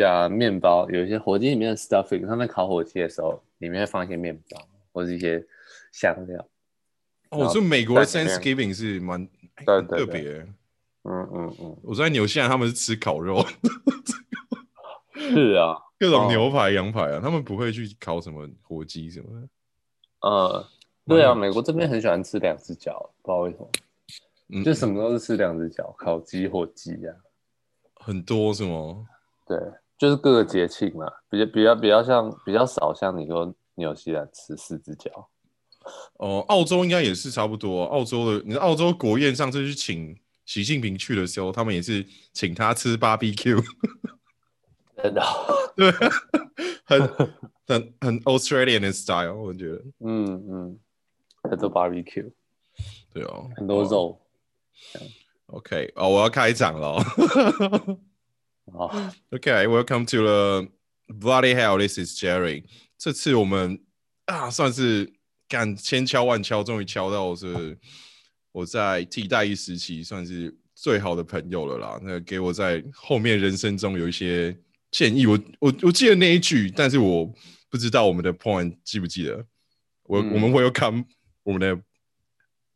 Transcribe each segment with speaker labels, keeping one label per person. Speaker 1: 啊，面包有一些火鸡里面的 stuffing，他们烤火鸡的时候里面会放一些面包或是一些香料。
Speaker 2: 哦，就美国的
Speaker 1: 在里面
Speaker 2: Thanksgiving 是蛮哎
Speaker 1: 对
Speaker 2: 很
Speaker 1: 对
Speaker 2: 特
Speaker 1: 对
Speaker 2: 别。
Speaker 1: 嗯嗯嗯，
Speaker 2: 我在纽西兰他们是吃烤肉，
Speaker 1: 是啊，
Speaker 2: 各种
Speaker 1: 哦
Speaker 2: 牛排、羊排啊，他们不会去烤什么火鸡什么的。
Speaker 1: 呃，对啊，
Speaker 2: 蛮有
Speaker 1: 美国这边很喜欢吃两只脚，不知道为什么，
Speaker 2: 嗯，
Speaker 1: 就什么都是吃两只脚，烤鸡、火鸡啊。
Speaker 2: 很多是吗？
Speaker 1: 对，就是各个节庆嘛，比较比较比较像比较少像你说纽西兰吃四只脚，
Speaker 2: 哦，澳洲应该也是差不多。澳洲的，你知道澳洲国宴上次去请习近平去的时候，他们也是请他吃 BBQ，
Speaker 1: 真的。 哦
Speaker 2: 对，很 很很 Australian 的 style，我觉得。
Speaker 1: 嗯嗯，很多 barbecue，
Speaker 2: 对哦，
Speaker 1: 很多
Speaker 2: 哦。
Speaker 1: 肉
Speaker 2: OK，哦，我要开场了哦。
Speaker 1: 啊，
Speaker 2: Okay, welcome to the bloody hell. This is Jerry. 这次我们啊，算是干千敲万敲，终于敲到是我在替代役时期算是最好的朋友了啦。那给我在后面人生中有一些建议。我我我记得那一句，但是我不知道我们的 point 记不记得。我、
Speaker 1: 嗯
Speaker 2: 我们会有 come 我们的，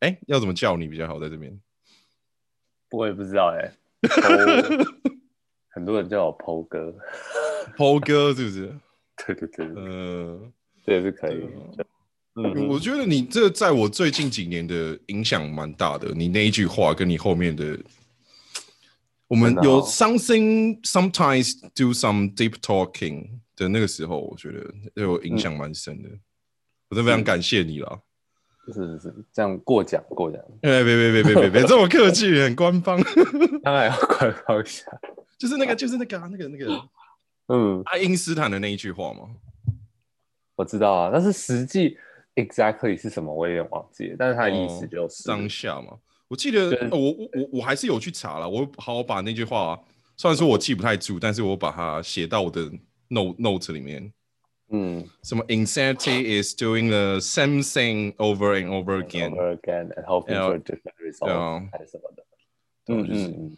Speaker 2: 哎、要怎么叫你比较好？在这边
Speaker 1: 我也不知道 哎、欸，很多人叫我剖哥，
Speaker 2: ，Paul 哥是不是？
Speaker 1: 对对对，对
Speaker 2: 嗯、
Speaker 1: 这也是可以
Speaker 2: 对。啊
Speaker 1: 嗯，
Speaker 2: 我觉得你这在我最近几年的影响蛮大的。你那一句话跟你后面的，我们
Speaker 1: 真的
Speaker 2: 有
Speaker 1: 哦
Speaker 2: something sometimes do some deep talking 的那个时候，我觉得对我影响蛮深的。我真的非常感谢你啦！
Speaker 1: 是是是，这样过奖过 奖，
Speaker 2: 哎，别别别别别别这么客气，很官方，
Speaker 1: 当然要官方一下。
Speaker 2: 就是那个就是那个啊，那个那个
Speaker 1: 嗯，
Speaker 2: 爱因斯坦的那一句话嘛。
Speaker 1: 我知道啊，但是实际 exactly 是什么我有点忘记了，但是他的意思就是，
Speaker 2: 哦当下嘛。我记得
Speaker 1: 对
Speaker 2: 呃我我我我还是有去查了，我好好把那句话，虽然说我记不太住，但是我把它写到我的 note note 里面。
Speaker 1: 嗯
Speaker 2: 什么 insanity is doing the same thing over and over again，
Speaker 1: ，over again and hoping for a different
Speaker 2: 对
Speaker 1: result
Speaker 2: 啊，
Speaker 1: 还是什么的。
Speaker 2: 对啊
Speaker 1: 嗯
Speaker 2: 就是
Speaker 1: 嗯嗯，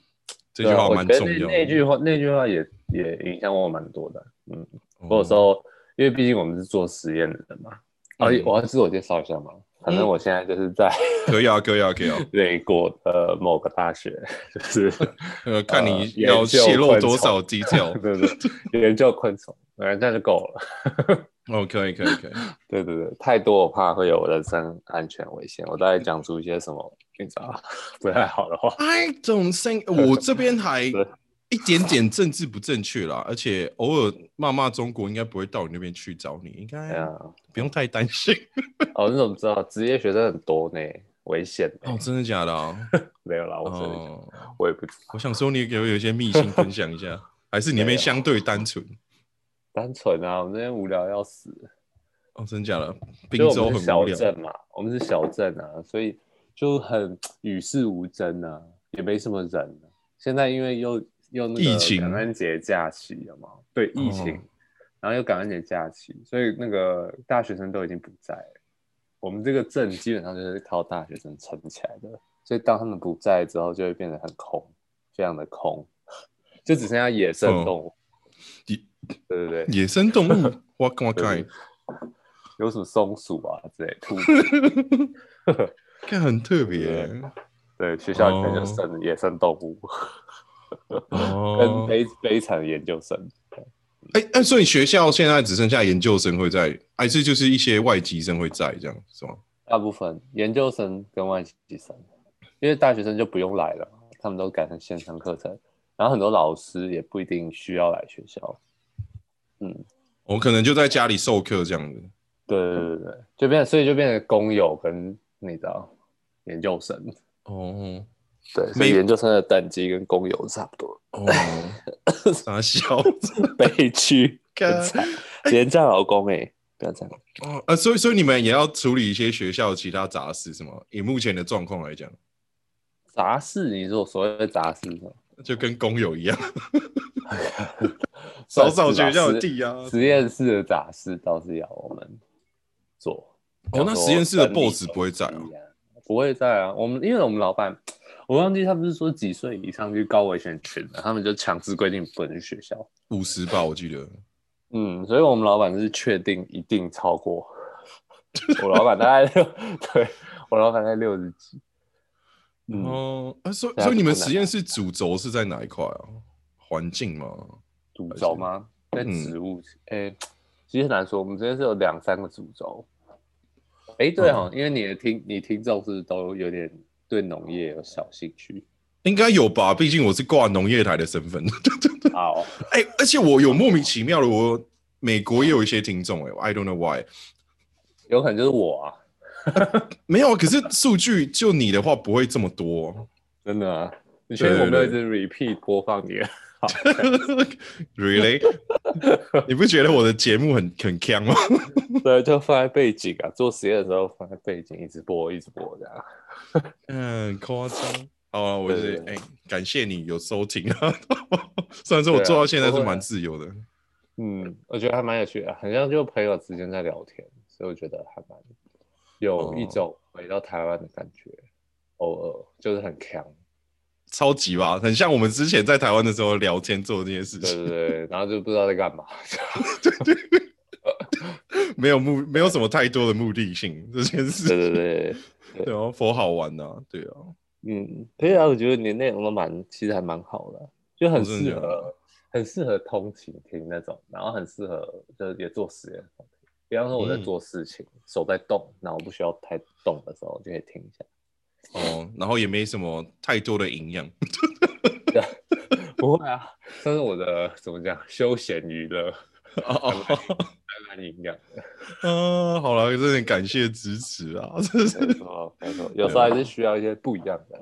Speaker 2: 这句
Speaker 1: 对啊
Speaker 2: 话
Speaker 1: 我
Speaker 2: 蛮
Speaker 1: 觉得
Speaker 2: 重
Speaker 1: 那
Speaker 2: 要
Speaker 1: 那
Speaker 2: 的。
Speaker 1: 句话那句话也也影响我蛮多的。嗯，
Speaker 2: 哦
Speaker 1: 我有时候因为毕竟我们是做实验的人嘛，而且
Speaker 2: 嗯
Speaker 1: 我要自我介绍一下嘛，反正我现在就是 在
Speaker 2: 可以啊，可以啊，可以啊。
Speaker 1: 美国的某个大学， 就是
Speaker 2: 呃，看你
Speaker 1: 研究
Speaker 2: 要泄露
Speaker 1: 昆
Speaker 2: 多
Speaker 1: 虫。
Speaker 2: 少 detail
Speaker 1: 对对对研究昆虫，反正这样就够了。
Speaker 2: 哦，可以，可以，可以。
Speaker 1: 对对对，太多我怕会有人身安全危险。我大概讲出一些什么，你知道 不太好的 话。
Speaker 2: I don't think 我这边还
Speaker 1: 对
Speaker 2: 一点点政治不正确啦，而且偶尔骂骂中国应该不会到你那边去找你，应
Speaker 1: 哎
Speaker 2: 该
Speaker 1: 呀，
Speaker 2: 不用太担心。
Speaker 1: 哦，你怎么知道？职业学生很多呢，危险的。
Speaker 2: 哦，真的假的、啊？
Speaker 1: 没有啦，我真的讲，
Speaker 2: 哦，
Speaker 1: 我也不知道。
Speaker 2: 我想说你有有一些秘辛分享 一下，还是你那边相对单纯？
Speaker 1: 单纯啊，我们这边无聊要死。
Speaker 2: 哦，真假的？
Speaker 1: 因为
Speaker 2: 滨
Speaker 1: 我
Speaker 2: 州
Speaker 1: 们
Speaker 2: 很
Speaker 1: 是小
Speaker 2: 无聊。
Speaker 1: 镇嘛，我们是小镇啊，所以就很与世无争啊，也没什么人、啊。现在因为又又那
Speaker 2: 疫
Speaker 1: 个
Speaker 2: 情
Speaker 1: 感恩节假期了嘛，对疫情，
Speaker 2: 哦
Speaker 1: 然后又感恩节假期，所以那个大学生都已经不在了。我们这个镇基本上就是靠大学生撑起来的，所以当他们不在之后，就会变得很空，非常的空，就只剩下野生
Speaker 2: 哦
Speaker 1: 动物。
Speaker 2: 野
Speaker 1: 对对对，
Speaker 2: 野生 动物 w h a t
Speaker 1: 对
Speaker 2: can
Speaker 1: 有什么松鼠啊之类 兔子
Speaker 2: I？看很特别
Speaker 1: 对
Speaker 2: 耶
Speaker 1: 对，学校里面
Speaker 2: 哦
Speaker 1: 就剩野生动物，跟
Speaker 2: 哦。
Speaker 1: 悲悲惨的研究生。
Speaker 2: 哎哎，所以学校现在只剩下研究生会在，还是就是一些外籍生会在这样是吗？
Speaker 1: 大部分研究生跟外籍生，因为大学生就不用来了，他们都改成线上课程，然后很多老师也不一定需要来学校。
Speaker 2: 我可能就在家里授课这样子。
Speaker 1: 对对对对对，嗯就变所以就变成工友跟你知道研究生，
Speaker 2: 哦
Speaker 1: 对，所以
Speaker 2: 没
Speaker 1: 研究生的等级跟工友差不多。
Speaker 2: 哦， 傻笑。
Speaker 1: 悲剧，
Speaker 2: 看
Speaker 1: 很惨，廉价劳工哎、不要这样。
Speaker 2: 哦，呃，所以所以你们也要处理一些学校其他杂事，是吗？以目前的状况来讲，
Speaker 1: 杂事，你说所谓的杂事是什么？
Speaker 2: 就跟工友一样，
Speaker 1: 算
Speaker 2: 扫
Speaker 1: 呃是
Speaker 2: 扫学
Speaker 1: 吧
Speaker 2: 校的
Speaker 1: 实
Speaker 2: 地啊。
Speaker 1: 实验室的杂事倒是要我们做。
Speaker 2: 哦，那
Speaker 1: 比方说
Speaker 2: 实验室的
Speaker 1: 整理
Speaker 2: boss 不会在
Speaker 1: 东
Speaker 2: 哦。
Speaker 1: 啊西啊不会在啊。我们因为我们老板，我忘记他不是说几岁以上去高危险群了，他们就强制规定不能去学校。
Speaker 2: 五十吧，我记得。
Speaker 1: 嗯，所以我们老板是确定一定超过。 我老板大概六，对我老板在六十几。嗯，
Speaker 2: 哦，啊，所以
Speaker 1: 对啊
Speaker 2: 所以你们
Speaker 1: 就不能
Speaker 2: 实验室主轴是在哪一块啊？环境吗？
Speaker 1: 主轴吗？在
Speaker 2: 嗯
Speaker 1: 植物，诶、其实很难说。我们这边是有两三个主轴。诶，对哦，因为你的听你听众是都有点对农业有小兴趣。
Speaker 2: 应该有吧，毕竟我是挂农业台的身份。
Speaker 1: 好，
Speaker 2: 哎、而且我有莫名其妙的，我美国也有一些听众哎、i don't know why。
Speaker 1: 有可能就是我啊，
Speaker 2: 没有，可是数据就你的话不会这么多。
Speaker 1: 真的啊。你确定我没有
Speaker 2: 对
Speaker 1: 一直 repeat 播放你的？
Speaker 2: really？你不觉得我的节目很很强吗？
Speaker 1: 对，就放在背景啊，做实验的时候放在背景，一直播，一直播这样。
Speaker 2: 嗯，夸张。好啊，我是
Speaker 1: 对对
Speaker 2: 哎、
Speaker 1: 对
Speaker 2: 感谢你有收听啊。 虽然说我
Speaker 1: 对啊
Speaker 2: 做到现在是
Speaker 1: 不会
Speaker 2: 蛮
Speaker 1: 啊
Speaker 2: 自由的。
Speaker 1: 嗯，我觉得还蛮有趣的，很像就朋友之间在聊天，所以我觉得还蛮有一种回到台湾的感觉，偶尔就是很强。
Speaker 2: 超级吧，很像我们之前在台湾的时候聊天做的那些事
Speaker 1: 对
Speaker 2: 情，
Speaker 1: 对对，然后就不知道在 干嘛。
Speaker 2: 没有目，没有什么太多的目的性，这件事
Speaker 1: 对
Speaker 2: 情，
Speaker 1: 对对，
Speaker 2: 对啊，佛好玩呐、对啊，
Speaker 1: 嗯，可以啊，我觉得你的内容都蛮，其实还蛮好的，就很
Speaker 2: 哦真的
Speaker 1: 适
Speaker 2: 假的
Speaker 1: 合，很适合通勤听那种，然后很适合就是也做实验。比方说我在
Speaker 2: 嗯
Speaker 1: 做事情，手在动，然后不需要太动的时候，就可以听一下。
Speaker 2: 哦，然后也没什么太多的营养，
Speaker 1: 不会啊，算是我的怎么讲休闲娱乐，
Speaker 2: 哦哦，
Speaker 1: 还蛮营养的。
Speaker 2: 嗯，好了，真的感谢支持啊，真是，
Speaker 1: 没错，没错，有时候还是需要一些不一样的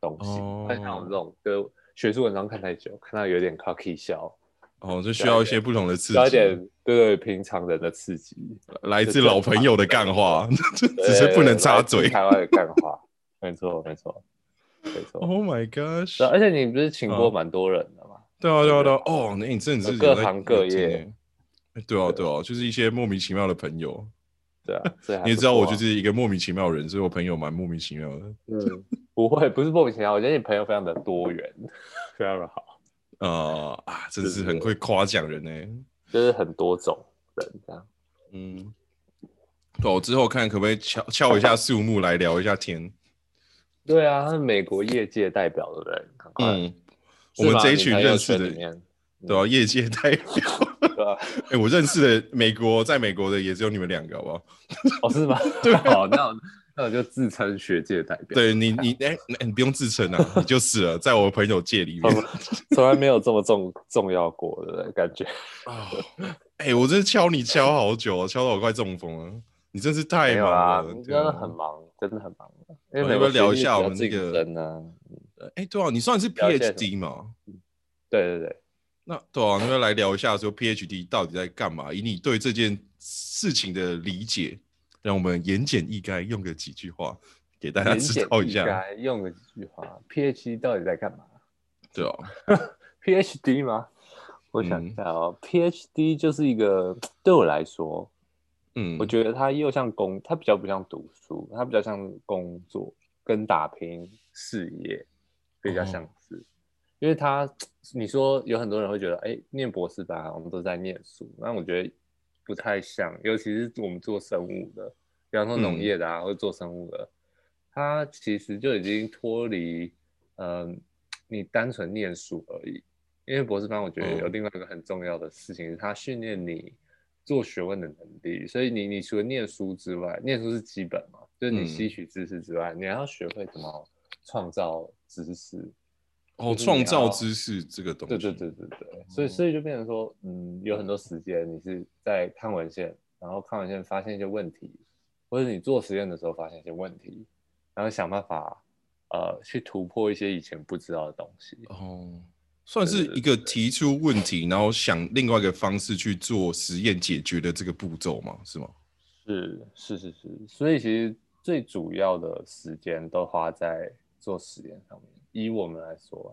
Speaker 1: 东西。
Speaker 2: 哦
Speaker 1: 但像我这种，就学术文章看太久，看到有点 cocky 笑，
Speaker 2: 哦，就需要一些不同的刺
Speaker 1: 需要一
Speaker 2: 激，
Speaker 1: 点对平常人的刺激，
Speaker 2: 来自老朋友的干话， 只是不能插
Speaker 1: 对
Speaker 2: 嘴
Speaker 1: 来自。台湾的干话， 没错，没错，没错。
Speaker 2: Oh my gosh！
Speaker 1: 对而且你不是请
Speaker 2: 嗯
Speaker 1: 过蛮多人的嘛？
Speaker 2: 对啊，对啊，对啊，哦，那你真的是
Speaker 1: 各
Speaker 2: 有在
Speaker 1: 行各
Speaker 2: 有听
Speaker 1: 业
Speaker 2: 欸，哎对啊，对啊，就是一些莫名其妙的朋友，
Speaker 1: 对 啊，所以还
Speaker 2: 你也
Speaker 1: 不
Speaker 2: 知道
Speaker 1: 错
Speaker 2: 我
Speaker 1: 啊
Speaker 2: 就是一个莫名其妙的人，所以我朋友蛮莫名其妙的。
Speaker 1: 嗯，不会，不是莫名其妙。我觉得你朋友非常的多 元，非常的好，
Speaker 2: 呃啊，真
Speaker 1: 是
Speaker 2: 是
Speaker 1: 是
Speaker 2: 很会夸奖人呢、
Speaker 1: 就是很多种人这样。
Speaker 2: 嗯，对啊，我之后看可不可以敲敲一下树木来聊一 下天。
Speaker 1: 对啊，他是美国业界代表的人，赶快。
Speaker 2: 嗯，我
Speaker 1: 是吗，
Speaker 2: 们这一群
Speaker 1: 你朋友
Speaker 2: 认识
Speaker 1: 圈
Speaker 2: 的
Speaker 1: 里，面，
Speaker 2: 对啊，业界代表。
Speaker 1: 对啊 吧？
Speaker 2: 哎、我认识的美国，在美国的也只有你们两个，好不好？
Speaker 1: 哦，是吗？对，好，那我那我就自称学界代表。
Speaker 2: 啊对你，你哎、哎你不用自称啊，你就是了，在我朋友界里面
Speaker 1: 从。从来没有这么重重要过的感觉。
Speaker 2: 啊，哎、我真的敲你敲好久、哦，敲到我快中风了。你真是太
Speaker 1: 没有
Speaker 2: 忙
Speaker 1: 啦，
Speaker 2: 了，
Speaker 1: 你真
Speaker 2: 对啊
Speaker 1: 的很忙，真的很忙。因为
Speaker 2: 哦
Speaker 1: 美
Speaker 2: 要不
Speaker 1: 国
Speaker 2: 要聊
Speaker 1: 学
Speaker 2: 一
Speaker 1: 历比
Speaker 2: 下我
Speaker 1: 较
Speaker 2: 们那个
Speaker 1: 竞争啊？
Speaker 2: 哎、对啊，你算是
Speaker 1: 了解什么
Speaker 2: PhD 嘛？
Speaker 1: 对对 对，
Speaker 2: 那对啊，那就来聊一下说 PhD 到底在干嘛？以你对这件事情的理解，让我们言简意赅，用个几句话给大家
Speaker 1: 言
Speaker 2: 知
Speaker 1: 简
Speaker 2: 道一
Speaker 1: 意
Speaker 2: 下。
Speaker 1: 赅用了几句话，PhD 到底在干嘛
Speaker 2: 对啊，
Speaker 1: ？PhD 吗？我想
Speaker 2: 嗯
Speaker 1: 一下哦、p h d 就是一个对我来说，
Speaker 2: 嗯，
Speaker 1: 我觉得它又像工，它比较不像读书，它比较像工作跟打拼事业比较
Speaker 2: 哦
Speaker 1: 相似，因为它你说有很多人会觉得，哎、念博士班我们都在念书，那我觉得不太像，尤其是我们做生物的，比方说农
Speaker 2: 嗯
Speaker 1: 业的啊，或者做生物的，它其实就已经脱离，嗯、你单纯念书而已，因为博士班，我觉得有
Speaker 2: 嗯
Speaker 1: 另外一个很重要的事情，是它训练你做学问的能力。所以你你除了念书之外，念书是基本嘛，就是
Speaker 2: 嗯
Speaker 1: 你吸取知识之外，你还要学会怎么创造知识。
Speaker 2: 哦，
Speaker 1: 就是你
Speaker 2: 创造
Speaker 1: 要
Speaker 2: 知识这个东西，
Speaker 1: 对对对对对，所以所以就变成说，嗯，有很多时间你是在看文献，然后看文献发现一些问题，或者你做实验的时候发现一些问题，然后想办法呃去突破一些以前不知道的东西。
Speaker 2: 哦，算
Speaker 1: 对
Speaker 2: 是
Speaker 1: 对
Speaker 2: 一个提出问题，然后想另外一个方式去做实验解决的这个步骤嘛，是吗？
Speaker 1: 是是是是，所以其实最主要的时间都花在做实验上面。以我们来说啊，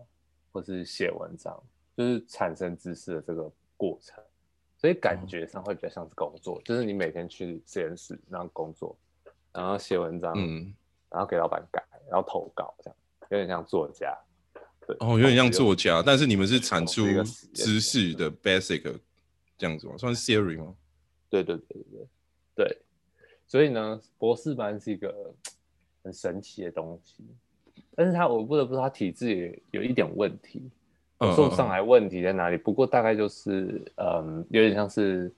Speaker 1: 或是写文章，就是产生知识的这个过程，所以
Speaker 2: 哦
Speaker 1: 感觉上会比较像是工作，就是你每天去实验室然后工作，然后写文章，
Speaker 2: 嗯，
Speaker 1: 然后给老板改，然后投稿这样。有点像作家。对，
Speaker 2: 哦，有点像作
Speaker 1: 家。
Speaker 2: 家，但是你们是产出
Speaker 1: 我是一个实验
Speaker 2: 知识的 basic 这样子吗？算是 theory 吗？
Speaker 1: 对对对对对对，所以呢，博士班是一个很神奇的东西，但是他我不得不说，他体制也有一点问题。
Speaker 2: 嗯
Speaker 1: 我说不哦上来问题在哪里，不过大概就是，嗯，有点像是，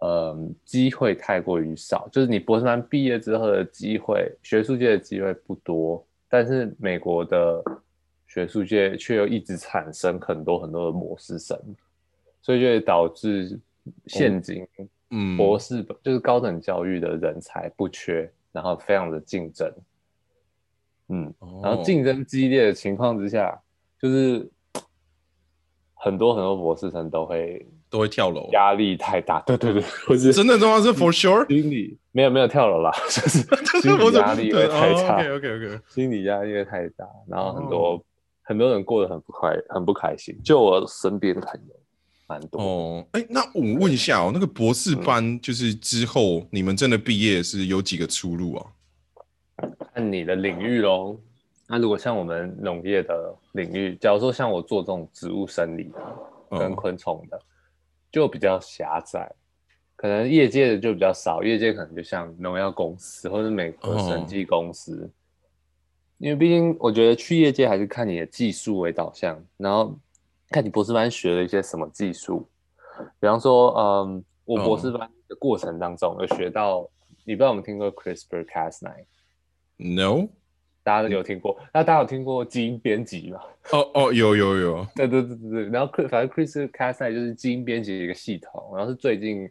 Speaker 1: 嗯，机会太过于少，就是你博士班毕业之后的机会，学术界的机会不多，但是美国的学术界却又一直产生很多很多的模式生，所以就会导致现今
Speaker 2: 嗯，嗯
Speaker 1: 博士、就是高等教育的人才不缺，然后非常的竞争，嗯，然后
Speaker 2: 哦
Speaker 1: 竞争激烈的情况之下，就是很多很多博士生都会
Speaker 2: 都会跳楼，
Speaker 1: 压力太大， 对对对，或是
Speaker 2: 真的吗？是 for sure？
Speaker 1: 心理没有没有跳楼啦， 就是心理压力会太大，
Speaker 2: 哦 OK 哦 OK OK，
Speaker 1: 心理压力会太大，然后很多、很多人过得很不快，很不开心，就我身边的朋友蛮多，
Speaker 2: 哦，哎，那我问一下哦，那个博士
Speaker 1: 嗯
Speaker 2: 班就是之后你们真的毕业是有几个出路啊？
Speaker 1: 看你的领域喽。那如果像我们农业的领域，假如说像我做这种植物生理的，跟
Speaker 2: 嗯
Speaker 1: 昆虫的，就比较狭窄，可能业界的就比较少，业界可能就像农药公司或者美国的生技公司，因为毕竟我觉得去业界还是看你的技术为导向，然后看你博士班学了一些什么技术，比方说，嗯，我博士班的过程当中有学到，你不知道有没有听过 CRISPR-Cas9，
Speaker 2: ，No，
Speaker 1: 大
Speaker 2: 嗯
Speaker 1: 家有听过？那大家有听过基因编辑吗？
Speaker 2: 哦哦，有有有，
Speaker 1: 对对对对对，然后 Chris- 反正 Chris Cas9 就是基因编辑的一个系统，然后是最近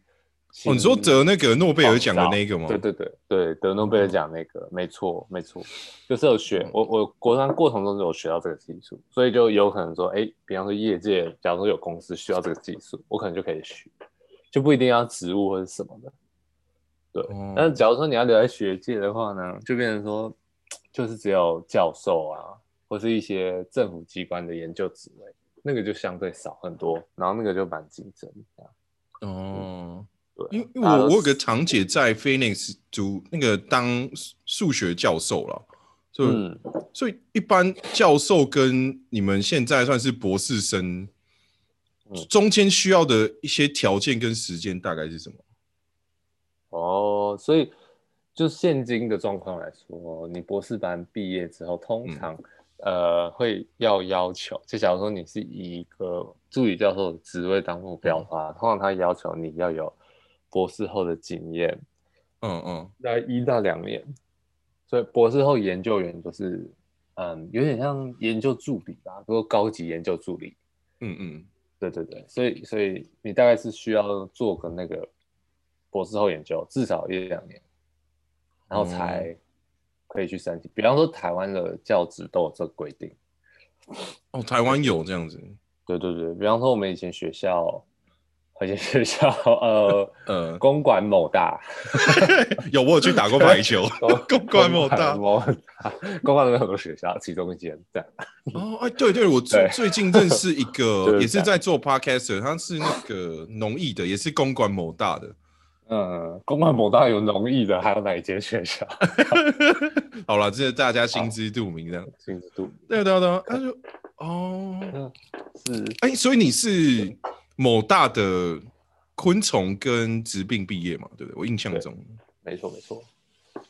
Speaker 1: 新
Speaker 2: 哦，你说得那个诺贝尔奖的
Speaker 1: 创造
Speaker 2: 那个吗？嗯
Speaker 1: 对对对对得诺贝尔奖那个，没错没错，就是有学我我国商过程中就有学到这个技术，所以就有可能说，哎，比方说业界，假如说有公司需要这个技术，我可能就可以学，就不一定要植物或者什么的。
Speaker 2: 哦
Speaker 1: 但是假如说你要留在学界的话呢，就变成说，就是只有教授啊，或是一些政府机关的研究职位，那个就相对少很多，然后那个就蛮竞争的。
Speaker 2: 哦，
Speaker 1: 对，啊
Speaker 2: 因为因为
Speaker 1: 大家
Speaker 2: 我
Speaker 1: 都
Speaker 2: 我
Speaker 1: 是
Speaker 2: 有个堂姐在 Phoenix 读那个当数学教授了，就、
Speaker 1: 嗯，
Speaker 2: 所以一般教授跟你们现在算是博士生
Speaker 1: 嗯，
Speaker 2: 中间需要的一些条件跟时间大概是什么？
Speaker 1: 哦，所以就现今的状况来说，你博士班毕业之后，通常、呃会要要求，就假如说你是以一个助理教授的职位当目标的话，通常他要求你要有博士后的经验，
Speaker 2: 嗯嗯，
Speaker 1: 在一到两年，所以博士后研究员就是，嗯，有点像研究助理吧，不过高级研究助理。
Speaker 2: 嗯嗯，
Speaker 1: 对对对，所以所以你大概是需要做个那个博士后研究，至少一两年，然后才可以去申请。比方说台湾的教职都有这个规定。
Speaker 2: 哦，台湾有这样子，
Speaker 1: 对对对，比方说我们以前学校，以前学校 呃
Speaker 2: 呃，
Speaker 1: 公馆某大，
Speaker 2: 有我有去打过排球
Speaker 1: 公，
Speaker 2: 公关莫
Speaker 1: 哦
Speaker 2: 大
Speaker 1: 公。馆某大，公馆有很多学校，其中一间这样。
Speaker 2: 哦，哎，对对，我最
Speaker 1: 对
Speaker 2: 最近认识一
Speaker 1: 就
Speaker 2: 个，
Speaker 1: 是
Speaker 2: 也是在做 podcaster，他是那个农艺的，也是公馆某大的。
Speaker 1: 嗯，公馆某大有农艺的，还有哪一间学校？
Speaker 2: 好了，这大家心知肚明这样。
Speaker 1: 新竹度
Speaker 2: 对啊对啊对啊，他就哦，
Speaker 1: 是
Speaker 2: 哎、所以你是某大的昆虫跟疾病毕业嘛？对不对？我印象中。
Speaker 1: 没错没错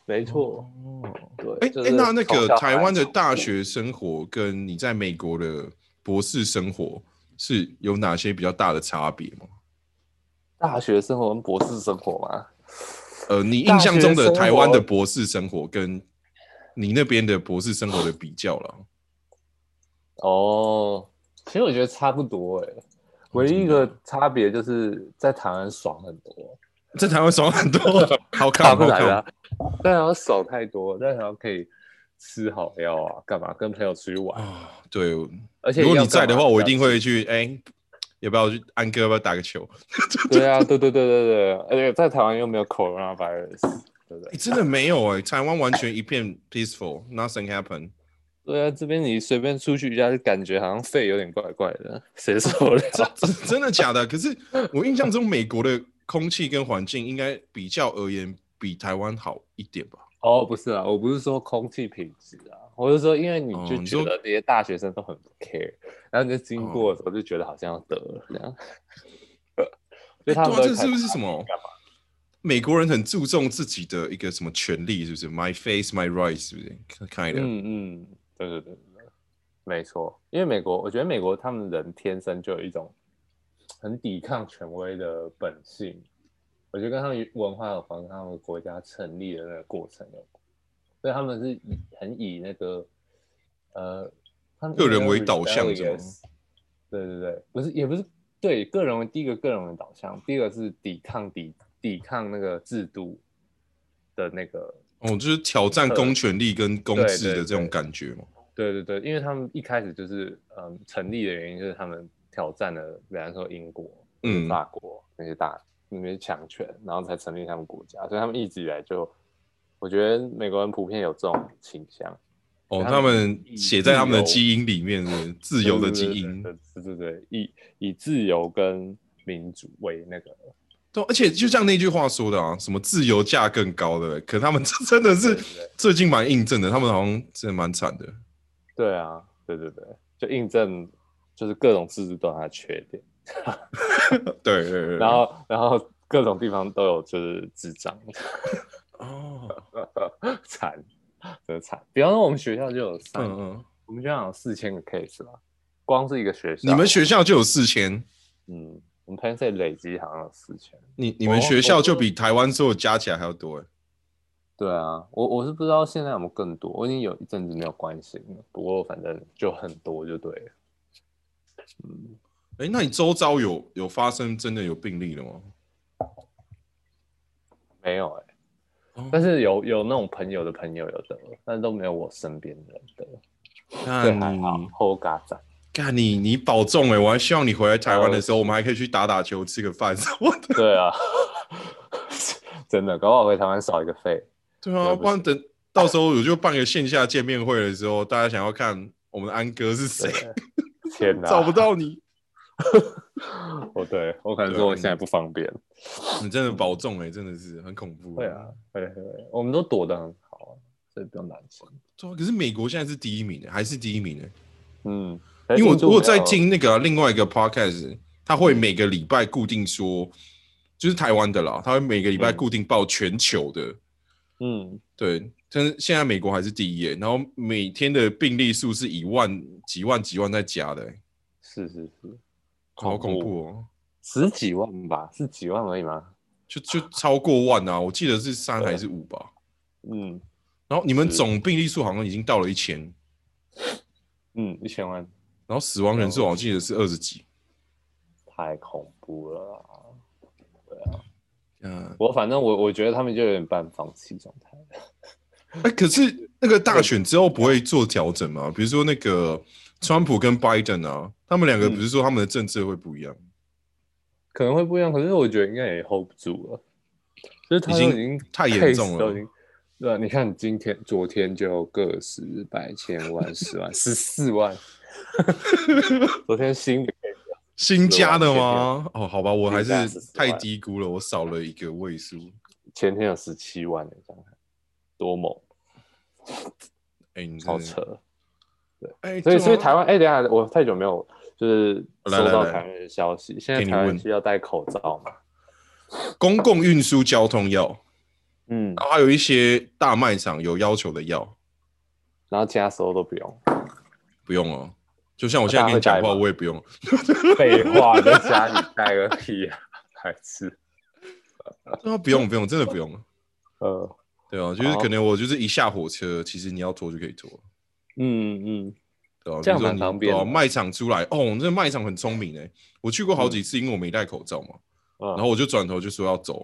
Speaker 1: 没错，
Speaker 2: 哦。
Speaker 1: 对。
Speaker 2: 哎、
Speaker 1: 就
Speaker 2: 哎
Speaker 1: 是
Speaker 2: 那那
Speaker 1: 从
Speaker 2: 个
Speaker 1: 小
Speaker 2: 台湾的
Speaker 1: 长
Speaker 2: 大
Speaker 1: 大
Speaker 2: 学生活跟你在美国的博士生活是有哪些比较大的差别吗？
Speaker 1: 大学生活跟博士生活嘛，
Speaker 2: 呃，你印象
Speaker 1: 大
Speaker 2: 中
Speaker 1: 学
Speaker 2: 的
Speaker 1: 生活
Speaker 2: 台湾的博士生活跟你那边的博士生活的比较了？
Speaker 1: 哦，其实我觉得差不多哎、唯一一个差别就是在台湾爽很多，
Speaker 2: 在台湾爽很多， 好看好
Speaker 1: 不来
Speaker 2: 看
Speaker 1: 啦。在台湾爽太多，在台湾可以吃好料啊，干嘛跟朋友出去玩，
Speaker 2: 啊！对，
Speaker 1: 而且
Speaker 2: 如果
Speaker 1: 要
Speaker 2: 你在
Speaker 1: 干
Speaker 2: 的
Speaker 1: 嘛
Speaker 2: 话，我
Speaker 1: 要
Speaker 2: 一定
Speaker 1: 吃
Speaker 2: 会去。哎、要不要去安哥？要不要打 个球？
Speaker 1: 对啊，对对对对对，而且在台湾又没有 coronavirus，对不
Speaker 2: 哎、
Speaker 1: 对？
Speaker 2: 真的没有哎、台湾完全一片 peaceful，nothing happen。
Speaker 1: 对啊，这边你随便出去一下，就感觉好像肺有点怪怪的，谁受得 了？
Speaker 2: 真真的假的？可是我印象中美国的空气跟环境应该比较而言比台湾好一点吧？
Speaker 1: 哦，不是啊，我不是说空气品质啊，我就说，因为你
Speaker 2: 哦
Speaker 1: 就
Speaker 2: 你
Speaker 1: 觉
Speaker 2: 说哦
Speaker 1: 得这些大学生都很不 care，然后你就经过的时候就觉得好像要得了 这样。就
Speaker 2: 对
Speaker 1: 他
Speaker 2: 啊，
Speaker 1: 们都会
Speaker 2: 这是
Speaker 1: 看
Speaker 2: 不是
Speaker 1: 大学
Speaker 2: 什么
Speaker 1: 干嘛？
Speaker 2: 美国人很注重自己的一个什么权利，是不是？My face, my rights，是不是？Kind of，、
Speaker 1: 嗯嗯，对对对对对，没错。因为美国，我觉得美国他们人天生就有一种很抵抗权威的本性，我觉得跟他们文化有关，跟他们国家成立的那个过程有关，所以他们是以很以那个呃，他们
Speaker 2: 个人为导向这种
Speaker 1: rebellious 对对对，不是也不是对个人为第一个个人为导向，第二个是抵抗抵抵抗那个制度的那个
Speaker 2: 哦，就是挑战公权力跟公
Speaker 1: 嗯对
Speaker 2: 制
Speaker 1: 对
Speaker 2: 的这种
Speaker 1: 对
Speaker 2: 感觉嘛。
Speaker 1: 对对对，因为他们一开始就是嗯成立的原因就是他们挑战了，比方说英国、
Speaker 2: 嗯，
Speaker 1: 法国那些大那些强权，然后才成立他们国家，所以他们一直以来就，我觉得美国人普遍有这种倾向，
Speaker 2: 哦，
Speaker 1: 他
Speaker 2: 他
Speaker 1: 们
Speaker 2: 们
Speaker 1: 以
Speaker 2: 写在他们的
Speaker 1: 自由
Speaker 2: 基因里面的自由的基因。
Speaker 1: 对对对对，对以以自由跟民主为那个，
Speaker 2: 对，而且就像那句话说的啊，什么自由价更高的，可他们 真的
Speaker 1: 对
Speaker 2: 是
Speaker 1: 对对
Speaker 2: 最近蛮印证的，他们好像真的蛮惨的。
Speaker 1: 对啊，对对对，就印证就是各种制度都有它的缺点，
Speaker 2: 对对对，
Speaker 1: 然后然后各种地方都有就是智障。
Speaker 2: 哦，
Speaker 1: 惨，真的惨。比方说我们学校就有三，
Speaker 2: 嗯嗯，
Speaker 1: 我们学校有四千个 case 吧，光是一个啊学校。
Speaker 2: 你们学校就有四千，
Speaker 1: 嗯，我们 Penn State 累积好像有四千。
Speaker 2: 你你们
Speaker 1: 哦
Speaker 2: 学校就比台湾所有加起来还要多哎。
Speaker 1: 对啊，我我是不知道现在有没有更多，我已经有一阵子没有关心了。不过反正就很多就对了。嗯，
Speaker 2: 哎，那你周遭有有发生真的有病例了吗？
Speaker 1: 没有哎、
Speaker 2: 哦
Speaker 1: 但是有有那种朋友的朋友有得，但都没有我身边的人得，
Speaker 2: 嗯
Speaker 1: 所以还
Speaker 2: 干
Speaker 1: 好。后嘎仔，
Speaker 2: 干你你保重哎、我还希望你回来台湾
Speaker 1: 呃
Speaker 2: 的时候，我们还可以去打打球、吃个饭 什么的。
Speaker 1: 对啊， 真的，搞不好回台湾少一个肺。
Speaker 2: 对
Speaker 1: 对
Speaker 2: 啊，
Speaker 1: 不
Speaker 2: 不然等到时候我就办个线下见面会的时候，大家想要看我们的安哥是谁
Speaker 1: 对，天哪，
Speaker 2: 找不到你，
Speaker 1: 哦，对我可能
Speaker 2: 对
Speaker 1: 说
Speaker 2: 啊
Speaker 1: 我现在不方便。
Speaker 2: 你真的保重哎、真的是很恐怖。
Speaker 1: 会啊，，会会会，我们都躲得很好啊，所以不用担心。
Speaker 2: 对啊，可是美国现在是第一名欸的，还是第一名的，
Speaker 1: 嗯，
Speaker 2: 因为
Speaker 1: 可是
Speaker 2: 我
Speaker 1: 印度
Speaker 2: 我有在
Speaker 1: 没有，
Speaker 2: 听哎那个啊、嗯另外一个 podcast，他会每个礼拜固定说，就是台湾的啦，他会每个礼拜
Speaker 1: 嗯
Speaker 2: 固定报全球的。
Speaker 1: 嗯，
Speaker 2: 对，但是现在美国还是第一耶，然后每天的病例数是以万、几万、几万在加的耶，
Speaker 1: 是是是，
Speaker 2: 好恐
Speaker 1: 怖，
Speaker 2: 怖哦！
Speaker 1: 十几万吧，是几万而已吗？
Speaker 2: 就就超过万啊，我记得是三还是五吧。
Speaker 1: 嗯
Speaker 2: 然后你们
Speaker 1: 是
Speaker 2: 总病例数好像已经到了一千，
Speaker 1: 嗯，一千万
Speaker 2: 然后死亡人
Speaker 1: 哦
Speaker 2: 数我记得是二十几。
Speaker 1: 太恐怖了啊。
Speaker 2: 嗯，
Speaker 1: 我反正我我觉得他们就有点半放弃状态。
Speaker 2: 哎、可是那个大选之后不会做调整吗？比如说那个川普跟拜登啊，他们两个
Speaker 1: 嗯
Speaker 2: 不是说他们的政策会不一样？
Speaker 1: 可能会不一样，可是我觉得应该也 hold 不住了，就是他
Speaker 2: 已经
Speaker 1: 都经
Speaker 2: 太严重
Speaker 1: case
Speaker 2: 了
Speaker 1: 都已经对啊，你看今天、昨天就个十、百、千、万、十万、十四万， 昨天新的 case
Speaker 2: 新加的吗？哦，好吧，我还是
Speaker 1: 新加14
Speaker 2: 太
Speaker 1: 万
Speaker 2: 低估了，我少了一个位数。
Speaker 1: 前天有十七万的，想想看多猛，
Speaker 2: 哎、你真
Speaker 1: 超
Speaker 2: 的
Speaker 1: 扯！
Speaker 2: 哎、
Speaker 1: 所以，所以
Speaker 2: 对啊
Speaker 1: 台湾，哎、等一下我太久没有就是
Speaker 2: 来
Speaker 1: 收
Speaker 2: 来
Speaker 1: 到
Speaker 2: 来
Speaker 1: 台湾的消息，现在
Speaker 2: 给你
Speaker 1: 台湾
Speaker 2: 问
Speaker 1: 是要戴口罩嘛？
Speaker 2: 公共运输交通药，
Speaker 1: 嗯，
Speaker 2: 然后还有一些大卖场有要求的药，
Speaker 1: 然后其他时候都不用，
Speaker 2: 不用哦。就像我现在跟
Speaker 1: 大
Speaker 2: 你讲
Speaker 1: 家会
Speaker 2: 话，
Speaker 1: 戴吗
Speaker 2: 我也不用。
Speaker 1: 废 话，在家里戴个屁啊，还是
Speaker 2: 啊，不用不用，真的不用。
Speaker 1: 呃。
Speaker 2: 对啊，就是
Speaker 1: 好
Speaker 2: 可能我就是一下火车，其实你要拖就可以拖，
Speaker 1: 嗯嗯，
Speaker 2: 对啊，
Speaker 1: 这样
Speaker 2: 比如说
Speaker 1: 蛮
Speaker 2: 你
Speaker 1: 方便的
Speaker 2: 对啊卖场出来，哦，那卖场很聪明诶，我去过好几
Speaker 1: 嗯
Speaker 2: 次，因为我没戴口罩嘛，
Speaker 1: 然
Speaker 2: 然后我就转头就说要走，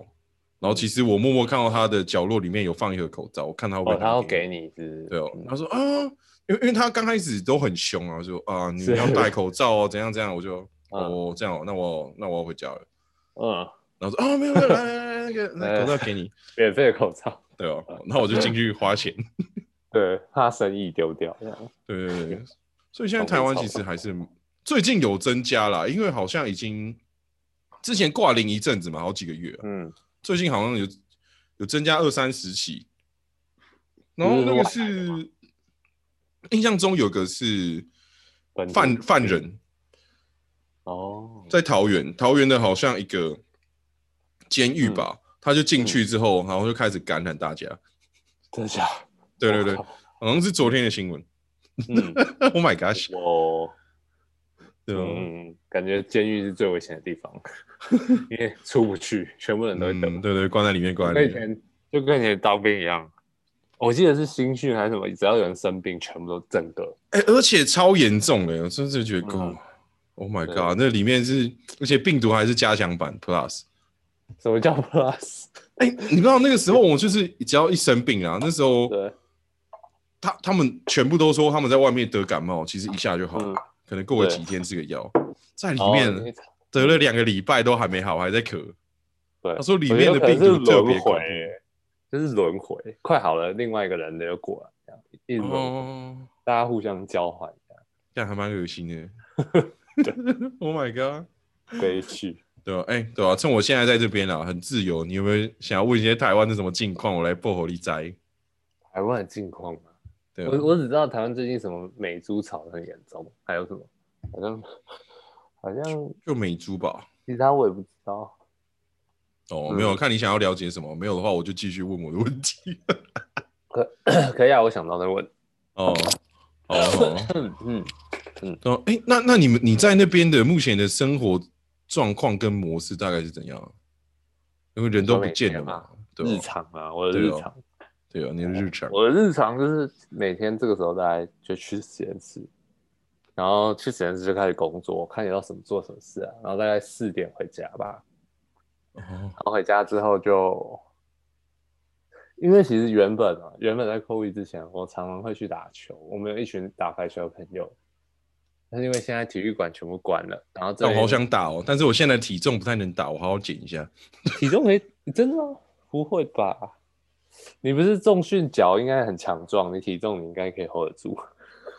Speaker 2: 然
Speaker 1: 嗯
Speaker 2: 后其实我默默看到他的角落里面有放一盒口罩，我看他会不
Speaker 1: 哦，
Speaker 2: 会
Speaker 1: 他要
Speaker 2: 拿我
Speaker 1: 给你是
Speaker 2: 对哦，
Speaker 1: 嗯
Speaker 2: 他说啊，因为因为他刚开始都很凶啊，就啊你
Speaker 1: 是
Speaker 2: 要戴口罩哦，怎样怎样，我就
Speaker 1: 嗯
Speaker 2: 哦这样哦，那我那我要回家了。
Speaker 1: 嗯，
Speaker 2: 然后说啊没有没有，来来来那个
Speaker 1: 哎
Speaker 2: 那口罩给你，
Speaker 1: 免费的口 罩，
Speaker 2: 对哦，那我就进去花钱，
Speaker 1: 对，怕生意丢掉这样。
Speaker 2: 对对对。所以现在台湾其实还是最近有增加啦，因为好像已经之前挂零一阵子嘛，好几个月啊、
Speaker 1: 嗯，
Speaker 2: 最近好像有有增加二三十起，然后那个是印象中有个是
Speaker 1: 本土
Speaker 2: 犯犯人，
Speaker 1: 哦，
Speaker 2: 在桃园，桃园的好像一个监狱吧，他就进去之后，然后就开始感染大家。
Speaker 1: 真的假的？
Speaker 2: 对对对
Speaker 1: 我，靠，
Speaker 2: 好像是昨天的新闻。
Speaker 1: 嗯，
Speaker 2: oh my gosh！
Speaker 1: 我
Speaker 2: 对哦吧？
Speaker 1: 嗯，感觉监狱是最危险的地 方，因为出不去，全部人都会等。
Speaker 2: 嗯，对对，关在里面，关在
Speaker 1: 跟
Speaker 2: 里
Speaker 1: 以
Speaker 2: 面。
Speaker 1: 前就跟以前当兵一样，我记得是新训还是什么，只要有人生病，全部都整个。
Speaker 2: 哎、而且超严重的，我真是觉得够。
Speaker 1: 嗯
Speaker 2: Oh my
Speaker 1: 对
Speaker 2: god！那里面是，而且病毒还是加强版 Plus。
Speaker 1: 什么叫 plus？
Speaker 2: 哎、你知道那个时候我就是只要一生病啊，那时候
Speaker 1: 对，
Speaker 2: 他他们全部都说他们在外面得感冒，其实一下就好了，
Speaker 1: 嗯
Speaker 2: 可能过了
Speaker 1: 对
Speaker 2: 几天吃个药，在里面、
Speaker 1: 哦
Speaker 2: 得了两个礼拜都还没好，还在咳。
Speaker 1: 对，
Speaker 2: 他说里
Speaker 1: 我觉
Speaker 2: 面
Speaker 1: 得可
Speaker 2: 的
Speaker 1: 能
Speaker 2: 病
Speaker 1: 是
Speaker 2: 毒特别
Speaker 1: 轮
Speaker 2: 恐
Speaker 1: 回，就是轮回，快好了，另外一个人的又过来，这样一直
Speaker 2: 怖。
Speaker 1: 轮回
Speaker 2: 哦，
Speaker 1: 大家互相交换一下，
Speaker 2: 但还蛮恶心 的。oh my god！
Speaker 1: 悲 剧。
Speaker 2: 对啊，哎、对啊，趁我现在在这边啦，很自由。你有没有想要问一些台湾的什么近况？我来薄荷力摘。
Speaker 1: 台湾的近况嘛，
Speaker 2: 对啊
Speaker 1: 我我只知道台湾最近什么美猪炒得很严重，还有什么好像好像
Speaker 2: 就美猪吧。
Speaker 1: 其他我也不知道。
Speaker 2: 哦，
Speaker 1: 嗯
Speaker 2: 没有，看你想要了解什么，没有的话我就继续问我的问题。
Speaker 1: 可以啊，我想到再问。
Speaker 2: 哦， 哦，哦
Speaker 1: 嗯嗯，
Speaker 2: 对啊哎、那那你们你在那边的目前的生活状况跟模式大概是怎样啊？因为人都不见了嘛，对
Speaker 1: 日
Speaker 2: 吧、
Speaker 1: 常啊，我的日常，
Speaker 2: 对啊，你的日常，
Speaker 1: 我的日常就是每天这个时候大概就去实验室，然后去实验室就开始工作，看你要什么做什么事啊，然后大概四点回家吧，
Speaker 2: 哦
Speaker 1: 然后回家之后就，因为其实原本啊，原本在 COVID 之前，我常常会去打球，我们有一群打排球的朋友，但是因为现在体育馆全部关了，然后这
Speaker 2: 那
Speaker 1: 里
Speaker 2: 我好想打哦，但是我现在体重不太能打，我好好减一下。
Speaker 1: 体重没真的吗？不会吧？你不是重训脚应该很强壮，你体重你应该可以 hold 得住。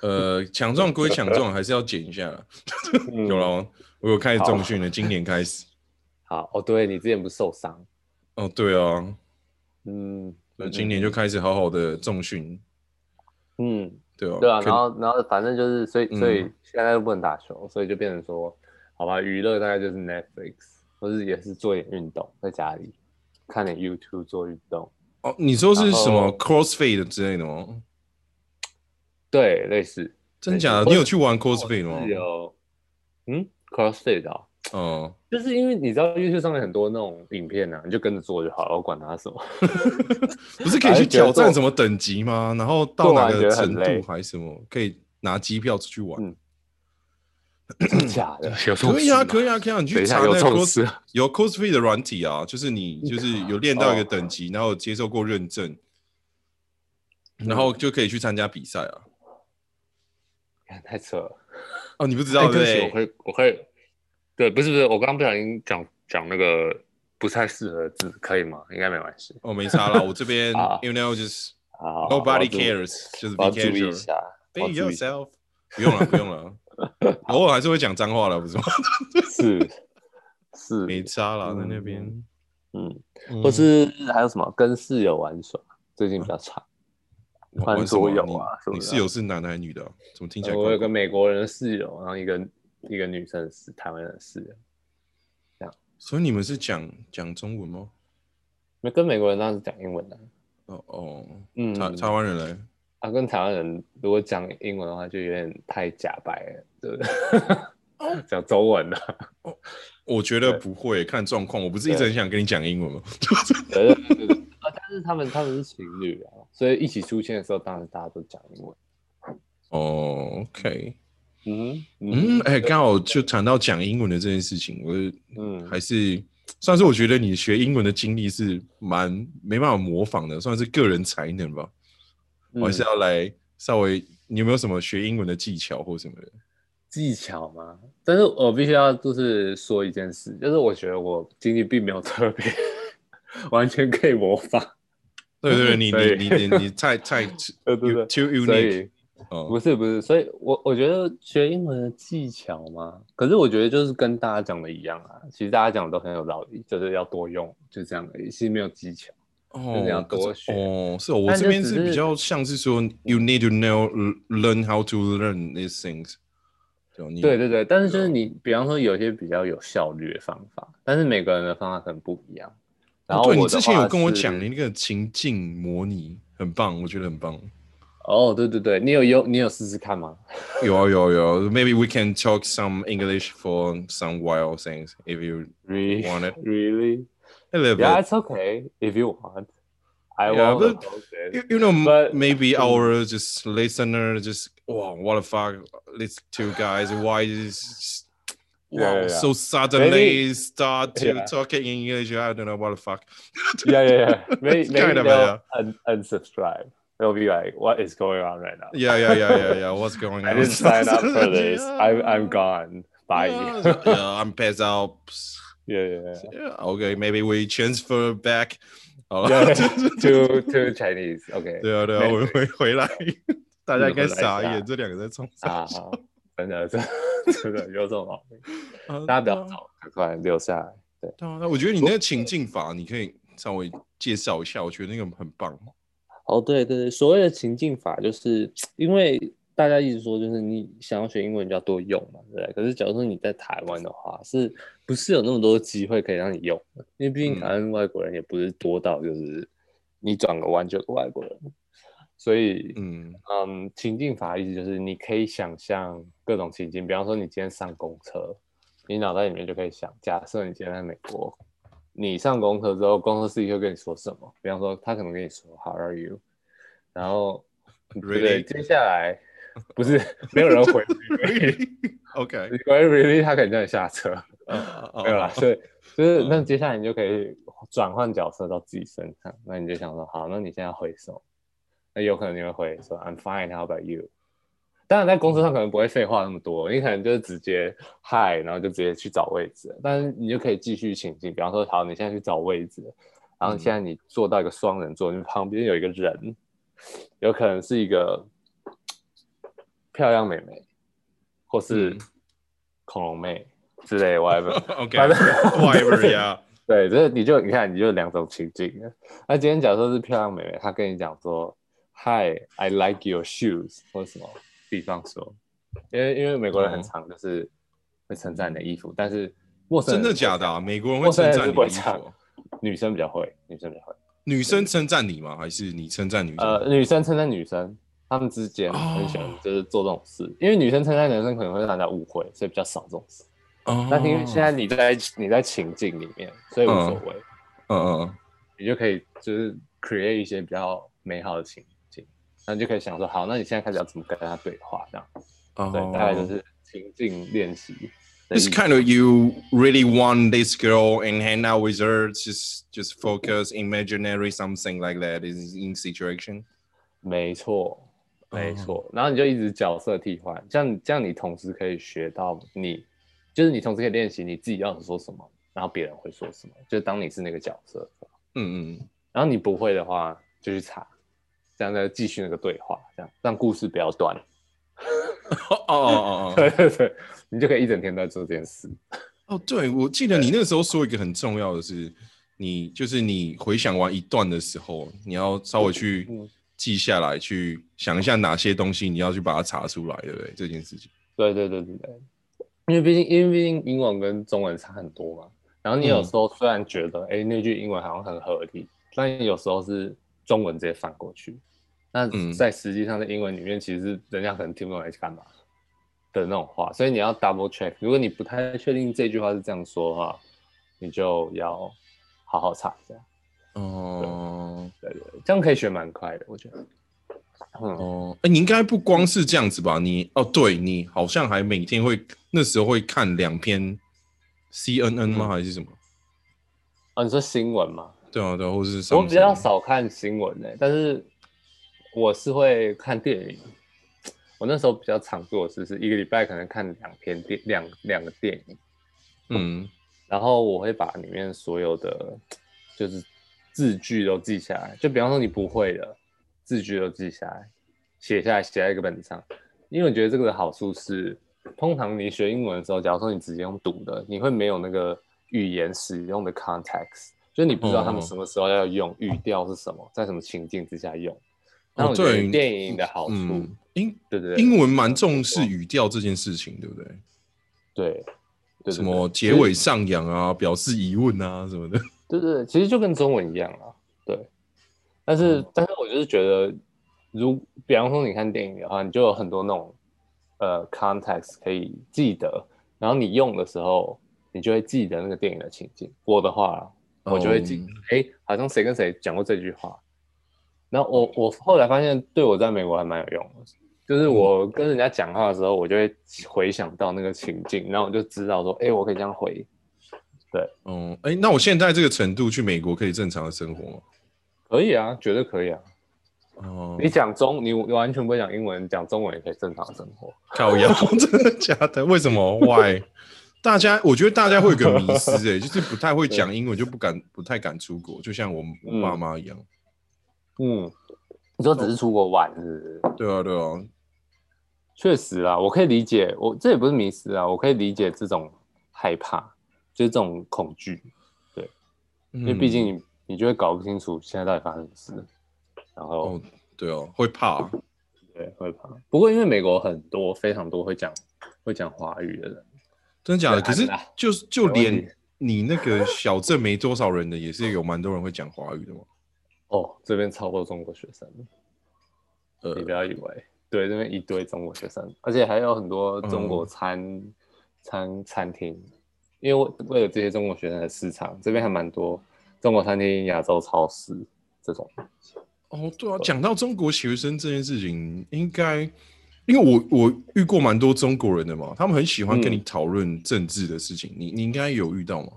Speaker 2: 呃，强壮归强壮，还是要减一下啊啦。
Speaker 1: 嗯
Speaker 2: 有了哦，我有开始重训了，今年开始。
Speaker 1: 好哦，对你之前不是受伤，
Speaker 2: 哦，对啊，
Speaker 1: 嗯，
Speaker 2: 那今年就开始好好的重训，
Speaker 1: 嗯，
Speaker 2: 对啊，
Speaker 1: 对啊，
Speaker 2: 可
Speaker 1: 然后然后反正就是，所以
Speaker 2: 嗯
Speaker 1: 所以现在不能打球，所以就变成说，好吧，娱乐大概就是 Netflix，或是也是做点运动，在家里看点 YouTube 做运动，
Speaker 2: 哦，你说是什
Speaker 1: 然
Speaker 2: 么
Speaker 1: 后
Speaker 2: CrossFit 的之类的吗？
Speaker 1: 对，类似
Speaker 2: 真假的？
Speaker 1: 对
Speaker 2: 你有去玩 CrossFit
Speaker 1: 哎是啊
Speaker 2: 吗？
Speaker 1: 有，嗯，CrossFit 哦，
Speaker 2: 哦，
Speaker 1: 就是因为你知道 YouTube 上面很多那种影片啊，你就跟着做就好了，我管它什么。
Speaker 2: 不是可以去挑战什么等级吗？然后
Speaker 1: 做
Speaker 2: 到哪
Speaker 1: 完觉
Speaker 2: 个
Speaker 1: 得很
Speaker 2: 程
Speaker 1: 累
Speaker 2: 度还是什么，可以拿机票出去玩？
Speaker 1: 嗯真的假的？有
Speaker 2: 可以啊，可以啊，可以啊，
Speaker 1: 等
Speaker 2: 你去
Speaker 1: 一下
Speaker 2: 查那
Speaker 1: 有
Speaker 2: 个
Speaker 1: 这种
Speaker 2: cos
Speaker 1: 事啊
Speaker 2: 有 cosplay 的软体啊，就是你
Speaker 1: 嗯
Speaker 2: 就是有练到一
Speaker 1: 哦
Speaker 2: 个等级，然后有接受过认证，
Speaker 1: 嗯
Speaker 2: 然后就可以去参加比赛啊。
Speaker 1: 以，太扯了。
Speaker 2: 哦，你不知
Speaker 1: 哎对
Speaker 2: 道对
Speaker 1: 不
Speaker 2: 不
Speaker 1: 起，我
Speaker 2: 对？
Speaker 1: 会，我会，对，不是不是，我刚刚不小心讲讲那个不太适合的字，可以吗？应该没关系。
Speaker 2: 哦，没差啦，我这边
Speaker 1: 啊
Speaker 2: you know just
Speaker 1: 啊
Speaker 2: nobody cares，就是
Speaker 1: 我
Speaker 2: be
Speaker 1: 要注意一
Speaker 2: casual，be
Speaker 1: 下，我要注意一下
Speaker 2: yourself。不用了，不 用了，偶尔还是会讲脏话了，不是吗？
Speaker 1: 是是，
Speaker 2: 没差啦，在那边，
Speaker 1: 嗯，
Speaker 2: 嗯
Speaker 1: 或是还有什么跟室友玩耍，最近比较
Speaker 2: 啊
Speaker 1: 长。
Speaker 2: 玩
Speaker 1: 玩
Speaker 2: 什么
Speaker 1: 桌游啊什么的
Speaker 2: 你你室友是男的还是女的啊？怎么听起来
Speaker 1: 呃
Speaker 2: 怪
Speaker 1: 我
Speaker 2: 怪？
Speaker 1: 有个美国人的室友，然后一个一个女生的室，台湾人的室友，
Speaker 2: 所以你们是讲讲中文吗？
Speaker 1: 那跟美国人当然是讲英文的。
Speaker 2: 哦哦，
Speaker 1: 嗯，
Speaker 2: 台台湾人嘞？
Speaker 1: 啊，跟台湾人如果讲英文的话，就有点太假白了，对不
Speaker 2: 哦
Speaker 1: 对？讲中文了，
Speaker 2: 我觉得不会，看状况。我不是一直
Speaker 1: 对
Speaker 2: 很想跟你讲英文吗？就是
Speaker 1: 对对对对对 啊，但是他们他们是情侣啊，所以一起出现的时候，当然大家都讲英文。
Speaker 2: 哦，OK，
Speaker 1: 嗯
Speaker 2: 嗯，哎、刚好就谈到讲英文的这件事情，我
Speaker 1: 嗯
Speaker 2: 还是算是我觉得你学英文的经历是蛮没办法模仿的，算是个人才能吧。我还
Speaker 1: 嗯
Speaker 2: 是要来稍微，你有没有什么学英文的技巧或什么的？
Speaker 1: 技巧嘛，但是我必须要就是说一件事，就是我觉得我经济并没有特别， 完全可以模仿，
Speaker 2: 对对 对，你
Speaker 1: 所以
Speaker 2: 你你你你太太
Speaker 1: 对对对所
Speaker 2: too unique
Speaker 1: 以。
Speaker 2: 哦
Speaker 1: 不是不是，所以我我觉得学英文的技巧嘛，可是我觉得就是跟大家讲的一样啊，其实大家讲的都很有道理，就是要多用，就这样而已，其实没有技巧。是
Speaker 2: 哦
Speaker 1: 你要，
Speaker 2: 可
Speaker 1: 多
Speaker 2: 是
Speaker 1: 学
Speaker 2: 哦，是哦，我
Speaker 1: 但
Speaker 2: 这
Speaker 1: 就
Speaker 2: 边
Speaker 1: 只
Speaker 2: 是比
Speaker 1: 是嗯
Speaker 2: 较像是说，you need to know learn how to learn these things，对吧哦啊你
Speaker 1: 对对对，但是就是你，比方说有些比较有效率的方法，但是每个人的方法可能不一样。然
Speaker 2: 哦
Speaker 1: 后
Speaker 2: 对你
Speaker 1: 的
Speaker 2: 之前有
Speaker 1: 话
Speaker 2: 跟我
Speaker 1: 是
Speaker 2: 讲你那个情境模拟，很棒，我觉得很棒。
Speaker 1: 哦，对对对，你有有你有试试看吗？
Speaker 2: 有啊有啊有啊，maybe we can talk some English for some wild things if you
Speaker 1: Really?
Speaker 2: want it
Speaker 1: Really?
Speaker 2: a little
Speaker 1: Yeah,
Speaker 2: bit.
Speaker 1: it's okay if you want. I
Speaker 2: Yeah,
Speaker 1: won't
Speaker 2: but-
Speaker 1: oppose it.
Speaker 2: You, you know, m-
Speaker 1: But-
Speaker 2: maybe our just listener just wow, what the fuck, these two guys, why is wow
Speaker 1: Yeah, yeah, yeah.
Speaker 2: so suddenly
Speaker 1: Maybe-
Speaker 2: start to
Speaker 1: Yeah.
Speaker 2: talk in English? I don't know what the fuck.
Speaker 1: Yeah, yeah, yeah. Maybe,
Speaker 2: It's
Speaker 1: maybe
Speaker 2: kind of a-
Speaker 1: they'll un- unsubscribe. They'll be like, "What is going on right now?"
Speaker 2: Yeah, yeah, yeah, yeah, yeah. What's going on?
Speaker 1: I didn't sign up for this. I'm I'm gone. Bye.
Speaker 2: Yeah, so- yeah, I'm pissed out.
Speaker 1: yeah, yeah. yeah.
Speaker 2: Yeah, okay, maybe we transfer back. 好 了，
Speaker 1: Yeah, to to Chinese. OK
Speaker 2: 对啊，对啊，
Speaker 1: Maybe
Speaker 2: 我回回 来，大家应该傻
Speaker 1: 我们来一下
Speaker 2: 眼，这两个在冲啥？
Speaker 1: 啊，真的 真的真的有这种毛病，
Speaker 2: 啊
Speaker 1: 大家不要
Speaker 2: 对啊
Speaker 1: 走，赶快留下来。对，
Speaker 2: 对啊，那我觉得你那个情境法，你可以稍微介绍一下，我觉得那个很棒。
Speaker 1: 哦，对对对，所谓的情境法，就是因为大家一直说，就是你想要学英文就要多用嘛，对不对？可是假如说你在台湾的话，是不是有那么多机会可以让你用的？因为毕竟
Speaker 2: 嗯
Speaker 1: 台湾外国人也不是多到就是你转个弯就有个外国人，所以
Speaker 2: 嗯，
Speaker 1: 嗯，情境法的意思就是你可以想象各种情境，比方说你今天上公车，你脑袋里面就可以想，假设你今天在美国，你上公车之后，公车司机会跟你说什么？比方说他可能跟你说 “How are you”，然后
Speaker 2: Really？
Speaker 1: 对，接下来不是 没有人回
Speaker 2: OK，
Speaker 1: 你关于 really 他可能叫你下车，
Speaker 2: 啊
Speaker 1: 没有啦，所以就是
Speaker 2: 嗯
Speaker 1: 那接下来你就可以转换角色到自己身上，那你就想说，好，那你现在回什么？那有可能你会回说 I'm fine, how about you？当然，在公司上可能不会废话那么多，你可能就是直接嗨，然后就直接去找位置了。但是你就可以继续情境，比方说，好，你现在去找位置了，然后
Speaker 2: 嗯
Speaker 1: 现在你坐到一个双人座，你旁边有一个人，有可能是一个漂亮妹妹，或是
Speaker 2: 嗯
Speaker 1: 恐龙妹之类的 whatever。反正
Speaker 2: ，OK，whatever 啊呀，
Speaker 1: 对，这你就你看，你就两种情境。那今天假设是漂亮妹妹，她跟你讲说，Hi, I like your shoes，或者什么，比方说，因为因为美国人很
Speaker 2: 哦
Speaker 1: 常就是会称赞你的衣服，但是陌生人
Speaker 2: 真的
Speaker 1: 不会
Speaker 2: 假的
Speaker 1: 讲？
Speaker 2: 啊？美国人会
Speaker 1: 陌生
Speaker 2: 称
Speaker 1: 人
Speaker 2: 赞
Speaker 1: 是
Speaker 2: 你
Speaker 1: 不
Speaker 2: 的
Speaker 1: 会
Speaker 2: 衣服啊
Speaker 1: 讲，，女生比较会，女生比较会。
Speaker 2: 女生称赞你吗？还是你称赞女生？
Speaker 1: 呃，女生称赞女生，她们之间很喜欢
Speaker 2: 哦
Speaker 1: 就是做这种事，因为女生称赞男生可能会让人家误会，所以比较少这种事。
Speaker 2: 哦
Speaker 1: 但是因为现在你在你在情境里面，所以无所谓。
Speaker 2: 嗯嗯嗯。
Speaker 1: 你就可以就是 create 一些比较美好的情境，那你就可以想说，好，那你现在开始要怎么跟他对话，这样，
Speaker 2: 哦
Speaker 1: 对，大概就是情境练习的意
Speaker 2: It's
Speaker 1: 思。
Speaker 2: kind of you really want this girl and hang out with her, just just focus imaginary something like that is in situation.
Speaker 1: 没错，没
Speaker 2: 哦
Speaker 1: 错。然后你就一直角色替换，这样这样你同时可以学到你，就是你同时可以练习你自己要说什么，然后别人会说什么，就是当你是那个角色，
Speaker 2: 嗯嗯，
Speaker 1: 然后你不会的话就去查，这样再继续那个对话，这样让故事不要断。
Speaker 2: 哦哦
Speaker 1: 对
Speaker 2: 哦
Speaker 1: 对对，你就可以一整天都在做这件事。
Speaker 2: 哦，对，我记得你那时候说一个很重要的是，你就是你回想完一段的时候，你要稍微去
Speaker 1: 嗯
Speaker 2: 记下来，去想一下哪些东西你要去把它查出来，对不对？这件事情。
Speaker 1: 对对对对对，因为毕竟因为毕竟英文跟中文差很多嘛，然后你有时候虽然觉得哎、诶那句英文好像很合理，但有时候是中文直接翻过去，那
Speaker 2: 嗯
Speaker 1: 在实际上的英文里面，其实人家可能听不懂你在干嘛的那种话，所以你要 double check。如果你不太确定这句话是这样说的话，你就要好好查一下。
Speaker 2: 哦
Speaker 1: 对对对，这样可以学蛮快的，我觉得。嗯，
Speaker 2: 哦，哎，你应该不光是这样子吧？你哦，对你好像还每天会那时候会看两篇 CNN 吗？
Speaker 1: 嗯
Speaker 2: 还是什么？
Speaker 1: 啊，你说新闻吗？
Speaker 2: 对啊，对啊，或是什么？
Speaker 1: 我比较少看新闻呢、但是我是会看电影。我那时候比较常做的事是一个礼拜可能看两篇电两两个电影，
Speaker 2: 嗯，
Speaker 1: 然后我会把里面所有的就是字句都记下来，就比方说你不会的字句都记下来，写下来写在一个本子上，因为我觉得这个的好处是，通常你学英文的时候，假如说你直接用读的，你会没有那个语言使用的 context，就是你不知道他
Speaker 2: 哦
Speaker 1: 们什么时候要用，语调是什么，在什么情境之下用。那我觉
Speaker 2: 对
Speaker 1: 得电影的好处，
Speaker 2: 哦嗯，英
Speaker 1: 对对对，
Speaker 2: 英文蛮重视语调这件事情，对不对？
Speaker 1: 对，对对
Speaker 2: 什么
Speaker 1: 对
Speaker 2: 结尾上扬啊，表示疑问啊什么的。
Speaker 1: 对对，对其实就跟中文一样啊，对。但是，但是我就是觉得，如比方说你看电影的话，你就有很多那种呃 context 可以记得，然后你用的时候，你就会记得那个电影的情境。我的话，我就会记
Speaker 2: 嗯，
Speaker 1: 哎、好像谁跟谁讲过这句话。然后我我后来发现，对我在美国还蛮有用的，就是我跟人家讲话的时候，我就会回想到那个情境，然后我就知道说，哎、我可以这样回，
Speaker 2: 哦，哎，那我现在这个程度去美国可以正常的生活吗？
Speaker 1: 可以啊，绝对可以啊。
Speaker 2: 哦，
Speaker 1: 你讲中，你完全不会讲英文，讲中文也可以正常生活。
Speaker 2: 靠腰， 真的假的？为什么？Why？大家，我觉得大家会有个迷失、 欸，就是不太会讲英文，就不敢，不太敢出国，就像我我爸妈一样。
Speaker 1: 嗯，你说只是出国玩是不是？
Speaker 2: 对啊，对啊，
Speaker 1: 确实啊，我可以理解，我这也不是迷失啊，我可以理解这种害怕，就是这种恐惧，
Speaker 2: 因
Speaker 1: 因
Speaker 2: 嗯
Speaker 1: 为毕竟你你就会搞不清楚现在到底发生什么事，然后
Speaker 2: 哦，对哦、会怕、
Speaker 1: 对会怕。不过因为美国很多非常多会讲会讲华语的人，
Speaker 2: 真的假的？
Speaker 1: 对
Speaker 2: 可
Speaker 1: 还
Speaker 2: 是
Speaker 1: 是啦
Speaker 2: 就是就
Speaker 1: 没问题
Speaker 2: 连你那个小镇没多少人的，也是有蛮多人会讲 华语的嘛。
Speaker 1: 哦，这边超多中国学生，
Speaker 2: 呃
Speaker 1: 你不要以为，对，这边一堆中国学生，而且还有很多中国餐、餐餐厅，因为为为了这些中国学生的市场，这边还蛮多中国餐厅、亚洲超市这种。
Speaker 2: 哦，对啊，讲到中国学生这件事情，应该因为我我遇过蛮多中国人的嘛，他们很喜欢跟你讨论政治的事情，你你应该有遇到吗？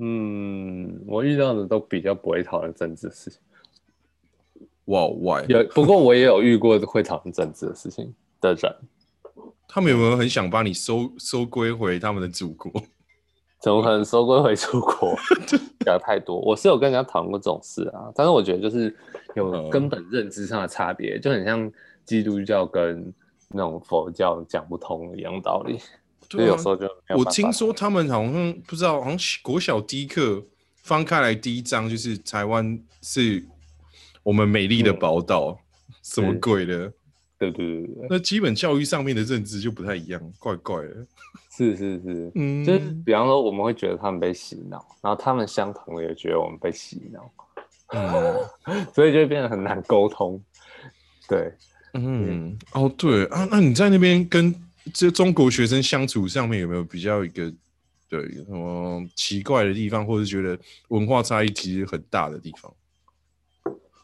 Speaker 1: 嗯，我遇到的都比较不会讨论政治的事情，
Speaker 2: 哇，why？
Speaker 1: 有不过我也有遇过会讨论政治的事情的人，
Speaker 2: 他们有没有很想把你收收归回他们的祖 国？
Speaker 1: 怎么可能收归回出 国？讲太多，我是有跟人家讨论过这种事啊，但是我觉得就是有
Speaker 2: 嗯
Speaker 1: 根本认知上的差别，就很像基督教跟那种佛教讲不通一样道理，所以
Speaker 2: 对啊
Speaker 1: 有时，候就没有办
Speaker 2: 我
Speaker 1: 法
Speaker 2: 听说他们好像不知道，好像国小第一课翻开来第一章就是台湾是我们美丽的宝
Speaker 1: 嗯
Speaker 2: 岛，什么
Speaker 1: 是
Speaker 2: 鬼的？
Speaker 1: 对对对对，对
Speaker 2: 那基本教育上面的认知就不太一样，怪怪的。
Speaker 1: 是是是，
Speaker 2: 嗯，
Speaker 1: 就是比方说我们会觉得他们被洗脑，然后他们相同的也觉得我们被洗脑，
Speaker 2: 嗯。
Speaker 1: 所以就会变得很难沟通。对，
Speaker 2: 嗯，哦，对啊，那你在那边跟这中国学生相处上面有没有比较一个对有什么奇怪的地方，或者是觉得文化差异其实很大的地方？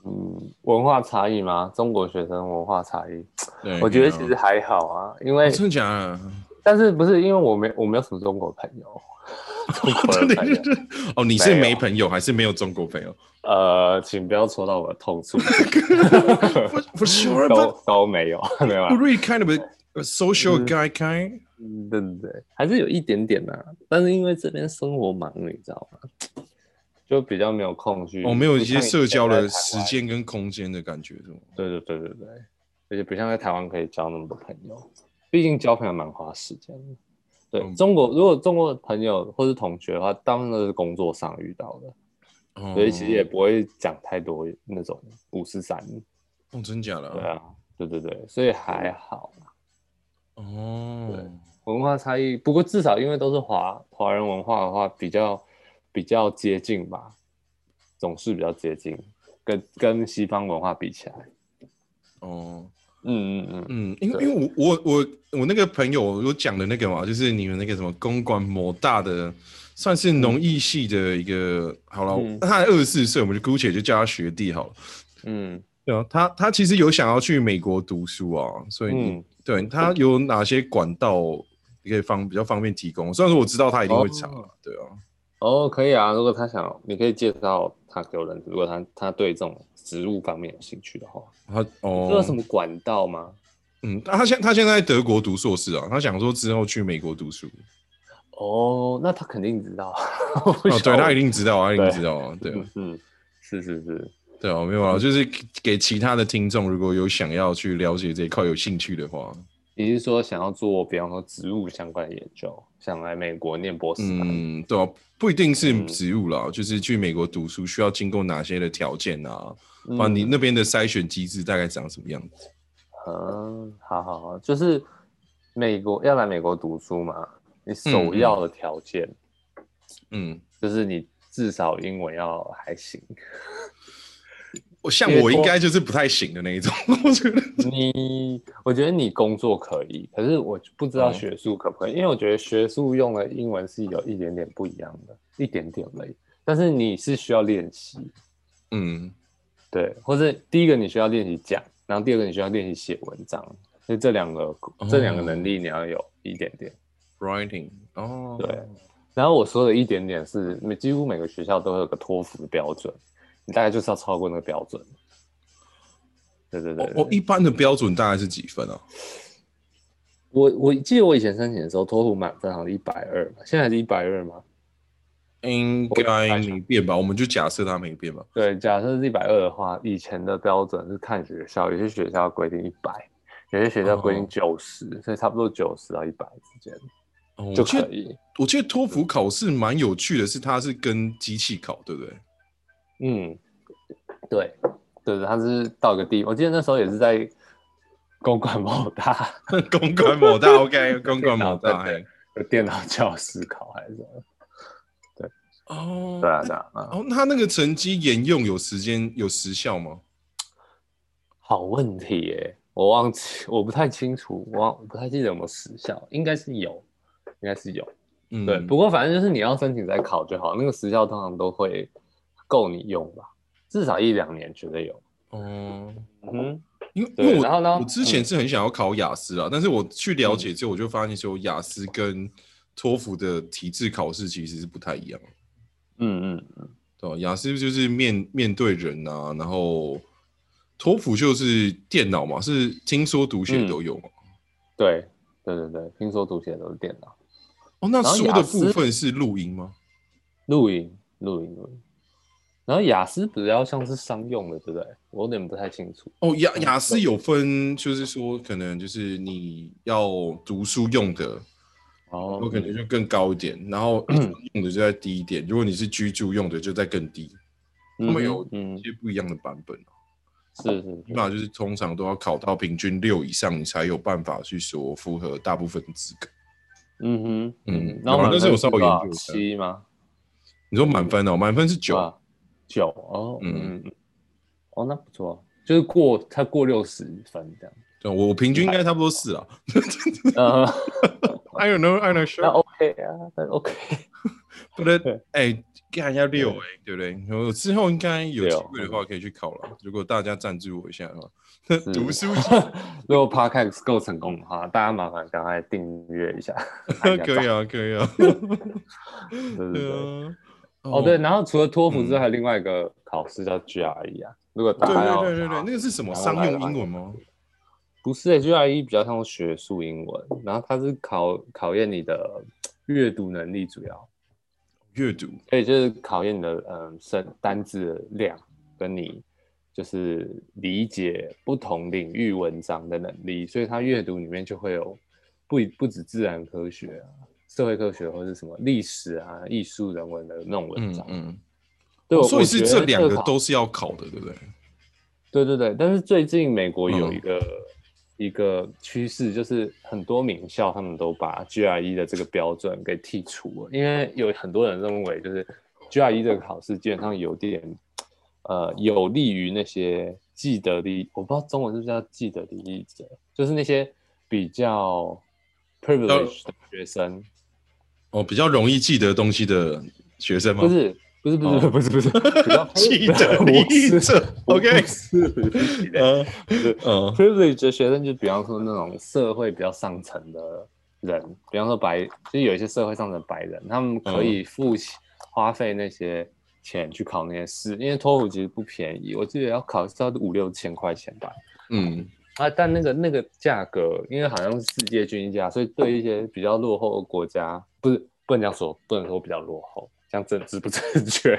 Speaker 1: 嗯，文化差异吗？中国学生文化差异，
Speaker 2: 对，
Speaker 1: 我觉得
Speaker 2: 对啊
Speaker 1: 其实还好啊，因为
Speaker 2: 哦真的假 的？
Speaker 1: 但是不是因为我没我没有什么中国朋 友，中国
Speaker 2: 真
Speaker 1: 的
Speaker 2: 的
Speaker 1: 朋友，
Speaker 2: 是 哦，你是
Speaker 1: 没有
Speaker 2: 没朋友还是没有中 国朋友
Speaker 1: 呃，请不要戳到我的痛 处，
Speaker 2: ？For for sure,
Speaker 1: 都
Speaker 2: but
Speaker 1: 都没有， 没有
Speaker 2: you
Speaker 1: 啦，
Speaker 2: really kind of a- a social
Speaker 1: 嗯
Speaker 2: guy kind.
Speaker 1: 嗯对对对，还是有一点点的、啊但是因为这边生活忙，你知道吗？就比较没有空去，
Speaker 2: 哦，没有
Speaker 1: 不
Speaker 2: 一些
Speaker 1: 像以前
Speaker 2: 社交的
Speaker 1: 在台
Speaker 2: 时
Speaker 1: 湾，
Speaker 2: 间跟空间的感觉，是吗？
Speaker 1: 对对对对对，而且不像在台湾可以交那么多朋友，毕竟交朋友蛮花时间的。对、
Speaker 2: 嗯
Speaker 1: 中国，如果中国的朋友或是同学的话，大部分都是工作上遇到的，
Speaker 2: 哦
Speaker 1: 所以其实也不会讲太多那种五四三。
Speaker 2: 哦，真假的
Speaker 1: 对
Speaker 2: 啊？
Speaker 1: 啊，对对对，所以还好啦，
Speaker 2: 哦，
Speaker 1: 文化差异。不过至少因为都是华华人文化的话，比较比较接近吧，总是比较接近，跟跟西方文化比起来，
Speaker 2: 哦。
Speaker 1: 嗯嗯嗯，
Speaker 2: 嗯，因为
Speaker 1: 对
Speaker 2: 因为我我我我那个朋友有讲的那个嘛，就是你们那个什么公馆某大的，算是农艺系的一个，好了，
Speaker 1: 嗯
Speaker 2: 那他二十四岁，我们就姑且就叫他学弟好了。
Speaker 1: 嗯
Speaker 2: 对啊，他他其实有想要去美国读书啊，所以你、
Speaker 1: 嗯
Speaker 2: 对他有哪些管道你可以方比较方便提供？虽然说我知道他一定会查，
Speaker 1: 哦
Speaker 2: 对啊，
Speaker 1: 哦，可以啊。如果他想，你可以介绍他给我认识。如果他他对这种植物方面有兴趣的话，
Speaker 2: 他
Speaker 1: 这有
Speaker 2: 哦
Speaker 1: 什，么管道吗？
Speaker 2: 嗯，他现他现在在德国读硕士啊，他想说之后去美国读书，
Speaker 1: 哦，那他肯定知 道。
Speaker 2: 哦，对他一
Speaker 1: 定
Speaker 2: 定知道啊，他一定
Speaker 1: 对
Speaker 2: 知道啊，对啊。
Speaker 1: 嗯，是是是，
Speaker 2: 对啊，没有啊，就是给其他的听众，如果有想要去了解这一块、有兴趣的话，
Speaker 1: 你是说想要做，比方说植物相关的研究，想来美国念博士班？
Speaker 2: 嗯，对啊，不一定是
Speaker 1: 嗯
Speaker 2: 职务啦，就是去美国读书需要经过哪些的条件啊？
Speaker 1: 嗯
Speaker 2: 啊，你那边的筛选机制大概长什么样子？
Speaker 1: 嗯，好好好，就是美国要来美国读书嘛，你首要的条件、
Speaker 2: 嗯，
Speaker 1: 就是你至少英文要还行。
Speaker 2: 我像
Speaker 1: 因为
Speaker 2: 我应
Speaker 1: 多
Speaker 2: 该就是不太行的那一种， 我觉得。
Speaker 1: 你，我觉得你工作可以，可是我不知道
Speaker 2: 哦
Speaker 1: 学术可不可以，因为我觉得学术用的英文是有一点点不一样的，一点点而已。但是你是需要练习，
Speaker 2: 嗯，
Speaker 1: 对，或是第一个你需要练习讲，然后第二个你需要练习写文章，所以这两个、这两个能力你要有一点点。
Speaker 2: writing 哦，
Speaker 1: 对，然后我说的一点点是，每几乎每个学校都会有个托福的标准，你大概就是要超过那个标准。对对对
Speaker 2: 我哦我一般的标准大概是几分啊？
Speaker 1: 我我记得我以前申请的时候，托福满分好像一百二嘛，现在还是一百二吗？
Speaker 2: 应该没变吧？我们就假设它没变吧。
Speaker 1: 对，假设是一百二的话，以前的标准是看学校，有些学校规定一百，有些学校规定九十、所以差不多九十到一百之间
Speaker 2: 哦我
Speaker 1: 就
Speaker 2: 记
Speaker 1: 可
Speaker 2: 得
Speaker 1: 以。
Speaker 2: 我记得托福考试蛮有趣的，是它是跟机器考，对不对？
Speaker 1: 嗯，对，对对，他是到一个地，我记得那时候也是在公馆某大。
Speaker 2: 公关某大 OK，公关某大
Speaker 1: 对
Speaker 2: 嘿
Speaker 1: 有电脑教室考还是什么？
Speaker 2: 哦，
Speaker 1: 对啊，对啊，啊
Speaker 2: 哦，那那个成绩沿用有时间有时效吗？
Speaker 1: 好问题耶、我忘记，我不太清楚，我忘不太记得有没有时效，应该是有，应该是有。
Speaker 2: 嗯，
Speaker 1: 对，不过反正就是你要申请再考就好，那个时效通常都会够你用吧，至少一两年绝对有。
Speaker 2: 哦，
Speaker 1: 嗯
Speaker 2: 因为因
Speaker 1: 对
Speaker 2: 为我
Speaker 1: 然后呢嗯
Speaker 2: 我之前是很想要考雅思啊，但是我去了解之后，我就发现说雅思跟托福的体制考试其实是不太一样的。
Speaker 1: 嗯嗯，
Speaker 2: 对、啊，雅思就是面面对人啊，然后托福就是电脑嘛，是听说读写
Speaker 1: 嗯
Speaker 2: 都有嘛。
Speaker 1: 对对对对，听说读写都是电脑
Speaker 2: 哦，那
Speaker 1: 然后
Speaker 2: 说
Speaker 1: 雅
Speaker 2: 的
Speaker 1: 思
Speaker 2: 部分是录音吗？
Speaker 1: 录音录音录音，然后雅思比较像是商用的，对不对？我有点不太清楚。
Speaker 2: 哦，雅雅思有分，就是说可能就是你要读书用的，
Speaker 1: 哦
Speaker 2: 我可能就更高一点，然后
Speaker 1: 嗯
Speaker 2: 用的就再低一点。如果你是居住用的，就再更低，
Speaker 1: 他
Speaker 2: 们有嗯
Speaker 1: 嗯
Speaker 2: 一些不一样的版本。
Speaker 1: 是是嗯
Speaker 2: 起码就是通常都要考到平均六以上，你才有办法去说符合大部分资格。
Speaker 1: 嗯哼，
Speaker 2: 嗯
Speaker 1: 然后
Speaker 2: 有啊那是有稍微研究一下
Speaker 1: 七吗？
Speaker 2: 你说满分哦，满分是九、
Speaker 1: 啊九哦，
Speaker 2: 嗯
Speaker 1: 嗯，哦，那不错，就是过他过六十分这样。
Speaker 2: 对，我我平均应该差不多四啊。
Speaker 1: 呃，
Speaker 2: I don't know, I don't
Speaker 1: 那
Speaker 2: sure.
Speaker 1: OK 啊，那 OK，
Speaker 2: But
Speaker 1: 对
Speaker 2: 哎，给人家六哎，对不对？我之后应该有机会的话可以去考
Speaker 1: 嗯
Speaker 2: 了。如果大家赞助我一下的话，读书
Speaker 1: 如果 Podcast 够成功的话，大家麻烦赶快订阅一下， 按一下
Speaker 2: 可以
Speaker 1: 赞
Speaker 2: 啊，可以啊。
Speaker 1: 对对
Speaker 2: 对
Speaker 1: 对。
Speaker 2: 啊
Speaker 1: 哦对，，然后除了托福之
Speaker 2: 嗯
Speaker 1: 外，还有另外一个考试叫 GRE 啊。如果大
Speaker 2: 对
Speaker 1: 家
Speaker 2: 对
Speaker 1: 要
Speaker 2: 对对对，
Speaker 1: 拿
Speaker 2: 那个是什么
Speaker 1: 然后
Speaker 2: 商
Speaker 1: 来
Speaker 2: 用
Speaker 1: 吧
Speaker 2: 英文吗？
Speaker 1: 不是、欸、，GRE 比较像学术英文，然后它是考考验你的阅读能力主要。
Speaker 2: 阅读
Speaker 1: 所以就是考验你的嗯生单字的量，跟你就是理解不同领域文章的能力，所以它阅读里面就会有不一不止自然科学啊、社会科学或是什么历史啊、艺术、人文的那种文
Speaker 2: 嗯
Speaker 1: 章。
Speaker 2: 嗯，
Speaker 1: 对，我
Speaker 2: 所以是这两个。
Speaker 1: 我觉得考
Speaker 2: 都是要考的，对不对？
Speaker 1: 对对对，但是最近美国有
Speaker 2: 嗯
Speaker 1: 一个、一个趋势，就是很多名校他们都把 GRE 的这个标准给剔除了，因为有很多人认为就是 GRE 这个考试基本上有点呃有利于那些既得利益，我不知道中文是不是叫既得利益者，就是那些比
Speaker 2: 呃
Speaker 1: 较 privileged 的学
Speaker 2: 嗯
Speaker 1: 生，
Speaker 2: 哦，比较容易记得东西的学生吗？
Speaker 1: 不是不是不是、
Speaker 2: 哦
Speaker 1: 不是不是，比较
Speaker 2: 记得
Speaker 1: 不
Speaker 2: 你
Speaker 1: 是
Speaker 2: 这 OK，
Speaker 1: 不是呃不是
Speaker 2: 嗯
Speaker 1: 是
Speaker 2: 嗯
Speaker 1: privilege 的学生，就比方说那种社会比较上层的人，比方说白，就是有一些社会上层的白人，他们可以付起、花费那些钱去考那些试，因为托福其实不便宜，我记得要考试要五六千块钱吧。
Speaker 2: 嗯。
Speaker 1: 啊，但那个那个价格，因为好像是世界均价，所以对一些比较落后的国家，不是不能这样说，不能说比较落后，这样正正不正确？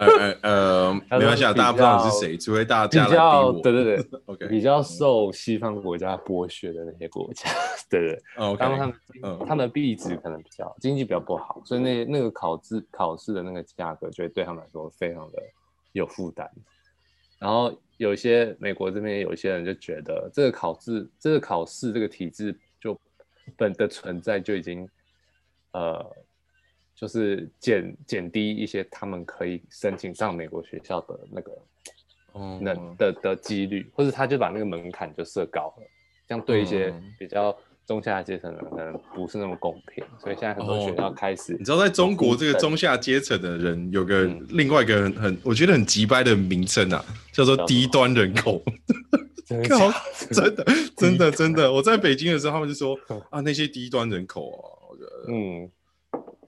Speaker 2: 呃呃呃，没关系啊，
Speaker 1: 比较
Speaker 2: 大家不知道你是谁，除非大
Speaker 1: 比
Speaker 2: 家来逼
Speaker 1: 较
Speaker 2: 我。
Speaker 1: 对对对，
Speaker 2: OK，
Speaker 1: 比较受西方国家剥削的那些国家， 对对对，
Speaker 2: 哦，OK，
Speaker 1: 当然他们
Speaker 2: 嗯
Speaker 1: 他们币值可能比较经济比较不好，所以那那个考试考试的那个价格就会对他们来说非常的有负担。然后有一些美国这边有一些人就觉得这个考试这个考试这个体制就本的存在就已经呃就是减减低一些他们可以申请上美国学校的那个
Speaker 2: 哦
Speaker 1: 那的的几率，或者他就把那个门槛就设高了，这样对一些
Speaker 2: 嗯
Speaker 1: 比较中下阶层的人可能不是那么公平，所以现在很多
Speaker 2: 哦
Speaker 1: 学校开始，
Speaker 2: 你知道，在中国这个中下阶层的人，有个
Speaker 1: 嗯
Speaker 2: 另外一个很很，我觉得很极掰的名称啊，叫
Speaker 1: 叫
Speaker 2: 做
Speaker 1: 什么
Speaker 2: 低端人口。
Speaker 1: 真的
Speaker 2: 靠
Speaker 1: 假的，
Speaker 2: 真的，真的，真的，我在北京的时候，他们就说啊，那些低端人口啊，我觉得
Speaker 1: 嗯，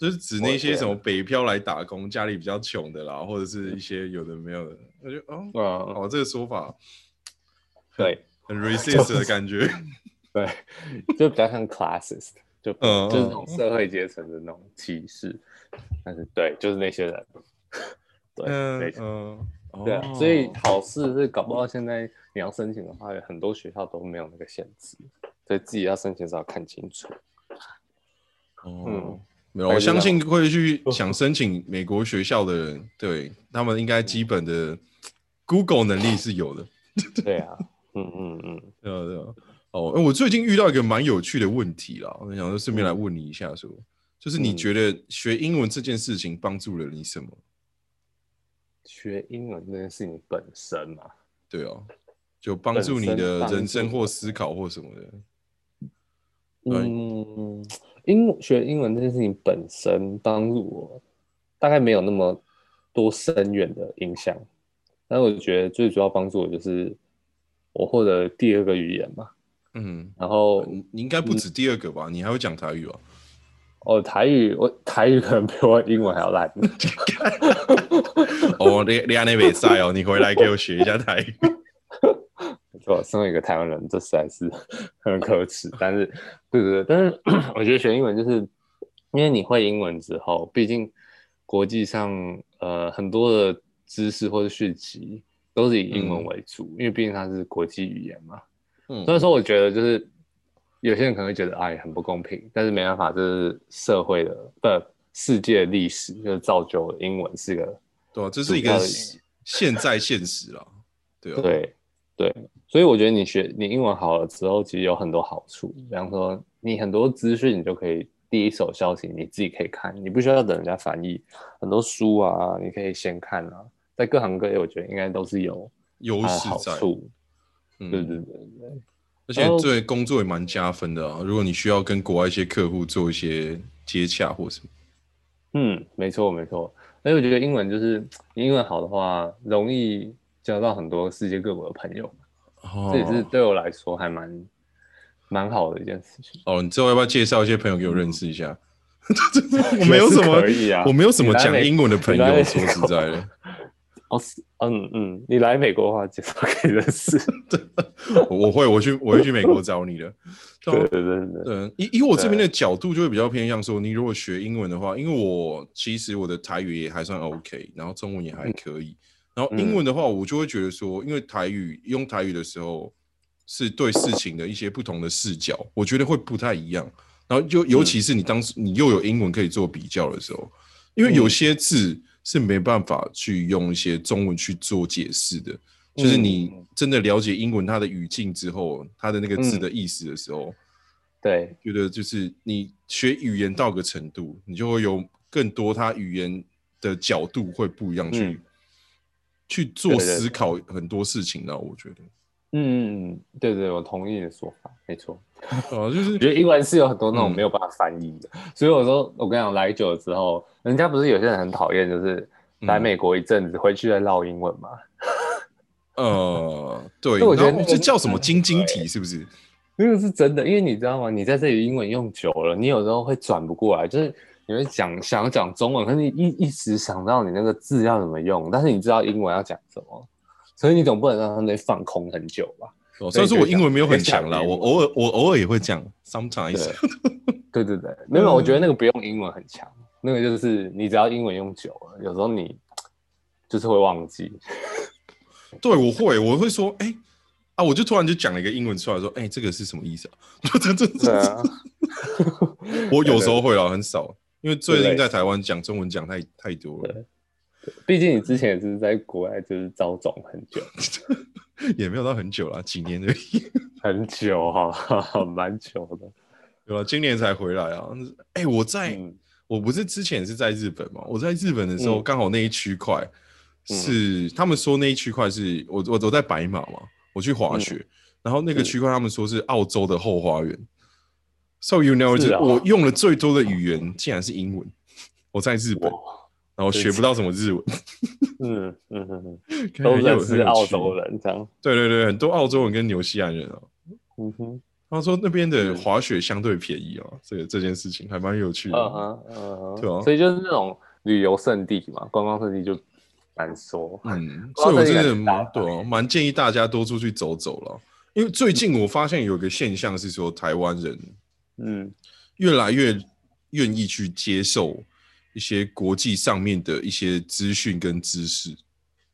Speaker 2: 就是指那些什么北漂来打工，家里比较穷的啦，或者是一些有的没有的，我就哦，
Speaker 1: 呃，
Speaker 2: 哦，这个说法
Speaker 1: 对
Speaker 2: 很 racist 的 感觉。
Speaker 1: 对，就比较像 classes，就
Speaker 2: 嗯
Speaker 1: 就是那种社会阶层的那种歧视，但是对，就是那些人，对，
Speaker 2: 嗯
Speaker 1: 没错。
Speaker 2: 嗯，
Speaker 1: 对啊
Speaker 2: 哦，
Speaker 1: 所以考试是搞不到现在你要申请的话，有很多学校都没有那个限制，所以自己要申请的时候要看清楚。
Speaker 2: 哦
Speaker 1: 嗯，
Speaker 2: 没有，
Speaker 1: 还
Speaker 2: 我
Speaker 1: 是这
Speaker 2: 相
Speaker 1: 样
Speaker 2: 信 会去想申请美国学校的人，对他们应该基本的 Google 能力是有的。
Speaker 1: 对啊，嗯嗯嗯，
Speaker 2: 对啊，对啊。哦，呃我最近遇到一个蛮有趣的问题啦，我想说顺便来问你一下说就是你
Speaker 1: 嗯
Speaker 2: 觉得学英文这件事情帮助了你什么？
Speaker 1: 学英文这件事情本身嘛，
Speaker 2: 对啊，就帮助你
Speaker 1: 本身
Speaker 2: 的
Speaker 1: 帮助
Speaker 2: 人生或思考或什么的。对
Speaker 1: 嗯，英学英文这件事情本身帮助我，大概没有那么多深远的影响，但我觉得最主要帮助我就是我获得第二个语言嘛，
Speaker 2: 嗯，
Speaker 1: 然后
Speaker 2: 你你应该不
Speaker 1: 嗯
Speaker 2: 止第二个吧？你还会讲台语吧？
Speaker 1: 哦台语我台语可能比我英文还要烂，
Speaker 2: 哦，你你安内比赛哦，你回来给我学一下台 语。
Speaker 1: 我身为一个台湾人，这实在是 很可耻。但是，对对对，但是 我觉得学英文就是因为你会英文之后，毕竟国际上呃很多的知识或者讯息都是以英文
Speaker 2: 嗯
Speaker 1: 为主，因为毕竟它是国际语言嘛。
Speaker 2: 嗯
Speaker 1: 所以说，我觉得就是有些人可能会觉得哎很不公平，但是没办法，这是社会的不世界历史就是造就英文是个
Speaker 2: 对啊，这是一
Speaker 1: 主
Speaker 2: 个
Speaker 1: 要的
Speaker 2: 现在现实啦。对啊，
Speaker 1: 对对，所以我觉得你学你英文好了之后，其实有很多好处，比方说你很多资讯你就可以第一手消息你自己可以看，你不需要等人家翻译，很多书啊你可以先看啊，在各行各业我觉得应该都是有
Speaker 2: 优
Speaker 1: 它的
Speaker 2: 势
Speaker 1: 啊好
Speaker 2: 在。
Speaker 1: 处，
Speaker 2: 嗯
Speaker 1: 对对哦对对，
Speaker 2: 而且对工作也蛮加分的啊。如果你需要跟国外一些客户做一些接洽或什么，
Speaker 1: 嗯，没错没错，而且我觉得英文就是你英文好的话，容易交到很多世界各国的朋友，
Speaker 2: 哦
Speaker 1: 这也是对我来说还蛮蛮好的一件事情。
Speaker 2: 哦，你之后要不要介绍一些朋友给我认识一下？ 我没有什么
Speaker 1: 也是可以啊，
Speaker 2: 我没有什么讲英文的朋
Speaker 1: 你来
Speaker 2: 友，
Speaker 1: 美
Speaker 2: 说实在的，
Speaker 1: 哦，是，嗯嗯，你来美国的话，介绍给认识。
Speaker 2: 我我会我去我会去美国找你的。 对啊
Speaker 1: 对对对对，
Speaker 2: 对，以以我这边的角度，就会比较偏向说，你如果学英文的话，因为我其实我的台语也还算 OK，然后中文也还可以，然后英文的话，我就会觉得说，因为台语用台语的时候，是对事情的一些不同的视角，我觉得会不太一样。然后就尤其是你当时你又有英文可以做比较的时候，因为有些字是没办法去用一些中文去做解释的，就是你真的了解英文它的语境之后，它的那个字的意思的时候。
Speaker 1: 对
Speaker 2: 觉得就是你学语言到个程度，你就会有更多他语言的角度会不一样去、
Speaker 1: 嗯
Speaker 2: 去做
Speaker 1: 对对
Speaker 2: 思考很多事情呢。我觉 得，
Speaker 1: 嗯嗯嗯，对对，我同意你的说法，没错。
Speaker 2: 啊，就
Speaker 1: 我觉
Speaker 2: 是
Speaker 1: 得英文是有很多那种
Speaker 2: 嗯
Speaker 1: 没有办法翻译的，所以我说，我跟你讲，来久了之后，人家不是有些人很讨厌，就是来
Speaker 2: 嗯
Speaker 1: 美国一阵子，回去再唠英文嘛。
Speaker 2: 呃，对，
Speaker 1: 所以我觉得嗯
Speaker 2: 然后
Speaker 1: 那个
Speaker 2: 这叫什么晶晶体是不是？
Speaker 1: 那个是真的，因为你知道吗？你在这里英文用久了，你有时候会转不过来，就是你会讲想要讲中文，可是你一一直想到你那个字要怎么用，但是你知道英文要讲什么，所以你总不能让他们放空很久吧？
Speaker 2: 哦，虽然说我英文没有很强啦，
Speaker 1: 对
Speaker 2: 我
Speaker 1: 就
Speaker 2: 偶尔我偶尔也会讲，sometimes
Speaker 1: 对对对，没有，
Speaker 2: 嗯
Speaker 1: 我觉得那个不用英文很强，那个就是你只要英文用久了，有时候你就是会忘记。
Speaker 2: 对，我会，我会说，哎、啊，我就突然就讲了一个英文出来，说，哎、这个是什么意思啊？ 这这
Speaker 1: 对
Speaker 2: 这，
Speaker 1: 啊，
Speaker 2: 我有时候会啊，很少，因为最
Speaker 1: 对
Speaker 2: 近在台湾讲中文讲太太多了，
Speaker 1: 毕竟你之前也是在国外就是遭总很久，
Speaker 2: 也没有到很久了，几年而已。
Speaker 1: 很久哈，蛮久的。
Speaker 2: 有了，今年才回来啊。哎、我在、
Speaker 1: 嗯
Speaker 2: 我不是之前是在日本嘛？我在日本的时候，
Speaker 1: 嗯
Speaker 2: 刚好那一区块是、他们说那一区块是我我我在白马嘛，我去滑雪，然后那个
Speaker 1: 嗯
Speaker 2: 区块他们说是澳洲的后花园。So you know，
Speaker 1: 是
Speaker 2: 就是
Speaker 1: 啊
Speaker 2: 我用了最多的语言竟然是英文。我在日本，然后学不到什么日文，
Speaker 1: 嗯嗯嗯嗯，
Speaker 2: 看
Speaker 1: 都
Speaker 2: 起来
Speaker 1: 认
Speaker 2: 有很
Speaker 1: 识
Speaker 2: 有
Speaker 1: 澳
Speaker 2: 趣
Speaker 1: 洲人这样。
Speaker 2: 对对对，很多澳洲人跟纽西兰人啊。
Speaker 1: 嗯哼，
Speaker 2: 他说那边的
Speaker 1: 嗯
Speaker 2: 滑雪相对便宜啊，这个这件事情还蛮有趣的。
Speaker 1: 嗯哼，嗯
Speaker 2: 对啊
Speaker 1: 哼，所以就是那种旅游胜地嘛，观光胜地就难说。
Speaker 2: 嗯，
Speaker 1: 不知道
Speaker 2: 所以我
Speaker 1: 这
Speaker 2: 真
Speaker 1: 里
Speaker 2: 的
Speaker 1: 能打
Speaker 2: 蛮对啊，蛮建议大家多出去走走了。因为最近我发现有一个现象是说，台湾人
Speaker 1: 嗯
Speaker 2: 越来越愿意去接受一些国际上面的一些资讯跟知识，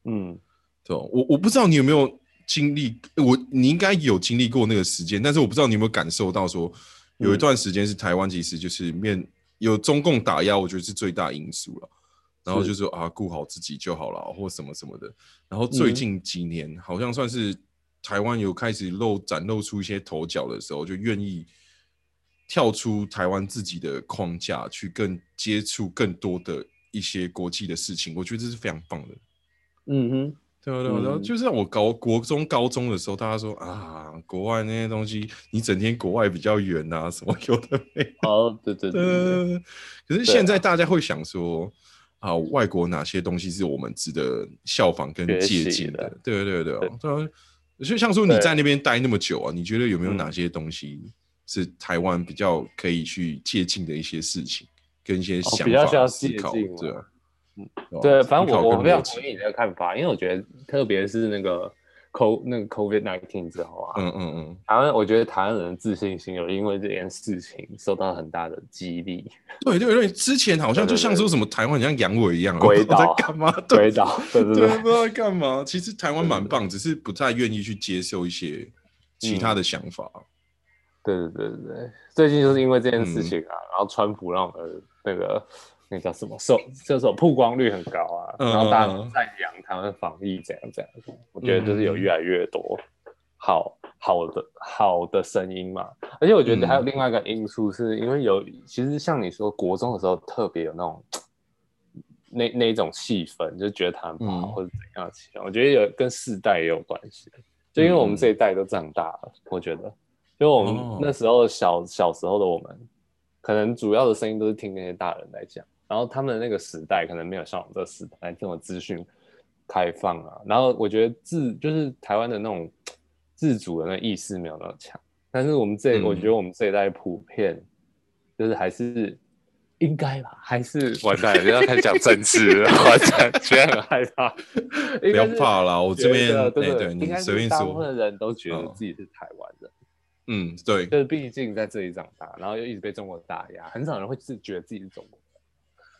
Speaker 1: 嗯，
Speaker 2: 对吧？我我不知道你有没有经历，我你应该有经历过那个时间，但是我不知道你有没有感受到说，
Speaker 1: 嗯
Speaker 2: 有一段时间是台湾其实就是面有中共打压，我觉得是最大因素了。然后
Speaker 1: 是
Speaker 2: 就说啊，顾好自己就好了，或什么什么的。然后
Speaker 1: 嗯
Speaker 2: 最近几年、好像算是台湾有开始露展露出一些头角的时候，就愿意跳出台湾自己的框架，去更接触更多的一些国际的事情。我觉得这是非常棒的。
Speaker 1: 嗯哼，
Speaker 2: 对啊，对啊，对啊，
Speaker 1: 嗯
Speaker 2: 就是我高国中、高中的时候，大家说啊，国外那些东西，你整天国外比较远啊，什么有的没的。
Speaker 1: 哦，对对对对对，啊
Speaker 2: 呃，可是现在大家会想说啊外国哪些东西是我们值得效仿跟
Speaker 1: 学习
Speaker 2: 借鉴的
Speaker 1: 的？
Speaker 2: 对对对对啊
Speaker 1: 对
Speaker 2: 对啊，就像说你
Speaker 1: 对
Speaker 2: 在那边待那么久啊，你觉得有没有
Speaker 1: 嗯
Speaker 2: 哪些东西是台湾比较可以去借鉴的一些事情，跟一些
Speaker 1: 哦
Speaker 2: 想
Speaker 1: 比较需
Speaker 2: 法
Speaker 1: 要
Speaker 2: 思
Speaker 1: 借
Speaker 2: 考？
Speaker 1: 鉴
Speaker 2: 对啊
Speaker 1: 哦，嗯
Speaker 2: 对啊
Speaker 1: 对，反
Speaker 2: 思
Speaker 1: 正
Speaker 2: 考
Speaker 1: 我我
Speaker 2: 跟
Speaker 1: 非常
Speaker 2: 逻辑
Speaker 1: 同意你这个看法，因为我觉得特别是那个 CO 那个 COVID nineteen 之后啊，
Speaker 2: 嗯嗯嗯，
Speaker 1: 台湾我觉得台湾人的自信心有因为这件事情受到很大的激励，
Speaker 2: 对对对，之前好像
Speaker 1: 对对
Speaker 2: 就像说什么台湾很像阳痿一样，
Speaker 1: 鬼
Speaker 2: 不知道
Speaker 1: 岛
Speaker 2: 在干 嘛？
Speaker 1: 对
Speaker 2: 对
Speaker 1: 的， 对对
Speaker 2: 对
Speaker 1: 对
Speaker 2: 啊，不知道在干嘛。其实台湾
Speaker 1: 对对
Speaker 2: 蛮棒，只是不太愿意去接受一些其他的想法。
Speaker 1: 嗯对对对对对，最近就是因为这件
Speaker 2: 嗯
Speaker 1: 事情啊，然后川普让我们那个那个叫什么受，就是曝光率很高啊，
Speaker 2: 嗯嗯
Speaker 1: 然后大家都赞扬他们防疫怎样怎样，怎样我觉得就是有越来越多好好的好的声音嘛，而且我觉得
Speaker 2: 嗯
Speaker 1: 还有另外一个因素是因为有，其实像你说国中的时候特别有那种。那那一种气氛，就觉得他们不好、
Speaker 2: 嗯
Speaker 1: 或者怎样的气氛，我觉得有跟世代也有关系，就因为我们
Speaker 2: 嗯
Speaker 1: 这一代都长大了，我觉得，就我
Speaker 2: 哦
Speaker 1: 们那时候小、小时候的我们，可能主要的声音都是听那些大人来讲，然后他们的那个时代可能没有像我们这个时代这么资讯开放啊。然后我觉得自就是台湾的那种自主的那意识没有那么强，但是我们这、
Speaker 2: 嗯
Speaker 1: 我觉得我们这一代普遍就是还是。应该吧，还是完蛋了，要开始讲政治 了，完蛋，觉得很害怕。不
Speaker 2: 不要怕啦，我这边
Speaker 1: 觉得
Speaker 2: 哎
Speaker 1: 对
Speaker 2: 对你
Speaker 1: 应该是
Speaker 2: 随便
Speaker 1: 大部
Speaker 2: 说
Speaker 1: 分，人都觉得
Speaker 2: 嗯
Speaker 1: 自己是台湾人，
Speaker 2: 嗯，对
Speaker 1: 就，是毕竟在这里长大，然后又一直被中国打压，很少人会自觉得自己是中国人。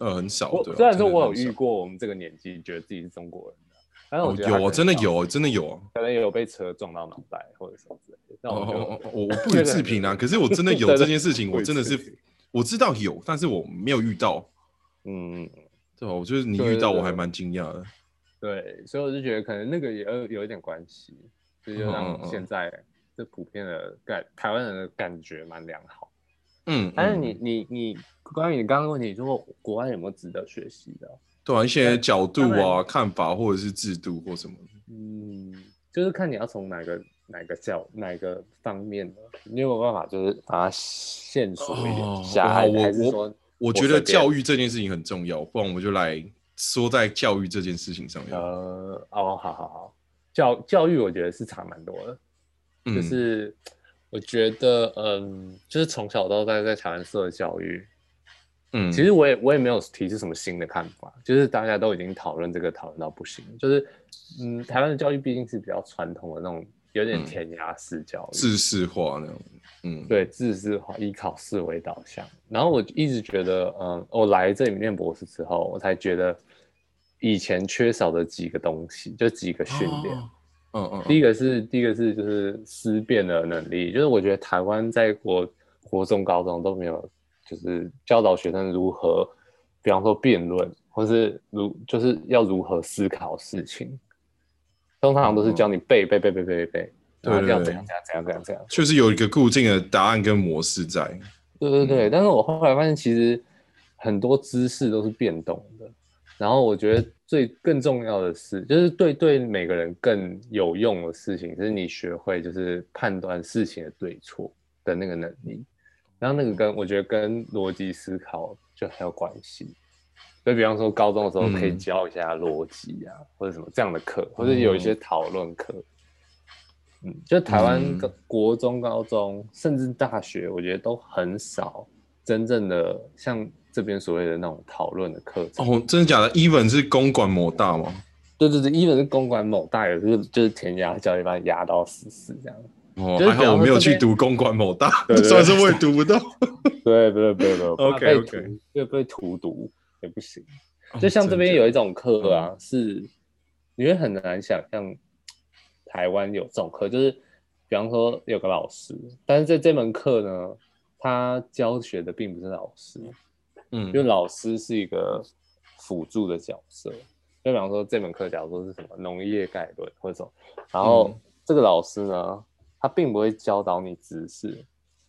Speaker 2: 呃，很少。对
Speaker 1: 我
Speaker 2: 啊
Speaker 1: 虽然说我有
Speaker 2: 真
Speaker 1: 遇
Speaker 2: 的很少
Speaker 1: 过我们这个年纪觉得自己是中国人的，但是我
Speaker 2: 哦
Speaker 1: 觉得他
Speaker 2: 有啊，
Speaker 1: 可能
Speaker 2: 真的有啊，真的有啊。
Speaker 1: 可能也有被车撞到脑袋或者什么之类的。
Speaker 2: 哦
Speaker 1: 但我就
Speaker 2: 哦哦， 我我不予置评啊，可是我真的有
Speaker 1: 对对
Speaker 2: 这件事情，我真的
Speaker 1: 不予置
Speaker 2: 是
Speaker 1: 评
Speaker 2: 我知道有，但是我没有遇到，
Speaker 1: 嗯，
Speaker 2: 对吧？我觉得你
Speaker 1: 对
Speaker 2: 遇到
Speaker 1: 对对
Speaker 2: 我还蛮惊讶的。
Speaker 1: 对，所以我就觉得可能那个也有有一点关系，就是
Speaker 2: 嗯嗯
Speaker 1: 让
Speaker 2: 嗯
Speaker 1: 现在这普遍的感台湾人的感觉蛮良好。
Speaker 2: 嗯，
Speaker 1: 但是
Speaker 2: 嗯
Speaker 1: 你你你关于你刚刚的问题，如果国外有没有值得学习的？
Speaker 2: 对啊，一些角度
Speaker 1: 当
Speaker 2: 啊、
Speaker 1: 然
Speaker 2: 看法或者是制度或什么的。
Speaker 1: 嗯，就是看你要从哪个哪个角哪个方面的，你有没有办法就是把它线索一点下来，
Speaker 2: 我
Speaker 1: 还是说
Speaker 2: 我我觉得
Speaker 1: 随便
Speaker 2: 教育这件事情很重要，不然我们就来说在教育这件事情上面。
Speaker 1: 呃哦，好好好，教教育我觉得是差蛮多的，
Speaker 2: 嗯，
Speaker 1: 就是我觉得嗯，就是从小到大在台湾受的教育，
Speaker 2: 嗯，
Speaker 1: 其实我也我也没有提出什么新的看法，就是大家都已经讨论这个讨论到不行，就是嗯，台湾的教育毕竟是比较传统的那种有点填鸭式教育，
Speaker 2: 制式化那种，嗯，
Speaker 1: 对，自私化，以考试为导向。然后我一直觉得，嗯，我来这里念博士之后，我才觉得以前缺少的几个东西，就几个训练。
Speaker 2: 哦，嗯嗯
Speaker 1: 第
Speaker 2: 嗯，
Speaker 1: 一个是，第一个是就是思辨的能力，就是我觉得台湾在国国中、高中都没有，就是教导学生如何，比方说辩论，或是如就是要如何思考事情。通常都是教你背背背背背背背，然后
Speaker 2: 嗯对对
Speaker 1: 要
Speaker 2: 对
Speaker 1: 怎样怎样怎样怎样怎样。
Speaker 2: 确实有一个固定的答案跟模式在，
Speaker 1: 对对对，
Speaker 2: 嗯
Speaker 1: 但是我后来发现，其实很多知识都是变动的。然后我觉得最更重要的是，就是对对每个人更有用的事情，是你学会就是判断事情的对错的那个能力。然后那个跟我觉得跟逻辑思考就很有关系。所以，比方说高中的时候可以
Speaker 2: 嗯
Speaker 1: 教一下逻辑啊，或者什么这样的课，或者有一
Speaker 2: 哦
Speaker 1: 些讨论课。嗯，就台湾
Speaker 2: 嗯
Speaker 1: 高国中、高中，甚至大学，我觉得都很少真正的像这边所谓的那种讨论的课程。
Speaker 2: 哦，真的假的？Even 是公馆某大吗？
Speaker 1: 对对对，even 是公管某大，也是就是填鸭教育把你压到死死这样。
Speaker 2: 哦
Speaker 1: 就，是
Speaker 2: 还好我没有去读公馆某大，
Speaker 1: 对对对
Speaker 2: 算是我也读不到。
Speaker 1: 对，不对不对不对
Speaker 2: OK，
Speaker 1: 被
Speaker 2: OK
Speaker 1: 荼对被荼毒也不行。
Speaker 2: 哦
Speaker 1: 就像这边有一种课
Speaker 2: 嗯
Speaker 1: 啊，是你会很难想象台湾有这种课，就是比方说有个老师，但是在这门课呢，他教学的并不是老师，
Speaker 2: 嗯
Speaker 1: 因为老师是一个辅助的角色。就比方说这门课，假如说是什么农业概论或者什么，然后
Speaker 2: 嗯
Speaker 1: 这个老师呢，他并不会教导你知识，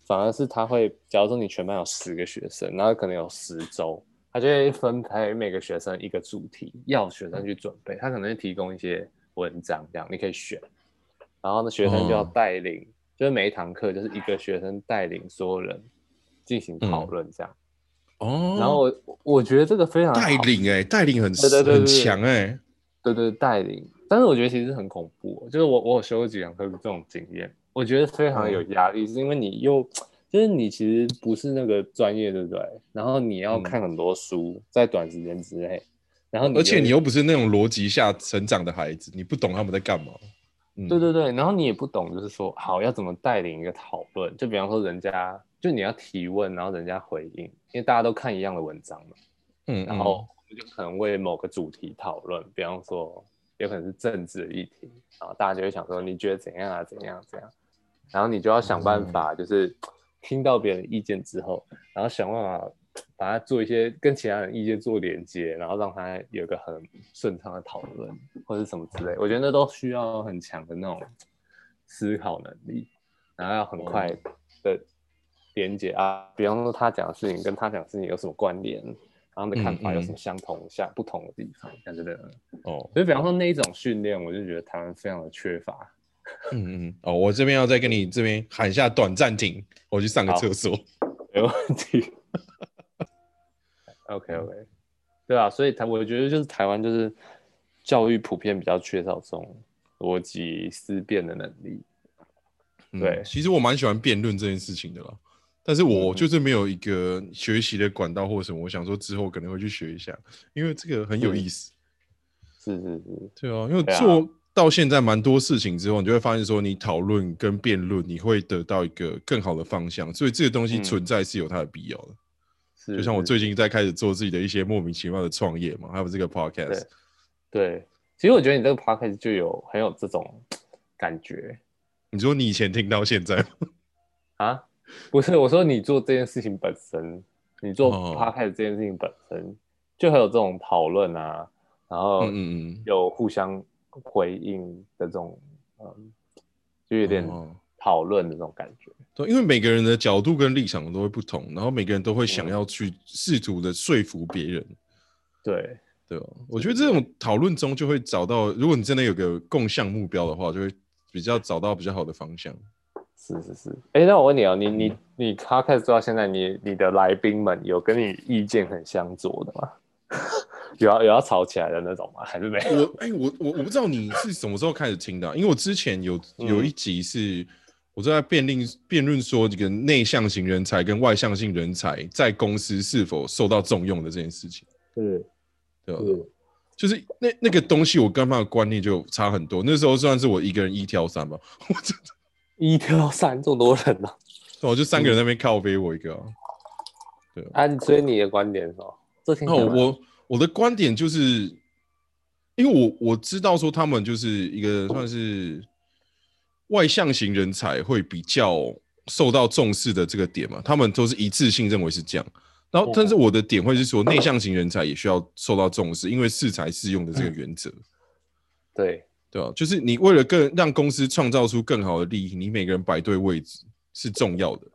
Speaker 1: 反而是他会，假如说你全班有十个学生，然后可能有十周，他就会分配每个学生一个主题，要学生去准备。他可能会提供一些文章，这样你可以选。然后呢，学生就要
Speaker 2: 哦
Speaker 1: 带领，就是每一堂课就是一个学生带领所有人进行
Speaker 2: 嗯
Speaker 1: 讨论这样。
Speaker 2: 哦，
Speaker 1: 然后我我我觉得这个非常好
Speaker 2: 带，领哎，带领很
Speaker 1: 对对对对
Speaker 2: 很强哎，
Speaker 1: 对对带领。但是我觉得其实很恐怖哦、就是我我有修过几堂课这种经验，我觉得非常有
Speaker 2: 嗯
Speaker 1: 压力，是因为你又就是你其实不是那个专业，对不对？然后你要
Speaker 2: 嗯
Speaker 1: 看很多书，在短时间之内，然后
Speaker 2: 而且你
Speaker 1: 又
Speaker 2: 又不是那种逻辑下成长的孩子，你不懂他们在干嘛。嗯
Speaker 1: 对对对，然后你也不懂，就是说好要怎么带领一个讨论，就比方说人家就你要提问，然后人家回应，因为大家都看一样的文章嘛。
Speaker 2: 嗯，
Speaker 1: 然后我们就可能为某个主题讨论，比方说有可能是政治的议题，然后大家就会想说你觉得怎样啊，怎样怎样，然后你就要想办法，
Speaker 2: 嗯
Speaker 1: 就是听到别人的意见之后，然后想办法把它做一些跟其他人意见做连接，然后让它有一个很顺畅的讨论或者什么之类，我觉得那都需要很强的那种思考能力，然后要很快
Speaker 2: 嗯
Speaker 1: 的连接啊，比方说他讲的事情跟他讲的事情有什么关联，然后你的看法有什么相同、下不同的地方，这样之类的。
Speaker 2: 嗯哦，
Speaker 1: 所以，比方说那一种训练，我就觉得台湾非常的缺乏。
Speaker 2: 嗯嗯，哦，我这边要再跟你这边喊一下短暂停，我去上个
Speaker 1: 好
Speaker 2: 厕所。
Speaker 1: 没问题。OK
Speaker 2: 嗯
Speaker 1: OK，对啊，所以台我觉得就是台湾就是教育普遍比较缺少这种逻辑思辨的能力。
Speaker 2: 嗯
Speaker 1: 对
Speaker 2: 其实我蛮喜欢辩论这件事情的啦，但是我
Speaker 1: 嗯
Speaker 2: 就是没有一个学习的管道或什么，我想说之后可能会去学一下，因为这个很有
Speaker 1: 嗯
Speaker 2: 意思。
Speaker 1: 是是是，
Speaker 2: 对啊，因为
Speaker 1: 对啊
Speaker 2: 做到现在蛮多事情之后，你就会发现说，你讨论跟辩论，你会得到一个更好的方向，所以这个东西
Speaker 1: 嗯
Speaker 2: 存在是有它的必要的。
Speaker 1: 是
Speaker 2: 就像我
Speaker 1: 是
Speaker 2: 最近在开始做自己的一些莫名其妙的创业嘛，还有这个 podcast，
Speaker 1: 对，其实我觉得你这个 podcast 就有很有这种感觉
Speaker 2: 你说你以前听到现在吗，
Speaker 1: 啊。不是，我说你做这件事情本身，你做
Speaker 2: 哦
Speaker 1: podcast 这件事情本身就很有这种讨论啊，然后
Speaker 2: 嗯嗯嗯，
Speaker 1: 有互相回应的这种，嗯，就有点
Speaker 2: 哦
Speaker 1: 讨论的这种感觉。
Speaker 2: 对，因为每个人的角度跟立场都会不同，然后每个人都会
Speaker 1: 嗯
Speaker 2: 想要去试图的说服别人，
Speaker 1: 对，
Speaker 2: 对吧？我觉得这种讨论中就会找到，如果你真的有个共向目标的话，就会比较找到比较好的方向。
Speaker 1: 是是是。哎、那我问你哦，你
Speaker 2: 嗯
Speaker 1: 你你 podcast 做到现在，你你的来宾们有跟你意见很相左的吗？ 有要有要吵起来的那种吗？还是没有？
Speaker 2: 我哎、我我我不知道你是什么时候开始听的啊、因为我之前有
Speaker 1: 嗯
Speaker 2: 有一集是我在辩论辩论说这个内向型人才跟外向性人才在公司是否受到重用的这件事情，
Speaker 1: 是
Speaker 2: 对吧？就是那那个东西，我跟他的观念就差很多。那时候算是我一个人一挑三吧，我真的，
Speaker 1: 一挑三这么多人哦呢、
Speaker 2: 对我就三个人在那边靠背我一个、啊。
Speaker 1: 啊？啊，所以你的观点是什么？这挺
Speaker 2: 那
Speaker 1: 好
Speaker 2: 我
Speaker 1: 玩的
Speaker 2: 哦我我的观点就是，因为我我知道说他们就是一个算是外向型人才会比较受到重视的这个点嘛，他们都是一致性认为是这样。然
Speaker 1: 嗯，
Speaker 2: 后但是我的点会是说，内向型人才也需要受到重视，因为适才适用的这个原则，
Speaker 1: 对
Speaker 2: 对吧、就是你为了更让公司创造出更好的利益，你每个人摆对位置是重要的，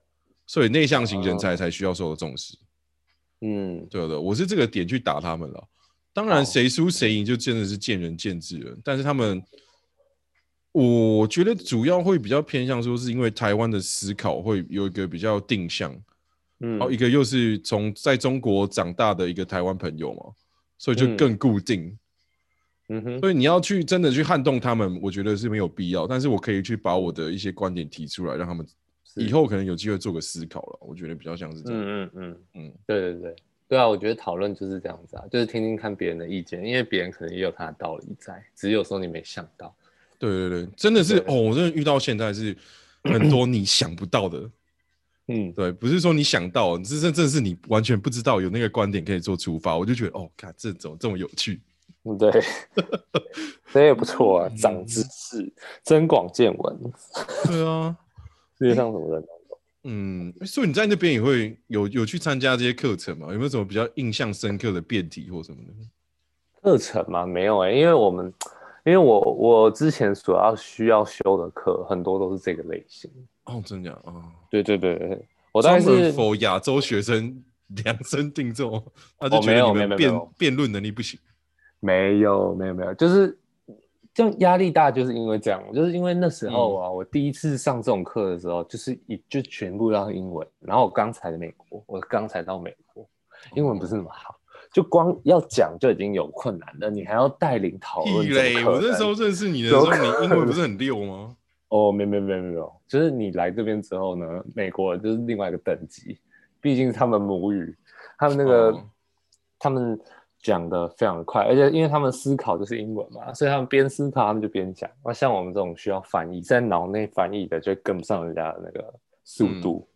Speaker 2: 所以内向型人才才需要受到重视。
Speaker 1: 嗯
Speaker 2: 对对，我是这个点去打他们了。当然，
Speaker 1: 好
Speaker 2: 谁输谁赢就真的是见仁见智了。但是他们，我觉得主要会比较偏向说，是因为台湾的思考会有一个比较定向，
Speaker 1: 嗯
Speaker 2: 然后一个又是从在中国长大的一个台湾朋友嘛，所以就
Speaker 1: 嗯
Speaker 2: 更固定。
Speaker 1: 嗯哼
Speaker 2: 所以你要去真的去撼动他们，我觉得是没有必要。但是我可以去把我的一些观点提出来，让他们
Speaker 1: 是
Speaker 2: 以后可能有机会做个思考了。我觉得比较像是这样。
Speaker 1: 嗯嗯嗯
Speaker 2: 嗯
Speaker 1: 嗯，对对对对啊！我觉得讨论就是这样子啊，就是听听看别人的意见，因为别人可能也有他的道理在，只是有时候你没想到。
Speaker 2: 对对对，真的是
Speaker 1: 对
Speaker 2: 哦，我真的遇到现在是很多你想不到的，
Speaker 1: 嗯，
Speaker 2: 对，不是说你想到，这这这是你完全不知道有那个观点可以做出发，我就觉得哦，看这种这么有趣，
Speaker 1: 对，这也不错啊，
Speaker 2: 嗯
Speaker 1: 长知识，增广见闻。
Speaker 2: 对啊，
Speaker 1: 世界上什么人都有。
Speaker 2: 嗯，所以你在那边也会有有去参加这些课程吗？有没有什么比较印象深刻的辩题或什么的？
Speaker 1: 课程嘛，没有哎、因为我们，因为我我之前所要需要修的课很多都是这个类型。
Speaker 2: 哦，真的啊，哦
Speaker 1: 对对对对，我大概
Speaker 2: 专门
Speaker 1: 是
Speaker 2: 否亚洲学生量身定做，他就
Speaker 1: 哦
Speaker 2: 觉
Speaker 1: 没
Speaker 2: 得
Speaker 1: 有
Speaker 2: 你
Speaker 1: 没有没
Speaker 2: 们
Speaker 1: 有
Speaker 2: 辩
Speaker 1: 没有
Speaker 2: 辩论能力不行，
Speaker 1: 没有，没有，没有，就是这样压力大，就是因为这样，就是因为那时候
Speaker 2: 嗯
Speaker 1: 啊，我第一次上这种课的时候，就是一就全部都是英文，然后我刚才的美国，我刚才到美国，英文不是那么好，就光要讲就已经有困难了，你还要带领讨论
Speaker 2: 屁
Speaker 1: 这
Speaker 2: 嘞！
Speaker 1: 种
Speaker 2: 我
Speaker 1: 课
Speaker 2: 那时候
Speaker 1: 程。
Speaker 2: 认识你的时
Speaker 1: 有
Speaker 2: 候，你英文不是很溜吗？
Speaker 1: 哦，没没没没有，就是你来这边之后呢，美国就是另外一个等级，毕竟是他们母语，他们那个、
Speaker 2: 哦
Speaker 1: 他们讲的非常快，而且因为他们思考就是英文嘛，所以他们边思考他们就边讲。那像我们这种需要翻译，在脑内翻译的就跟不上人家的那个速
Speaker 2: 嗯
Speaker 1: 度，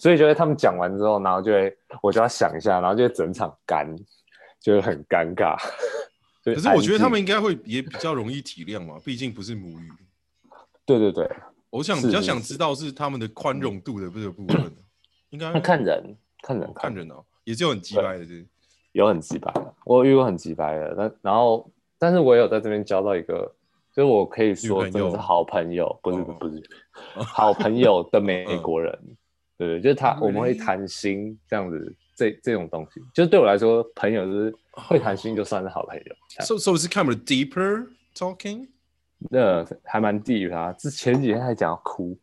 Speaker 1: 所以就会他们讲完之后，然后就会我就要想一下，然后就会整场干，就会很尴尬。 就
Speaker 2: 可是我觉得
Speaker 1: 安静
Speaker 2: 他们应该会也比较容易体谅嘛，毕竟不是母语。
Speaker 1: 对对对，
Speaker 2: 我想
Speaker 1: 是
Speaker 2: 比较
Speaker 1: 是
Speaker 2: 想
Speaker 1: 是
Speaker 2: 知道是他们的宽容度的这个部分，应该
Speaker 1: 那看人看人
Speaker 2: 看人哦，也是有很鸡掰的，是
Speaker 1: 有很直白的，我有遇过很直白的，但然后但是我也有在这边交到一个，就是我可以
Speaker 2: 女
Speaker 1: 说
Speaker 2: 朋友
Speaker 1: 真的是好朋友，不是
Speaker 2: 哦嗯
Speaker 1: 不是、好朋友的美国人，对对，就是他
Speaker 2: Really？
Speaker 1: 我们会谈心这样子，这这种东西，就是对我来说，朋友就是会谈心就算是好朋友，这样
Speaker 2: So so it's kind of deeper talking。
Speaker 1: 那还蛮地域他，之前几天还讲要 哭，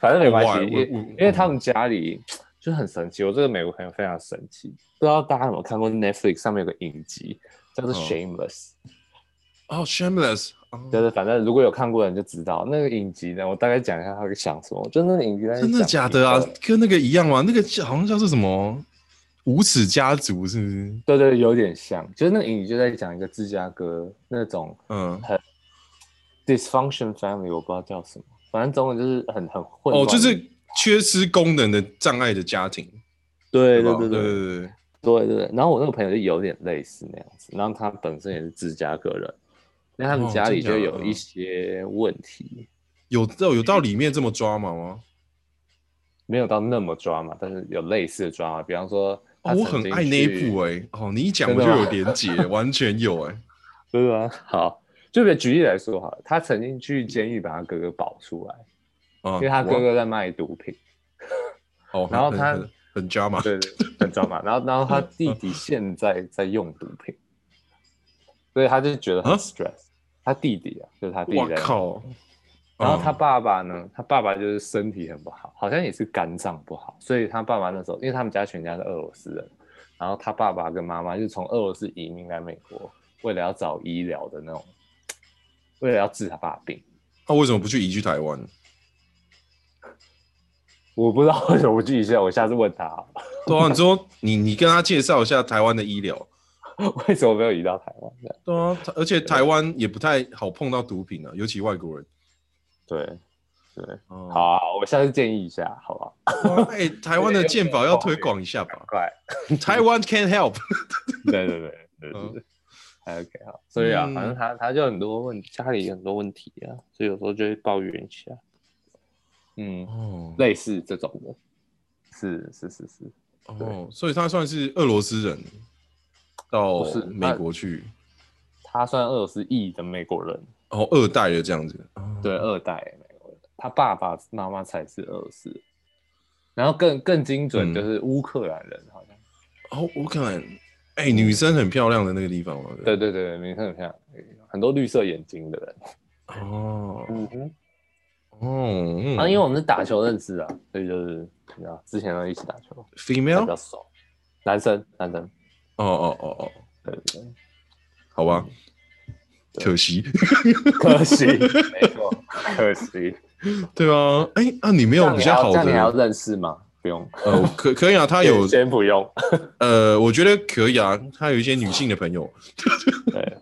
Speaker 1: 反正没关系，
Speaker 2: Oh, why？
Speaker 1: 因
Speaker 2: 我
Speaker 1: 为
Speaker 2: 我
Speaker 1: 因为他们家里就是很神奇，我这个美国朋友非常神奇，不知道大家有没有看过 Netflix 上面有个影集叫做
Speaker 2: 嗯
Speaker 1: Shameless。
Speaker 2: 哦，shameless。哦
Speaker 1: 就是反正如果有看过的人就知道那个影集呢，我大概讲一下他会想什么。就那个影集在
Speaker 2: 真的
Speaker 1: 讲
Speaker 2: 假的啊
Speaker 1: 一个？
Speaker 2: 跟那个一样吗？那个叫好像叫做什么无耻家族，是不是？
Speaker 1: 对对，有点像。就是那个影集就在讲一个芝加哥那种
Speaker 2: 嗯，
Speaker 1: dysfunction family，我不知道叫什么，反正中文就是很很混乱。
Speaker 2: 哦，就是缺失功能的障碍的家庭，
Speaker 1: 对
Speaker 2: 吧
Speaker 1: 对对
Speaker 2: 对
Speaker 1: 对
Speaker 2: 对对。
Speaker 1: 对对对。然后我那个朋友就有点类似那样子，然后他本身也是芝加哥人，那他们
Speaker 2: 哦
Speaker 1: 家里
Speaker 2: 真
Speaker 1: 就
Speaker 2: 假的
Speaker 1: 有一些问题，
Speaker 2: 有到有到里面这么抓马吗？
Speaker 1: 没有到那么抓嘛，但是有类似的抓嘛，比方说
Speaker 2: 哦
Speaker 1: 他，
Speaker 2: 我
Speaker 1: 曾
Speaker 2: 很
Speaker 1: 经
Speaker 2: 爱那一
Speaker 1: 去
Speaker 2: 部哎，哦，你一讲
Speaker 1: 真
Speaker 2: 我
Speaker 1: 的
Speaker 2: 就
Speaker 1: 吗
Speaker 2: 有连结，完全有哎。
Speaker 1: 对吧？好，就比如举例来说好了，他曾经去监狱把他哥哥保出来，
Speaker 2: 啊，
Speaker 1: 因为他哥
Speaker 2: 哇
Speaker 1: 哥在卖毒品，
Speaker 2: 哦，很
Speaker 1: 然后
Speaker 2: 很
Speaker 1: 他
Speaker 2: 很很 drama，
Speaker 1: 对对，很抓嘛。然后，然后
Speaker 2: 嗯
Speaker 1: 他弟弟现在在用毒品，所以他就觉得很
Speaker 2: 啊
Speaker 1: stress。他弟弟啊，就是他弟弟
Speaker 2: 我
Speaker 1: 在。
Speaker 2: 靠！
Speaker 1: 然后他
Speaker 2: 嗯
Speaker 1: 爸爸呢，他爸爸就是身体很不好，好像也是肝脏不好，所以他爸爸那时候，因为他们家全家是俄罗斯人，然后他爸爸跟妈妈就是从俄罗斯移民来美国，为了要找医疗的那种，为了要治他爸的病。
Speaker 2: 他为什么不去移居台湾？
Speaker 1: 我不知道为什么不去一下，我下次问他好了。
Speaker 2: 对啊，你说你你跟他介绍一下台湾的医疗，
Speaker 1: 为什么没有移到台湾？这样
Speaker 2: 对啊，他而且台湾也不太好碰到毒品啊，尤其外国人。
Speaker 1: 对对，
Speaker 2: 哦
Speaker 1: 好、，啊，我下次建议一下，好吧？
Speaker 2: 哇哎，台湾的健保要推广一下吧。
Speaker 1: 快，
Speaker 2: 台湾 can help。
Speaker 1: 对对对对对对。 还 OK 好，所以啊，
Speaker 2: 嗯
Speaker 1: 反正他他就很多问，家里有很多问题啊，所以有时候就会抱怨一下。嗯，
Speaker 2: 哦
Speaker 1: 类似这种的，是是是是，
Speaker 2: 哦，所以他算是俄罗斯人，到
Speaker 1: 不是
Speaker 2: 美国去，
Speaker 1: 他算俄罗斯裔的美国人，
Speaker 2: 哦，二代的这样子。哦
Speaker 1: 对，二代美国人，他爸爸妈妈才是俄罗斯人，然后更更精准
Speaker 2: 嗯
Speaker 1: 就是乌克兰人，好像，
Speaker 2: 哦，乌克兰，哎，女生很漂亮的那个地方嘛。不
Speaker 1: 对，对对，名称很像，很多绿色眼睛的人，
Speaker 2: 哦，
Speaker 1: 嗯哼，
Speaker 2: 哦，嗯
Speaker 1: 啊，因为我们是打球认识啊，所以就是你知道之前都一起打球，比
Speaker 2: female，
Speaker 1: 较熟，男生男生，
Speaker 2: 哦哦哦哦，
Speaker 1: 对对 对，
Speaker 2: 好吧，可惜，
Speaker 1: 可惜，没错，可惜，
Speaker 2: 对啊，哎，啊，你没
Speaker 1: 这
Speaker 2: 有
Speaker 1: 样
Speaker 2: 比
Speaker 1: 你还
Speaker 2: 较
Speaker 1: 要
Speaker 2: 好
Speaker 1: 这样你还要
Speaker 2: 的，
Speaker 1: 认识吗？不用，
Speaker 2: 呃，可可以啊，他 有，
Speaker 1: 先不 用。
Speaker 2: 呃，我觉得可以啊，他有一些女性的朋友，
Speaker 1: 对，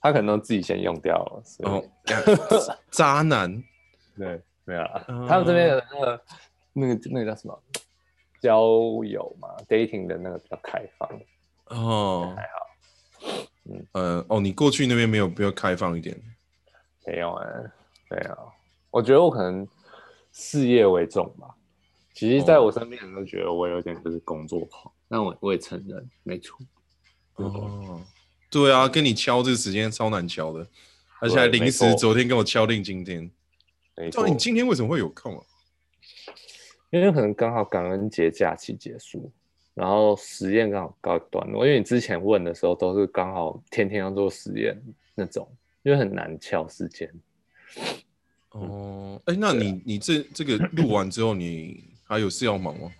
Speaker 1: 他可能自己先用掉了。所以
Speaker 2: 哦，干渣男，
Speaker 1: 对，没有啦
Speaker 2: 嗯
Speaker 1: 他们这边的那个那个那个叫什么交友嘛，dating 的那个比较开放。
Speaker 2: 哦，还好
Speaker 1: 嗯
Speaker 2: 呃，哦，你过去那边没有比较开放一点，
Speaker 1: 没有哎、没有。我觉得我可能事业为重吧。其实，在我身边人都觉得我有点就是工作狂，但我我也承认，没错。嗯
Speaker 2: 哦，对啊，跟你敲这个时间超难敲的，而且还
Speaker 1: 对
Speaker 2: 临
Speaker 1: 没
Speaker 2: 时
Speaker 1: 错
Speaker 2: 昨天跟我敲定今天，
Speaker 1: 没
Speaker 2: 到
Speaker 1: 错
Speaker 2: 底，哦你今天为什么会有空啊？
Speaker 1: 因为可能刚好感恩节假期结束，然后实验刚好告一段落。因为你之前问的时候都是刚好天天要做实验那种，因为很难敲时间。
Speaker 2: 哦，哎，那你你这这个录完之后，你还有事要忙吗？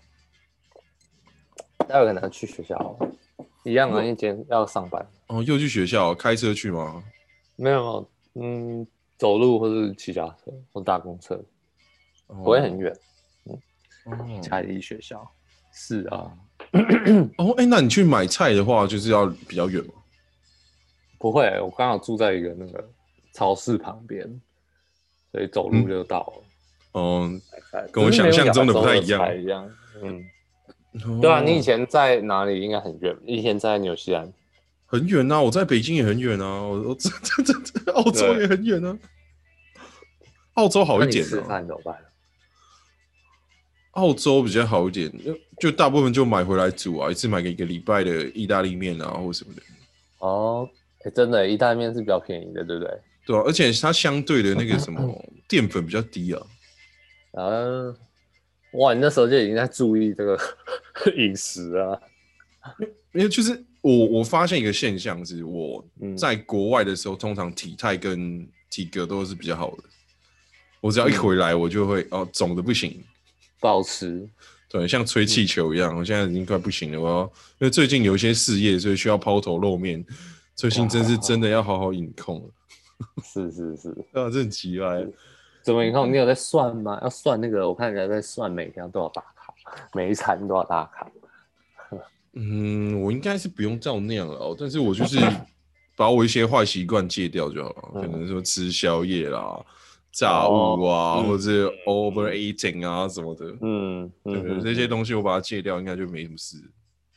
Speaker 1: 待会可能去学校，一样的，
Speaker 2: 嗯
Speaker 1: 一间要上班。
Speaker 2: 哦，又去学校，开车去吗？
Speaker 1: 没有，嗯，走路或是骑脚踏车或搭公车，不
Speaker 2: 不
Speaker 1: 会很远。嗯
Speaker 2: 哦
Speaker 1: 哦嘉义学校是啊，
Speaker 2: 哦，哎，那你去买菜的话，就是要比较远吗？
Speaker 1: 不会，我刚好住在一个那个超市旁边，所以走路就到了。
Speaker 2: 哦，
Speaker 1: 可
Speaker 2: 跟我
Speaker 1: 哎是没有
Speaker 2: 想象中的不太一
Speaker 1: 亚洲
Speaker 2: 样
Speaker 1: 的菜一样，嗯。对啊，
Speaker 2: 哦
Speaker 1: 你以前在哪里？应该很远。以前在纽西兰，
Speaker 2: 很远啊呐，我在北京也很远啊，我我这这这这澳洲也很远啊，澳洲好
Speaker 1: 那
Speaker 2: 一
Speaker 1: 你
Speaker 2: 点
Speaker 1: 吃
Speaker 2: 啊，
Speaker 1: 饭怎么办？
Speaker 2: 澳洲比较好一点，就就大部分就买回来煮啊，一次买个一个礼拜的意大利面啊或什么的，
Speaker 1: 哦，诶真的，意大利面是比较便宜的，对不对？
Speaker 2: 对啊，而且它相对的那个什么淀粉比较低啊，
Speaker 1: 啊，哇，你那时候就已经在注意这个 饮食啊。
Speaker 2: 因为就是我我发现一个现象是，我
Speaker 1: 嗯
Speaker 2: 在国外的时候，通常体态跟体格都是比较好的。我只要一
Speaker 1: 嗯
Speaker 2: 回来，我就会哦肿的不行，
Speaker 1: 保持，
Speaker 2: 对，像吹气球一样。我现在已经快不行了，我要因为最近有一些事业，所以需要抛头露面。最近真是真的要好好隐控了，
Speaker 1: 是是是，
Speaker 2: 对啊，这很奇怪。
Speaker 1: 怎么？你看，
Speaker 2: 嗯
Speaker 1: 你有在算吗？要算那个，我看人家在算每天多少打卡，每一餐多少打卡。
Speaker 2: 嗯，我应该是不用照那样了哦，但是我就是把我一些坏习惯戒掉就好了，
Speaker 1: 嗯
Speaker 2: 可能说吃宵夜啦、炸物
Speaker 1: 哦
Speaker 2: 啊，
Speaker 1: 嗯
Speaker 2: 或者是 overeating 啊什么的，
Speaker 1: 嗯
Speaker 2: 对
Speaker 1: 嗯，
Speaker 2: 这些东西我把它戒掉，应该就没什么事。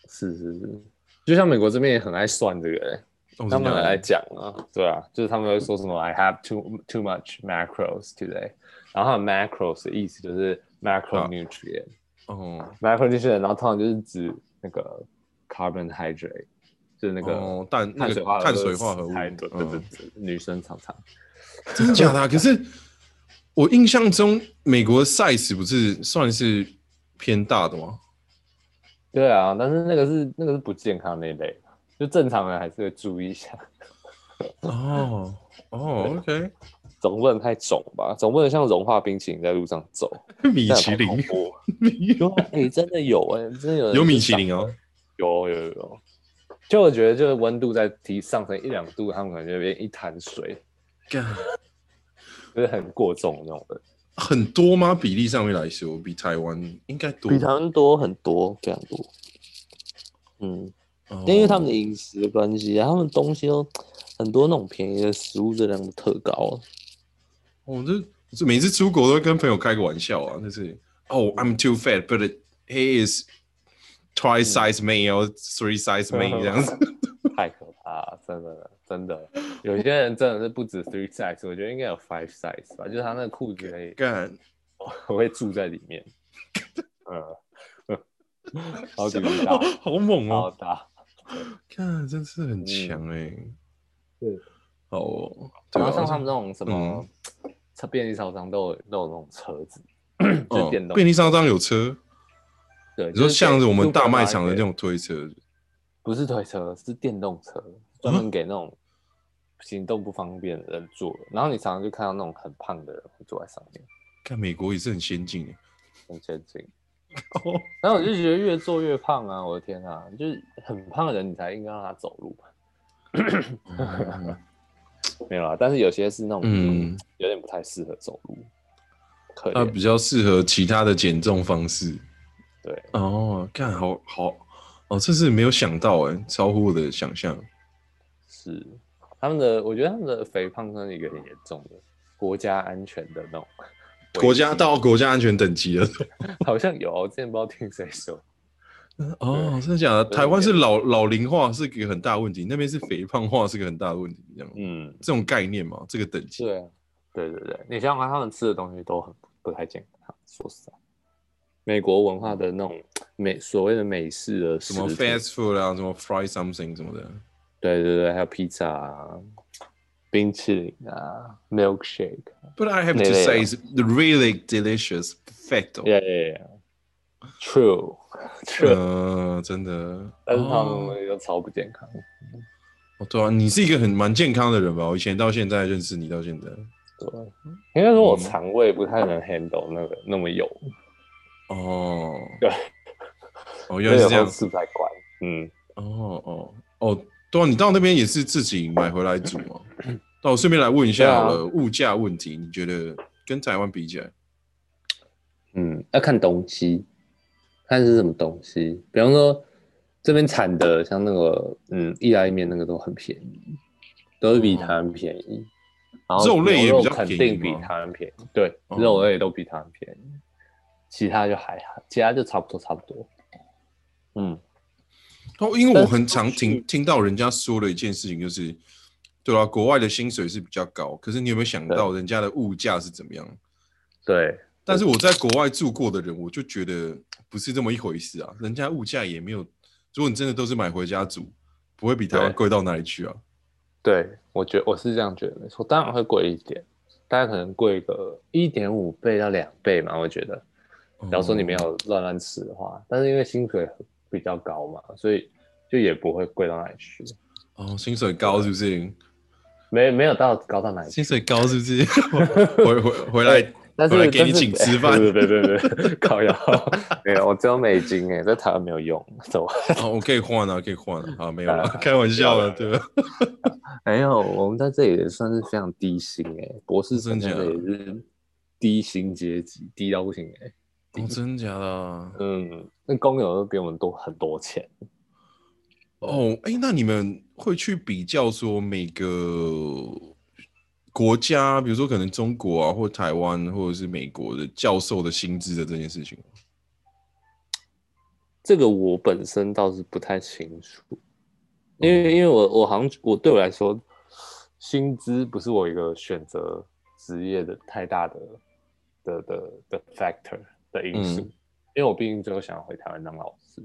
Speaker 1: 是是是，就像美国这边也很爱算这个、欸，
Speaker 2: 哦
Speaker 1: 他们很爱
Speaker 2: 来
Speaker 1: 讲啊，对啊，就是他们会说什么 I have too too much macros today，然后他的 macros 的意思就是
Speaker 2: 啊
Speaker 1: macronutrient，macronutrient，、
Speaker 2: 哦
Speaker 1: macronutrient，然后通常就是指那个 carbohydrate，就是那个、
Speaker 2: 哦，但那
Speaker 1: 碳水
Speaker 2: 个
Speaker 1: 化合物
Speaker 2: 碳水化合物，
Speaker 1: 哎对对对
Speaker 2: 嗯，
Speaker 1: 对女生常常
Speaker 2: 真的假的啊？可是我印象中美国的 size 不是算是偏大的吗？
Speaker 1: 对啊，但是那个是那个是不健康那一类，就正常人还是会注意一下，
Speaker 2: 哦哦，OK，
Speaker 1: 总不能太肿吧，总不能像融化冰淇淋在路上 走，
Speaker 2: 米
Speaker 1: 这样
Speaker 2: 其林
Speaker 1: 太恐怖了有哎、真的有哎、真的有人
Speaker 2: 啊有米
Speaker 1: 就
Speaker 2: 其
Speaker 1: 长
Speaker 2: 林哦。
Speaker 1: 有有有有，就我觉得就是温度再提上升一两度，他们可能就变一滩水，
Speaker 2: 干
Speaker 1: 就是很过重的那种的，
Speaker 2: 很多吗？比例上面来说，比台湾应该多。
Speaker 1: 湾多很多，非常多。嗯，
Speaker 2: 哦
Speaker 3: 但因为他们的饮食的关系啊，他们东西都很多那种便宜的食物质量都特高。啊
Speaker 2: 我这哦这每次出国都跟朋友开个玩笑啊，就是哦、i m too fat, but it, he is twice size me or three size me 这样子。
Speaker 1: 太可怕了，真的真的，有些人真的是不止 three size，我觉得应该有 five size 吧，就是他那个裤子可以
Speaker 2: 干，
Speaker 1: 我会住在里面，嗯， 超级大，
Speaker 2: 好猛
Speaker 1: 超
Speaker 2: 哦！
Speaker 1: 大，
Speaker 2: 看，真是很强哎、欸。
Speaker 1: 对，
Speaker 2: 好哦。对
Speaker 1: 然
Speaker 2: 啊
Speaker 1: 后像他们那种什么
Speaker 2: 嗯，
Speaker 1: 超便利超商都有都有那种车子，
Speaker 2: 嗯
Speaker 1: 就电动
Speaker 2: 便利商商有车，
Speaker 1: 对，
Speaker 2: 你说
Speaker 1: 就是
Speaker 2: 像是我们
Speaker 1: 给
Speaker 2: 大卖场的
Speaker 1: supermarket，
Speaker 2: 那，种推车，
Speaker 1: 不是推车，是电动车，
Speaker 2: 啊
Speaker 1: 专门给那种行动不方便的人坐的。然后你常常就看到那种很胖的人会坐在上面，
Speaker 2: 看美国也是很先进欸。
Speaker 1: 很先进。
Speaker 2: 哦，
Speaker 1: 然后我就觉得越坐越胖啊！我的天啊，就是很胖的人你才应该让他走路吧。 没有啦，但是有些是那种
Speaker 2: 嗯呃
Speaker 1: 嗯，有点不太适合走路，可
Speaker 2: 它
Speaker 1: 怜。
Speaker 2: 比较适合其他的减重方式。
Speaker 1: 对，
Speaker 2: 哦，看，好好哦，这是没有想到哎、超乎我的想象。
Speaker 1: 是他们的，我觉得他们的肥胖算是一个很严重的国家安全的那种危
Speaker 2: 国家
Speaker 1: 机
Speaker 2: 到国家安全等级了。
Speaker 1: 好像有哦，我之前不知道听谁说，
Speaker 2: 哦，真的假的？
Speaker 1: 对
Speaker 2: 台湾是老老龄化是一个很大的问题，那边是肥胖化是个很大的问题，这样、
Speaker 1: 嗯，
Speaker 2: 这种概念嘛，这个等级。
Speaker 1: 对啊，对对对，你想想看，他们吃的东西都很不太健康，说实在，美国文化的那种美所谓的美式的
Speaker 2: 什
Speaker 1: 什
Speaker 2: 么 fast food 啊，什么 fry something 什么的，
Speaker 1: 对对对，还有披萨啊、冰淇淋啊、milkshake，啊
Speaker 2: But I have to
Speaker 1: 那类的
Speaker 2: say, it's really delicious, 哦 perfecto.
Speaker 1: 耶耶，true
Speaker 2: 哦
Speaker 1: true，
Speaker 2: 呃，真的。
Speaker 1: 但是他们
Speaker 2: 哦
Speaker 1: 东西都超不健康。
Speaker 2: 哦对啊，你是一个很蛮健康的人吧？我以前到现在认识你到现在，
Speaker 1: 对，应该说我
Speaker 2: 嗯
Speaker 1: 肠胃不太能 handle 那个那么油，
Speaker 2: 哦，
Speaker 1: 对，
Speaker 2: 哦，
Speaker 1: 所
Speaker 2: 原
Speaker 1: 以
Speaker 2: 来
Speaker 1: 有时
Speaker 2: 是这
Speaker 1: 候
Speaker 2: 样。
Speaker 1: 吃不太惯。嗯，
Speaker 2: 哦哦哦，对啊，你到那边也是自己买回来煮吗？那我顺便来问一下
Speaker 1: 啊
Speaker 2: 好了，物价问题，你觉得跟台湾比起来，
Speaker 1: 嗯，要看东西，看是什么东西。比方说这边产的，像那个嗯意大利面那个都很便宜，都是比台湾便宜。然后
Speaker 2: 哦肉类也
Speaker 1: 牛
Speaker 2: 比较
Speaker 1: 肯
Speaker 2: 便宜
Speaker 1: 定比
Speaker 2: 吗
Speaker 1: 台湾便宜，对，
Speaker 2: 哦
Speaker 1: 肉类都比台湾便宜。其他就还好，其他就差不多差不多。嗯，
Speaker 2: 哦，因为
Speaker 1: 但
Speaker 2: 我
Speaker 1: 是
Speaker 2: 很常听
Speaker 1: 是
Speaker 2: 听到人家说的一件事情就是，对啊，国外的薪水是比较高，可是你有没有想到人家的物价是怎么样？
Speaker 1: 对，
Speaker 2: 但是我在国外住过的人，我就觉得不是这么一回事啊，人家物价也没有，如果你真的都是买回家煮，不会比台湾
Speaker 1: 对
Speaker 2: 贵到哪里去啊。
Speaker 1: 对，我觉我是这样觉得，没错，当然会贵一点，大概可能贵个一点五倍到两倍嘛，我觉得。假如说你没有乱乱吃的话，但是因为薪水比较高嘛，所以就也不会贵到哪里去，
Speaker 2: 哦，薪水高是不是？
Speaker 1: 没没有到高到哪里去。
Speaker 2: 薪水高是不 是？回回回来，
Speaker 1: 但是
Speaker 2: 回来给你
Speaker 1: 但是
Speaker 2: 请吃 饭
Speaker 1: 对对对对对，高 腰没有，我只有美金哎，在台湾没有用，走。
Speaker 2: 哦，我可以换啊，可以换啊，啊没有了，开玩笑了，对吧？
Speaker 1: 没有，我们在这里也算是非常低薪哎、博士生在
Speaker 2: 哦真假
Speaker 1: 这里是低薪阶级，低到不行哎、
Speaker 2: 哦，真的假的啊？
Speaker 1: 嗯，那工友都比我们多很多钱。
Speaker 2: 哦，哎，那你们会去比较说每个国家，比如说可能中国啊，或台湾，或者是美国的教授的薪资的这件事情吗？
Speaker 1: 这个我本身倒是不太清楚，因为因为我我好像我对我来说，薪资不是我一个选择职业的太大的的的的 factor 的因素，
Speaker 2: 嗯
Speaker 1: 因为我毕竟最后想要回台湾当老师，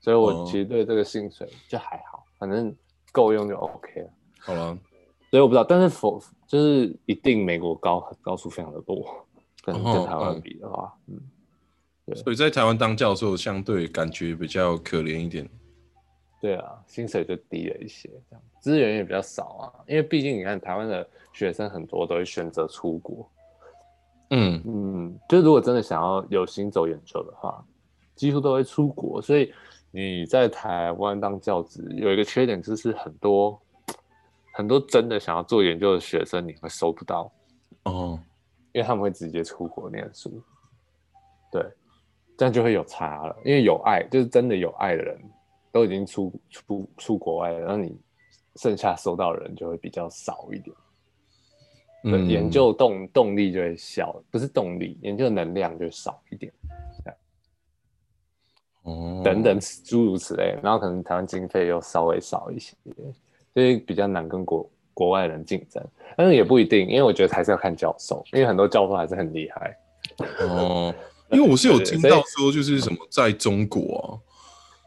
Speaker 1: 所以我
Speaker 2: 哦
Speaker 1: 其实对这个薪水就还好，反正够用就 OK 了。
Speaker 2: 好了，
Speaker 1: 所以我不知道，但是否就是一定美国高高出非常的多，跟跟台湾比的话，嗯，
Speaker 2: 所以在台湾当教授，相对感觉比较可怜一点。
Speaker 1: 对啊，薪水就低了一些，这样资源也比较少啊。因为毕竟你看，台湾的学生很多都会选择出国，
Speaker 2: 嗯，
Speaker 1: 嗯，就如果真的想要有心走研究的话，几乎都会出国。所以你在台湾当教职有一个缺点，就是很多很多真的想要做研究的学生，你会收不到，
Speaker 2: 哦，
Speaker 1: 因为他们会直接出国念书。对，这样就会有差了，因为有爱，就是真的有爱的人都已经出出出国外了，那你剩下收到的人就会比较少一点。对，
Speaker 2: 嗯
Speaker 1: 研究动动力就会小，不是动力，研究能量就少一点，
Speaker 2: 哦
Speaker 1: 等等诸如此类。然后可能台湾经费又稍微少一些，所以比较难跟国国外人竞争。但是也不一定，因为我觉得还是要看教授，因为很多教授还是很厉害。
Speaker 2: 哦，因为我是有
Speaker 1: 对
Speaker 2: 听
Speaker 1: 所以
Speaker 2: 到说就是什么在中国啊，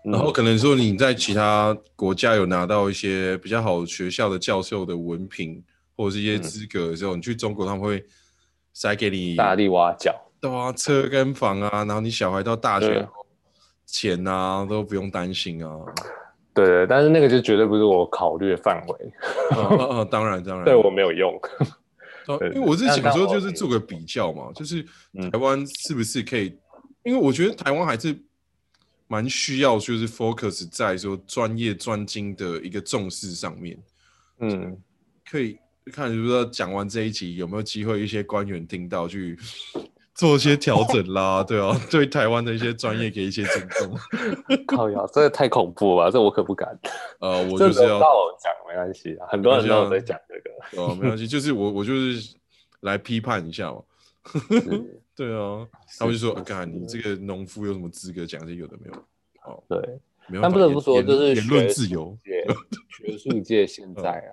Speaker 1: 嗯
Speaker 2: 然后可能说你在其他国家有拿到一些比较好学校的教授的文凭或者是一
Speaker 1: 嗯
Speaker 2: 些资格的时候，你去中国他们会塞给你
Speaker 1: 大力挖角，
Speaker 2: 对啊车跟房啊，然后你小孩到大
Speaker 1: 对
Speaker 2: 学后钱啊都不用担 心啊。
Speaker 1: 对对，但是那个就绝对不是我考虑的范围，
Speaker 2: 嗯嗯嗯，当然当然，
Speaker 1: 对我没有 用。
Speaker 2: 对啊
Speaker 1: 对
Speaker 2: 因为我是想
Speaker 1: 但
Speaker 2: 说，
Speaker 1: 但
Speaker 2: 就
Speaker 1: 我
Speaker 2: 是做个比较嘛，就是
Speaker 1: 嗯
Speaker 2: 台湾是不是可以？因为我觉得台湾还是蛮需要，就是 focus 在说专业专精的一个重视上面。
Speaker 1: 嗯，
Speaker 2: 可以看，就是说讲完这一集，有没有机会一些官员听到 去做一些调整啦？对啊，对台湾的一些专业给一些尊 重。
Speaker 1: 靠呀，这个太恐怖了吧，这我可不敢。
Speaker 2: 呃，我
Speaker 1: 这
Speaker 2: 就是
Speaker 1: 轮
Speaker 2: 要
Speaker 1: 到我讲没关系啊，很多人都有在讲这个。
Speaker 2: 哦，没关系，就是我我就是来批判一下嘛。对啊，他们就说：“
Speaker 1: 是
Speaker 2: 啊干，你
Speaker 1: 是
Speaker 2: 这个农夫有什么资格讲这有的没有？”哦，
Speaker 1: 对，
Speaker 2: 没有。
Speaker 1: 但不得不说，
Speaker 2: 言
Speaker 1: 就是
Speaker 2: 言论
Speaker 1: 学
Speaker 2: 自由。
Speaker 1: 界 学术界现在啊，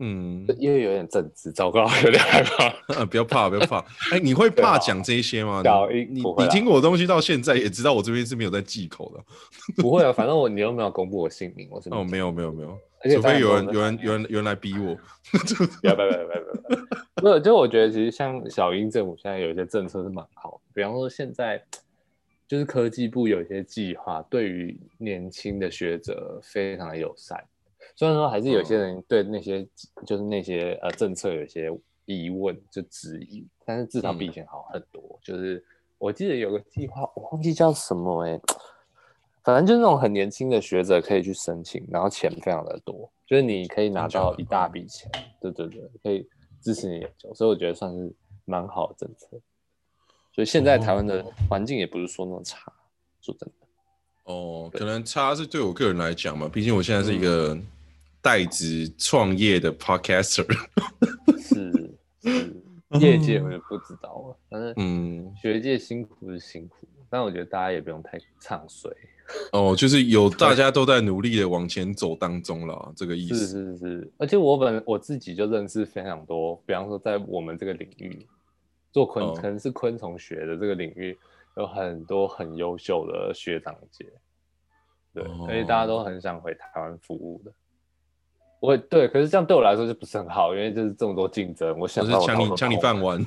Speaker 2: 嗯，
Speaker 1: 因为有点政治，糟糕，有点害怕。
Speaker 2: 啊 不要怕，不要怕。哎，你会
Speaker 1: 对
Speaker 2: 怕
Speaker 1: 啊
Speaker 2: 讲这些吗？
Speaker 1: 小
Speaker 2: 你
Speaker 1: 一
Speaker 2: 你
Speaker 1: 不会
Speaker 2: 你
Speaker 1: 啦
Speaker 2: 听我的东西到现在也知道我这边是没有在忌口的。
Speaker 1: 不会啊，反正我你又没有公布我姓名，我是
Speaker 2: 哦，没有没有没有，
Speaker 1: 而且
Speaker 2: 除非有
Speaker 1: 当然
Speaker 2: 人
Speaker 1: 不会
Speaker 2: 有人有人有人来逼我。
Speaker 1: 不要不要不要不要不要，没有，就我觉得其实像小英政府现在有一些政策是蛮好的，比方说现在就是科技部有一些计划，对于年轻的学者非常的友善。虽然说还是有些人对那些、就是那些呃政策有一些疑问就质疑，但是至少比以前好很多。就是我记得有个计划，我忘记叫什么哎、反正就是那种很年轻的学者可以去申请，然后钱非常的多，就是你可以拿到一大笔钱，对对对，可以支持你研究，所以我觉得算是蛮好的政策。所以现在台湾的环境也不是说那么差，说真的，
Speaker 2: 哦，可能差是对我个人来讲嘛，毕竟我现在是一
Speaker 1: 嗯
Speaker 2: 个代职创业的 podcaster。
Speaker 1: 是是，业界我就不知道了，但是
Speaker 2: 嗯，
Speaker 1: 学界辛苦是辛苦，但我觉得大家也不用太唱衰，
Speaker 2: 哦，就是有大家都在努力的往前走当中啦，这个意
Speaker 1: 是
Speaker 2: 思。
Speaker 1: 是是，而且我本我自己就认识非常多，比方说在我们这个领域做昆，
Speaker 2: 嗯
Speaker 1: 可能是昆虫学的这个领域，有很多很优秀的学长姐，对，
Speaker 2: 哦
Speaker 1: 所以大家都很想回台湾服务的。我对，可是这样对我来说就不是很好，因为就是这么多竞争，我
Speaker 2: 就
Speaker 1: 想
Speaker 2: 是
Speaker 1: 到我
Speaker 2: 抢
Speaker 1: 头都
Speaker 2: 你抢你
Speaker 1: 痛
Speaker 2: 饭碗，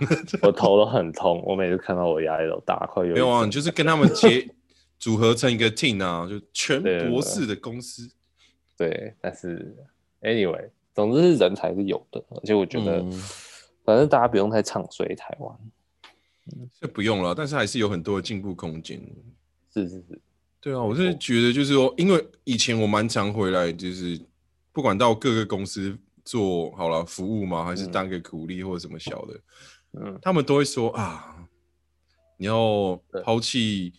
Speaker 1: 我头都很痛，我每次看到我牙也都大，快有
Speaker 2: 没有
Speaker 1: 一
Speaker 2: 啊？你
Speaker 1: 种
Speaker 2: 就是跟他们结 组合成一个 team 啊，就全
Speaker 1: 对对
Speaker 2: 博士的公司。
Speaker 1: 对，但是 anyway，总之是人才是有的，而且我觉得，
Speaker 2: 嗯
Speaker 1: 反正大家不用太唱衰台湾。
Speaker 2: 这不用了，但是还是有很多的进步空间。
Speaker 1: 是是是，
Speaker 2: 对啊，我是觉得就是说，因为以前我蛮常回来，就是不管到各个公司做好了服务嘛，还是
Speaker 1: 嗯
Speaker 2: 当个苦力或者什么小的，
Speaker 1: 嗯，
Speaker 2: 他们都会说啊，你要
Speaker 1: 对
Speaker 2: 抛弃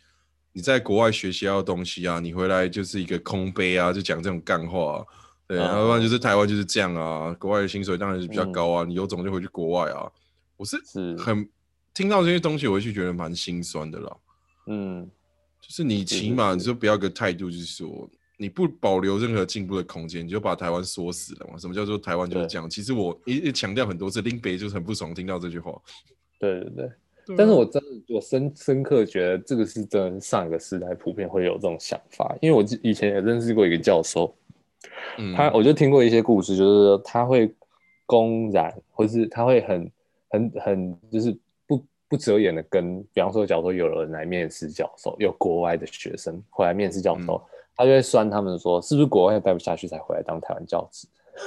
Speaker 2: 你在国外学习到的东西啊，你回来就是一个空杯啊，就讲这种干话啊、对，
Speaker 1: 啊
Speaker 2: 要不然就是台湾就是这样啊，国外的薪水当然是比较高啊，你有种就回去国外啊。我是
Speaker 1: 嗯是，
Speaker 2: 很听到这些东西，我就觉得蛮心酸的啦。
Speaker 1: 嗯，
Speaker 2: 就是你起
Speaker 1: 是
Speaker 2: 码
Speaker 1: 是
Speaker 2: 你就不要有个态度，就是说你不保留任何进步的空间，你就把台湾锁死了嘛？什么叫做台湾就是这样？其实我一直强调很多次，林北就是很不爽听到这句话。
Speaker 1: 对对对。
Speaker 2: 对啊
Speaker 1: 但是我真的，我深深刻觉得这个是真的，上一个时代普遍会有这种想法，因为我记以前也认识过一个教授，
Speaker 2: 嗯
Speaker 1: 他我就听过一些故事，就是说他会公然，或是他会很很很就是不不遮掩的跟，比方说，假如说有人来面试教授，有国外的学生回来面试教授，他就会酸他们说，是不是国外待不下去才回来当台湾教职？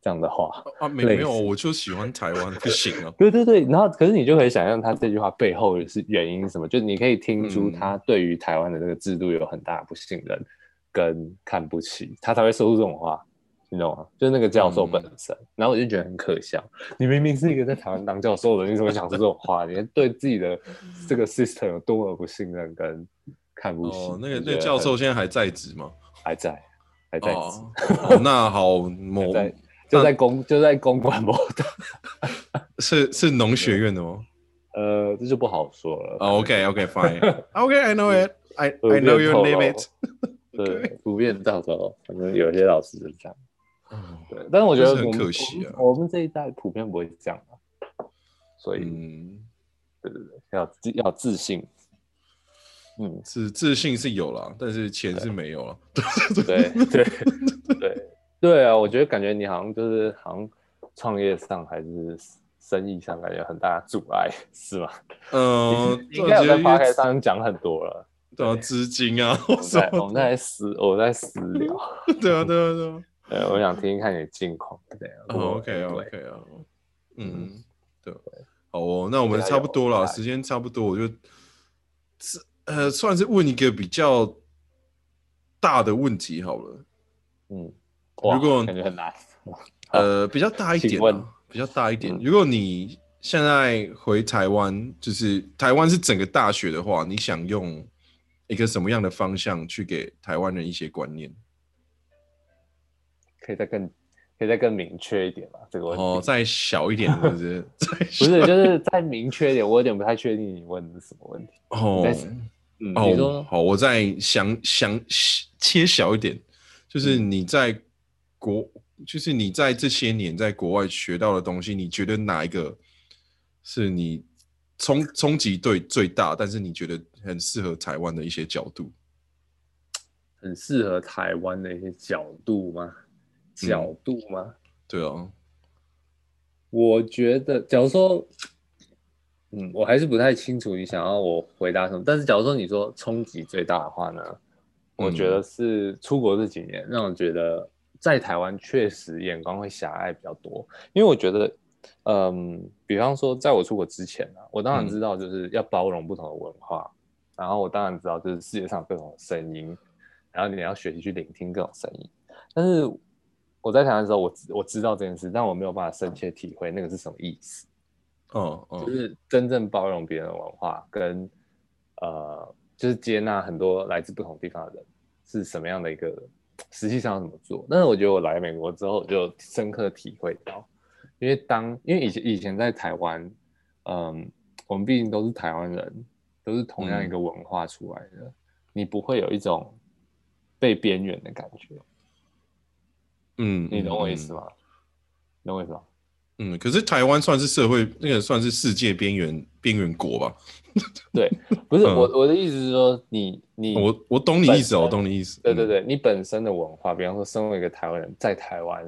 Speaker 1: 这样的话，
Speaker 2: 啊没
Speaker 1: 类
Speaker 2: 没有，
Speaker 1: 似
Speaker 2: 我就喜欢台湾，不行啊。
Speaker 1: 对对对，然后可是你就可以想象他这句话背后是原因是什么，就是你可以听出
Speaker 2: 嗯
Speaker 1: 他对于台湾的这个制度有很大的不信任跟看不起，他才会说出这种话，你懂吗？就是那个教授本
Speaker 2: 嗯
Speaker 1: 身，然后我就觉得很可笑，你明明是一个在台湾当教授的，你怎么想出这种话？你对自己的这个 system 有多么不信任跟看不起？
Speaker 2: 哦，那
Speaker 1: 我
Speaker 2: 个
Speaker 1: 觉
Speaker 2: 那个
Speaker 1: 得
Speaker 2: 教
Speaker 1: 很
Speaker 2: 授现在还在职吗？
Speaker 1: 还在，还在吃，
Speaker 2: 哦，哦那好，
Speaker 1: 还
Speaker 2: 某
Speaker 1: 在就在公就在公馆某大，
Speaker 2: 是是农学院的吗
Speaker 1: 呃，这就不好说了。
Speaker 2: ？OK OK fine OK I know it I
Speaker 1: 我
Speaker 2: I know your
Speaker 1: 变透
Speaker 2: name
Speaker 1: 了
Speaker 2: it
Speaker 1: 对
Speaker 2: OK，
Speaker 1: 普遍到时候反正有些老师就是这样。
Speaker 2: 哦
Speaker 1: 对，但是我觉得
Speaker 2: 真是
Speaker 1: 我
Speaker 2: 很
Speaker 1: 们
Speaker 2: 可惜啊
Speaker 1: 我们我们这一代普遍不会这样啊，所以
Speaker 2: 嗯，
Speaker 1: 要自要自信。 嗯，
Speaker 2: 自自信是有了，但是钱是没有了。
Speaker 1: 对对对对啊！我觉得感觉你好像就是好像创业上还是生意上感觉有很大的阻碍，是吗？
Speaker 2: 嗯，
Speaker 1: 你应该有在
Speaker 2: 这
Speaker 1: p o d 上讲很多了。
Speaker 2: 对啊，资金啊，
Speaker 1: 我们
Speaker 2: 什
Speaker 1: 在我
Speaker 2: 么
Speaker 1: 们在私我们在私聊，
Speaker 2: 对啊，对啊，对啊。
Speaker 1: 对，我想听听看你的近况。对啊
Speaker 2: 哦，OK
Speaker 1: 对
Speaker 2: OK 啊，嗯
Speaker 1: 嗯，
Speaker 2: 对，好哦，那我们
Speaker 1: 加
Speaker 2: 差不
Speaker 1: 油
Speaker 2: 多了，
Speaker 1: 加油
Speaker 2: 时间差不多，我就这呃算是问一个比较大的问题好了，
Speaker 1: 嗯，哇
Speaker 2: 如果
Speaker 1: 感觉很难，好
Speaker 2: 呃，比较大一
Speaker 1: 请
Speaker 2: 点
Speaker 1: 问
Speaker 2: 啊，比较大一点
Speaker 1: 嗯。
Speaker 2: 如果你现在回台湾，就是台湾是整个大学的话，你想用一个什么样的方向去给台湾人一些观念？
Speaker 1: 可以再更可以再更明确一点吧？这个问题
Speaker 2: 哦，再 小一点，是不是？再
Speaker 1: 不
Speaker 2: 小
Speaker 1: 是就是再明确一点，我有点不太确定你问的是什么问题。
Speaker 2: 哦
Speaker 1: 再。嗯，你
Speaker 2: 哦
Speaker 1: 说，
Speaker 2: 好，我再想想切小一点，就是
Speaker 1: 嗯
Speaker 2: 你在国，就是你在这些年在国外学到的东西，你觉得哪一个是你冲冲击对最大，但是你觉得很适合台湾的一些角度？
Speaker 1: 很适合台湾的一些角度
Speaker 2: 嗯
Speaker 1: 吗？角度吗？
Speaker 2: 对啊，
Speaker 1: 我觉得，假如说，嗯，我还是不太清楚你想要我回答什么。但是，假如说你说冲击最大的话呢，我
Speaker 2: 嗯
Speaker 1: 觉得是出国这几年让我觉得在台湾确实眼光会狭隘比较多。因为我觉得，嗯，比方说，在我出国之前呢、啊我当然
Speaker 2: 嗯
Speaker 1: 知道就是要包容不同的文化，然后我当然知道就是世界上有各种声音，然后你要学习去聆听各种声音。但是我在台湾的时候，我知我知道这件事，但我没有办法深切体会那个是什么意思，
Speaker 2: 哦
Speaker 1: 就
Speaker 2: 哦，
Speaker 1: 是真正包容别人的文化跟呃，就是接纳很多来自不同地方的人是什么样的一个，实际上要怎么做。但是我觉得我来美国之后，我就深刻体会到，因为当因为以前以前在台湾，嗯，我们毕竟都是台湾人，都是同
Speaker 2: 嗯
Speaker 1: 样一个文化出来的，你不会有一种被边缘的感觉。
Speaker 2: 嗯，
Speaker 1: 你懂我意
Speaker 2: 嗯
Speaker 1: 思？吗？懂我意思吗？
Speaker 2: 嗯，可是台湾算是社会那个算是世界边缘边缘国吧？
Speaker 1: 对，不是
Speaker 2: 嗯
Speaker 1: 我我的意思是说，你你
Speaker 2: 我我懂你意思哦，我懂你意思。
Speaker 1: 嗯对对
Speaker 2: 嗯，
Speaker 1: 对，你本身的文化，比方说，身为一个台湾人在台湾，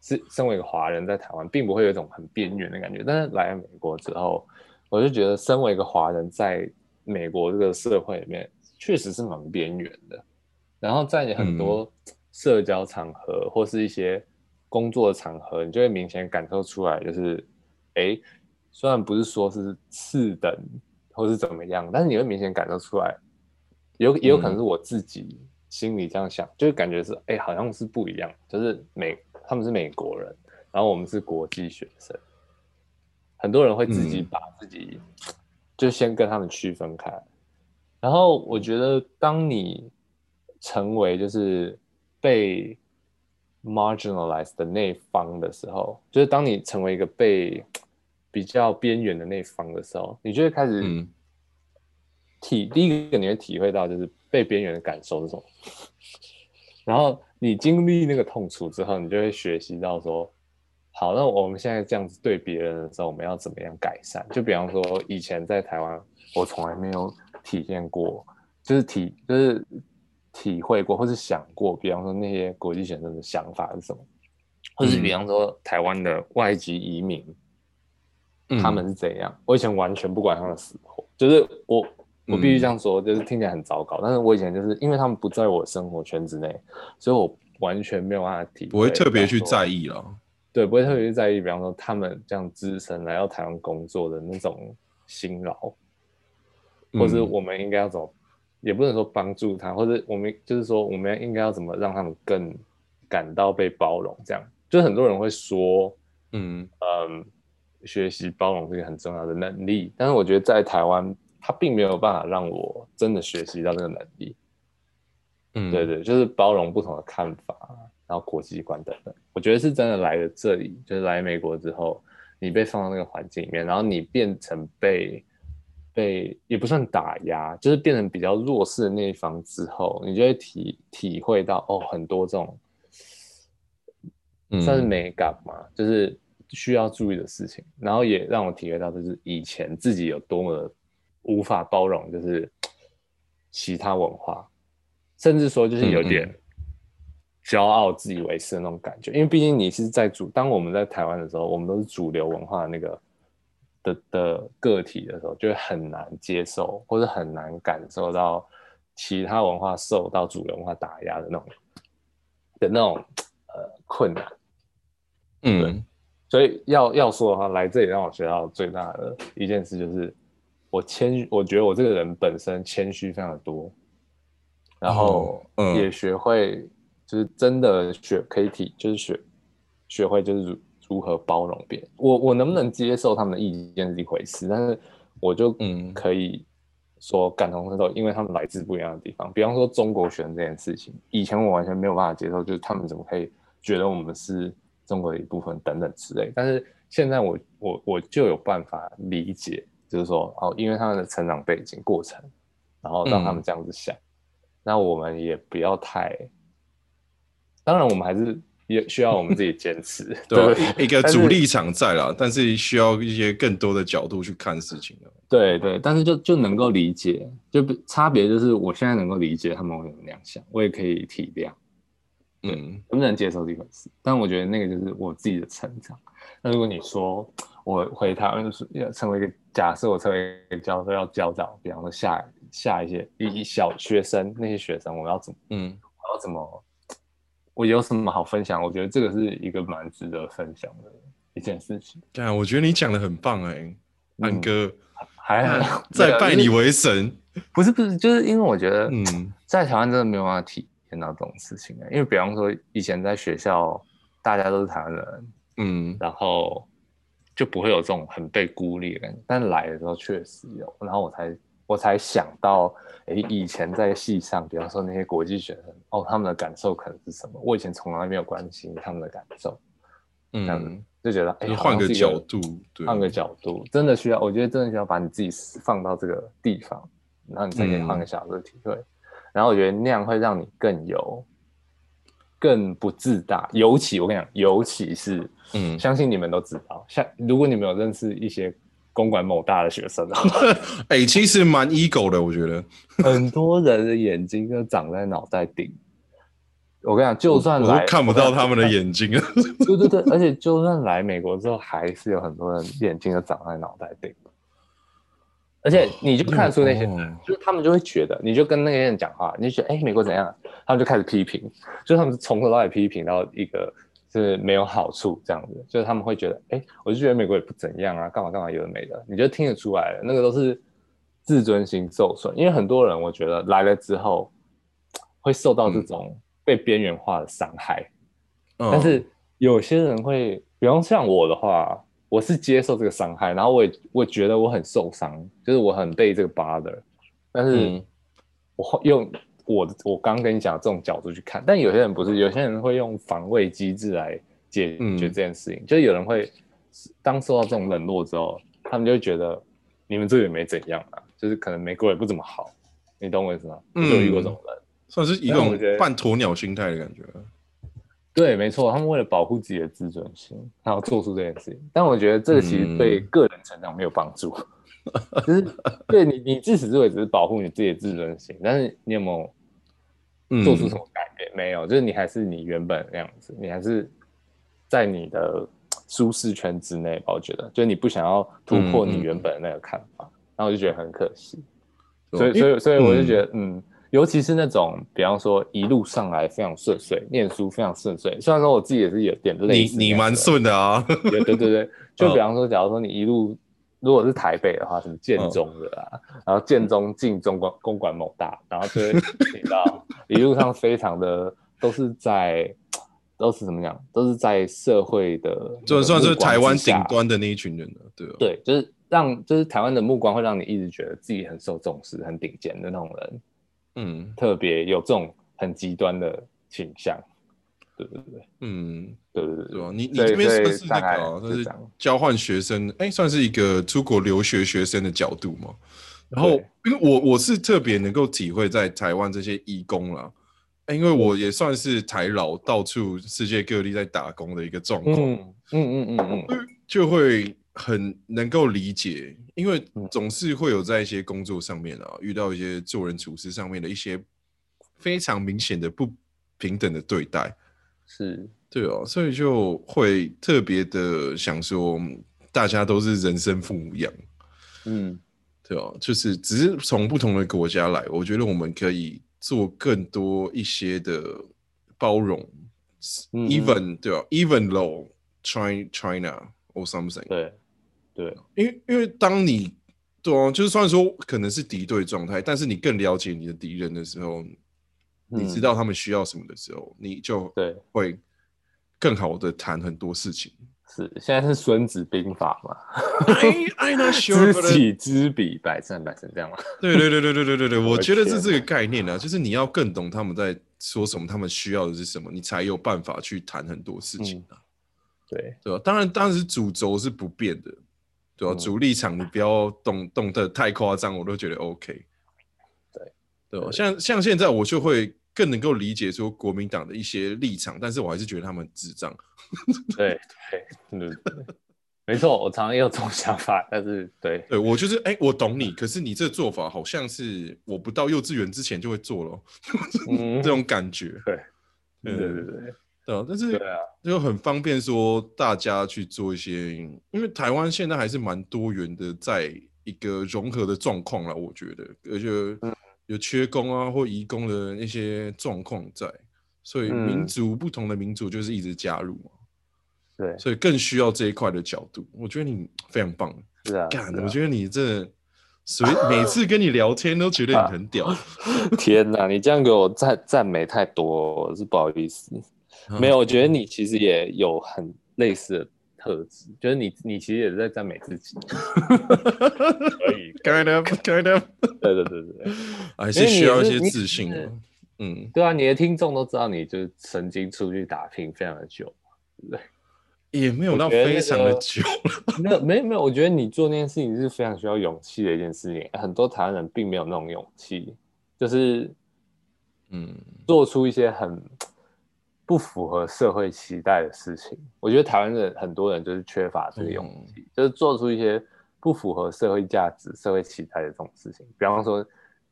Speaker 1: 是身为一个华人在台湾，并不会有一种很边缘的感觉。但是来了美国之后，我就觉得身为一个华人在美国这个社会里面，确实是蛮边缘的。然后在你很多社交场合、或是一些工作场合，你就会明显感受出来，就是哎，虽然不是说是次等或是怎么样，但是你会明显感受出来，有也有可能是我自己心里这样想，就是感觉是哎、好像是不一样，就是美他们是美国人，然后我们是国际学生，很多人会自己
Speaker 2: 嗯
Speaker 1: 把自己、就先跟他们区分开，然后我觉得当你成为就是被 marginalized 的那一方的时候，就是当你成为一个被比较边缘的那一方的时候，你就会开始
Speaker 2: 嗯
Speaker 1: 体第一个你会体会到就是被边缘的感受是什么，然后你经历那个痛楚之后，你就会学习到说，好，那我们现在这样子对别人的时候，我们要怎么样改善？就比方说以前在台湾，我从来没有体验过，就是体就是体会过或是想过，比方说那些国际学生的想法是什么，或是比方说台湾的外籍移民。
Speaker 2: 嗯
Speaker 1: 他们是怎样。我以前完全不管他们死活，就是我我
Speaker 2: 嗯
Speaker 1: 必须这样说，就是听起来很糟糕，但是我以前就是因为他们不在我生活圈之内，所以我完全没有办法体会，
Speaker 2: 不会特别去在
Speaker 1: 意，
Speaker 2: 意了。
Speaker 1: 对，不会特别去在意，比方说他们这样资深来到台湾工作的那种辛劳，或是
Speaker 2: 嗯
Speaker 1: 我们应该要怎么，也不能说帮助他，或者我们就是说我们应该要怎么让他们更感到被包容，这样。就是很多人会说，
Speaker 2: 嗯
Speaker 1: 嗯，学习包容是一个很重要的能力，但是我觉得在台湾，它并没有办法让我真的学习到这个能力。
Speaker 2: 嗯，
Speaker 1: 对对，就是包容不同的看法，然后国际观等等。我觉得是真的来了这里，就是来美国之后，你被放到那个环境里面，然后你变成被被也不算打压，就是变成比较弱势的那一方之后，你就会体体会到哦，很多这种
Speaker 2: 嗯
Speaker 1: 算是美感嘛，就是需要注意的事情，然后也让我体会到，就是以前自己有多么的无法包容，就是其他文化，甚至说就是有点骄傲、自以为是的那种感觉。因为毕竟你是在主，当我们在台湾的时候，我们都是主流文化的那个的的个体的时候，就会很难接受，或者很难感受到其他文化受到主流文化打压的那种的那种呃困难。
Speaker 2: 嗯
Speaker 1: 所以要要说的话，来这里让我学到最大的一件事就是，我谦，我觉得我这个人本身谦虚非常的多，然后
Speaker 2: 哦嗯
Speaker 1: 也学会就是真的学可以体，就是学学会就是如如何包容别人。我我能不能接受他们的意见是一回事，但是我就
Speaker 2: 嗯
Speaker 1: 可以说感同身受，因为他们来自不一样的地方。比方说中国学生这件事情，以前我完全没有办法接受，就是他们怎么可以觉得我们是中国的一部分等等之类。但是现在我我我就有办法理解，就是说哦，因为他们的成长背景过程，然后让他们这样子想，那我们也不要太，当然我们还是。也需要我们自己坚持，
Speaker 2: 对
Speaker 1: 不
Speaker 2: 啊，一一个
Speaker 1: 但是
Speaker 2: 主力场在啦，但是需要一些更多的角度去看事情啊了。
Speaker 1: 对对，但是就就能够理解，就不差别就是我现在能够理解他们为什么那样想，我也可以体谅，
Speaker 2: 嗯
Speaker 1: 能不能接受这回事？但我觉得那个就是我自己的成长。那如果你说我回台湾就是要成为一个假设，我成为一个教授要教导，比方说下下一些一一小学生那些学生，我要怎么
Speaker 2: 嗯
Speaker 1: 我要怎么，我有什么好分享？我觉得这个是一个蛮值得分享的一件事情。
Speaker 2: 干，我觉得你讲的很棒哎、安哥，
Speaker 1: 还好
Speaker 2: 再拜你
Speaker 1: 为
Speaker 2: 为神。
Speaker 1: 不是不是，就是因为我觉得嗯。
Speaker 2: 嗯
Speaker 1: 在台湾真的没有办法体验到这种事情欸的，因为比方说以前在学校，大家都是台湾人，
Speaker 2: 嗯
Speaker 1: 然后就不会有这种很被孤立的感觉。但来的时候确实有，然后我才我才想到，诶，以前在系上，比方说那些国际学生，哦，他们的感受可能是什么？我以前从来没有关心他们的感受，这样子、
Speaker 2: 嗯，
Speaker 1: 就觉得，诶，
Speaker 2: 就
Speaker 1: 好
Speaker 2: 换
Speaker 1: 像
Speaker 2: 个
Speaker 1: 是一
Speaker 2: 角度，对，
Speaker 1: 换个角度，真的需要，我觉得真的需要把你自己放到这个地方，然后你才可以
Speaker 2: 嗯
Speaker 1: 换个角度体会。然后我觉得那样会让你更有、更不自大。尤其我跟你讲，尤其是，
Speaker 2: 嗯
Speaker 1: 相信你们都知道，像如果你们有认识一些公馆某大的学生的话，
Speaker 2: 哎、其实蛮 ego 的，我觉得。
Speaker 1: 很多人的眼睛就长在脑袋顶。我跟你讲，就算
Speaker 2: 我
Speaker 1: 来
Speaker 2: 都看不到他们的
Speaker 1: 眼。
Speaker 2: 眼睛了。
Speaker 1: 对对对，而且就算来美国之后，还是有很多人眼睛都长在脑袋顶，而且你就看得 出那些人，
Speaker 2: 哦
Speaker 1: 就是他们就会觉得，你就跟那些人讲话，你就觉得哎、美国怎样啊，他们就开始批评，就是他们从头到尾批评到一个是没有好处这样子，就是他们会觉得哎、我就觉得美国也不怎样啊，干嘛干嘛有的没的，你就听得出来了，那个都是自尊心受损，因为很多人我觉得来了之后会受到这种被边缘化的伤害。
Speaker 2: 嗯
Speaker 1: 但是有些人会，比方像我的话，我是接受这个伤害，然后我也我觉得我很受伤，就是我很被这个 bother，但是
Speaker 2: 嗯
Speaker 1: 我会用我我刚跟你讲的这种角度去看，但有些人不是，有些人会用防卫机制来解
Speaker 2: 嗯
Speaker 1: 决这件事情，就是有人会当受到这种冷落之后，他们就会觉得你们这个也没怎样啊，就是可能美国也不怎么好，你懂我意思吗？我
Speaker 2: 嗯
Speaker 1: 就有遇过这种人。
Speaker 2: 算是一
Speaker 1: 但
Speaker 2: 种
Speaker 1: 我觉得
Speaker 2: 半鸵鸟心态的感觉。
Speaker 1: 对，没错，他们为了保护自己的自尊心，然后做出这件事情。但我觉得这个其实对
Speaker 2: 嗯
Speaker 1: 个人成长没有帮助，就是对你，你自始至终只是保护你自己的自尊心，但是你有没有
Speaker 2: 嗯，
Speaker 1: 做出什么改变？没有，就是你还是你原本那样子，你还是在你的舒适圈之内吧。我觉得，就是你不想要突
Speaker 2: 嗯
Speaker 1: 破你原本的那个看法，然后我就觉得很可惜。
Speaker 2: 对
Speaker 1: 所以，
Speaker 2: 因
Speaker 1: 所
Speaker 2: 为
Speaker 1: 以，所以我就
Speaker 2: 嗯
Speaker 1: 觉得，嗯，尤其是那种，比方说一路上来非常顺遂，念书非常顺遂。虽然说我自己也是有点累，
Speaker 2: 你你蛮，顺嗯的啊。
Speaker 1: 对对对 对。就比方说，假如说你一路如果是台北的话，
Speaker 2: 嗯
Speaker 1: 什么建中的啊，然后建中进中管公管某大，然后就会你知 道一路上非常的都是在都是怎么讲，都是在社会的
Speaker 2: 就算是
Speaker 1: 目光
Speaker 2: 台湾
Speaker 1: 之下
Speaker 2: 顶端的那一群人了，对啊，
Speaker 1: 对，就是让就是台湾的目光会让你一直觉得自己很受重视、很顶尖的那种人。
Speaker 2: 嗯
Speaker 1: 特别有这种很极端的倾向，对对对
Speaker 2: 嗯，
Speaker 1: 对对
Speaker 2: 对
Speaker 1: 对
Speaker 2: 吧、你你
Speaker 1: 对
Speaker 2: 这边
Speaker 1: 所以
Speaker 2: 算是
Speaker 1: 大
Speaker 2: 那个、
Speaker 1: 概
Speaker 2: 啊，算
Speaker 1: 是
Speaker 2: 是
Speaker 1: 这样
Speaker 2: 交换学生，哎、算是一个出国留学学生的角度嘛。然后
Speaker 1: 对，
Speaker 2: 因为我我是特别能够体会在台湾这些义工啦，诶因为
Speaker 1: 嗯
Speaker 2: 我也算是台老到处世界各地在打工的一个状况，
Speaker 1: 嗯嗯嗯嗯嗯，
Speaker 2: 就会很能够理解，因为
Speaker 1: 嗯
Speaker 2: 总是会有在一些工作上面啊，遇到一些做人处事上面的一些非常明显的不平等的对待。
Speaker 1: 是
Speaker 2: 对哦，所以就会特别的想说，嗯大家都是人生父母养，
Speaker 1: 嗯
Speaker 2: 对哦，就是只是从不同的国家来，我觉得我们可以做更多一些的包容、
Speaker 1: 嗯
Speaker 2: e v e n 对哦，even though China China or something，
Speaker 1: 对对
Speaker 2: 因为因为当你对哦，就是虽然说可能是敌对状态，但是你更了解你的敌人的时候，你
Speaker 1: 嗯
Speaker 2: 知道他们需要什么的时候，你就
Speaker 1: 对
Speaker 2: 会更好的谈很多事情。
Speaker 1: 是，现在是《孙子兵法》嘛，
Speaker 2: I I not
Speaker 1: 知
Speaker 2: sure，but-
Speaker 1: 己知彼，百战百胜这样嘛，
Speaker 2: 对对对对对对对对，我
Speaker 1: 的
Speaker 2: 觉得
Speaker 1: 天
Speaker 2: 这是个概念啊，就是你要更懂他们在说什么，他们需要的是什么，你才有办法去谈很多事情啊，
Speaker 1: 对
Speaker 2: 对吧、当然，当然是主轴是不变的，对吧、
Speaker 1: 嗯
Speaker 2: 主立场你不要动动的太夸张，我都觉得 OK。
Speaker 1: 对
Speaker 2: 对吧、
Speaker 1: 对
Speaker 2: 像像现在我就会更能够理解说国民党的一些立场，但是我还是觉得他们很智障。
Speaker 1: 对对对对，没错，我常常也有这种想法，但是对
Speaker 2: 对我就是哎、我懂你，可是你这做法好像是我不到幼稚园之前就会做了，哦
Speaker 1: 嗯
Speaker 2: 这种感觉。嗯
Speaker 1: 对对对对
Speaker 2: 对啊，但是
Speaker 1: 对啊，
Speaker 2: 就很方便说大家去做一些，因为台湾现在还是蛮多元的，在一个融合的状况了，我觉得，而
Speaker 1: 嗯
Speaker 2: 且有缺工啊或移工的那些状况在，所以
Speaker 1: 嗯
Speaker 2: 民族、不同的民族就是一直加入嘛，
Speaker 1: 对
Speaker 2: 所以更需要这一块的角度。我觉得你非常棒，
Speaker 1: 是啊，
Speaker 2: 干，
Speaker 1: 是啊
Speaker 2: 我觉得 你这所以每次跟你聊天都觉得你很屌，
Speaker 1: 天哪，你这样给我赞赞美太多了，是不好意思。
Speaker 2: 啊
Speaker 1: 没有，我觉得你其实也有很类似的特质，就是你你其实也是在赞美自己。 可以，
Speaker 2: ，kind of kind of，
Speaker 1: 对对对对对，
Speaker 2: 还
Speaker 1: 因
Speaker 2: 是
Speaker 1: 为你
Speaker 2: 需要一
Speaker 1: 是
Speaker 2: 些
Speaker 1: 你
Speaker 2: 自信
Speaker 1: 是
Speaker 2: 啊，嗯。
Speaker 1: 对啊，你的听众都知道你就是曾经出去打拼非常的久。
Speaker 2: 也没有
Speaker 1: 我
Speaker 2: 到
Speaker 1: 觉得
Speaker 2: 非
Speaker 1: 那
Speaker 2: 常的
Speaker 1: 个
Speaker 2: 久，
Speaker 1: 没有没有没有，我觉得你做那件事情是非常需要勇气的一件事情，很多台湾人并没有那种勇气，就是
Speaker 2: 嗯，
Speaker 1: 做出一些很不符合社会期待的事情。我觉得台湾人很多人就是缺乏这个勇气，就是做出一些不符合社会价值、社会期待的这种事情。比方说，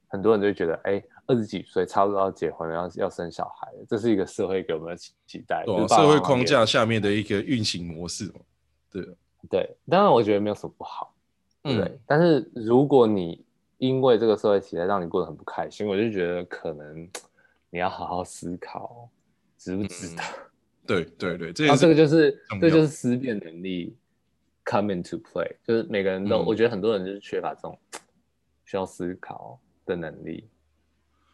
Speaker 1: 很多人就会觉得，哎、二十几岁差不多要结婚了，要要生小孩了，这是一个社会给我们的期期待，
Speaker 2: 对
Speaker 1: 就是
Speaker 2: 啊、
Speaker 1: 爸爸
Speaker 2: 社
Speaker 1: 妈
Speaker 2: 会
Speaker 1: 妈
Speaker 2: 框
Speaker 1: 给
Speaker 2: 架下面的一个运行模式嘛，对啊，
Speaker 1: 对，当然我觉得没有什么不好，对不对。
Speaker 2: 嗯
Speaker 1: 但是如果你因为这个社会期待让你过得很不开心，我就觉得可能你要好好思考，哦值不
Speaker 2: 嗯
Speaker 1: 值得。
Speaker 2: 对对对，这
Speaker 1: 然
Speaker 2: 也
Speaker 1: 后这个
Speaker 2: 是
Speaker 1: 就是
Speaker 2: 重要
Speaker 1: 这就是思辨能力 come into play，就是每个人都，
Speaker 2: 嗯
Speaker 1: 我觉得很多人就是缺乏这种需要思考的能力，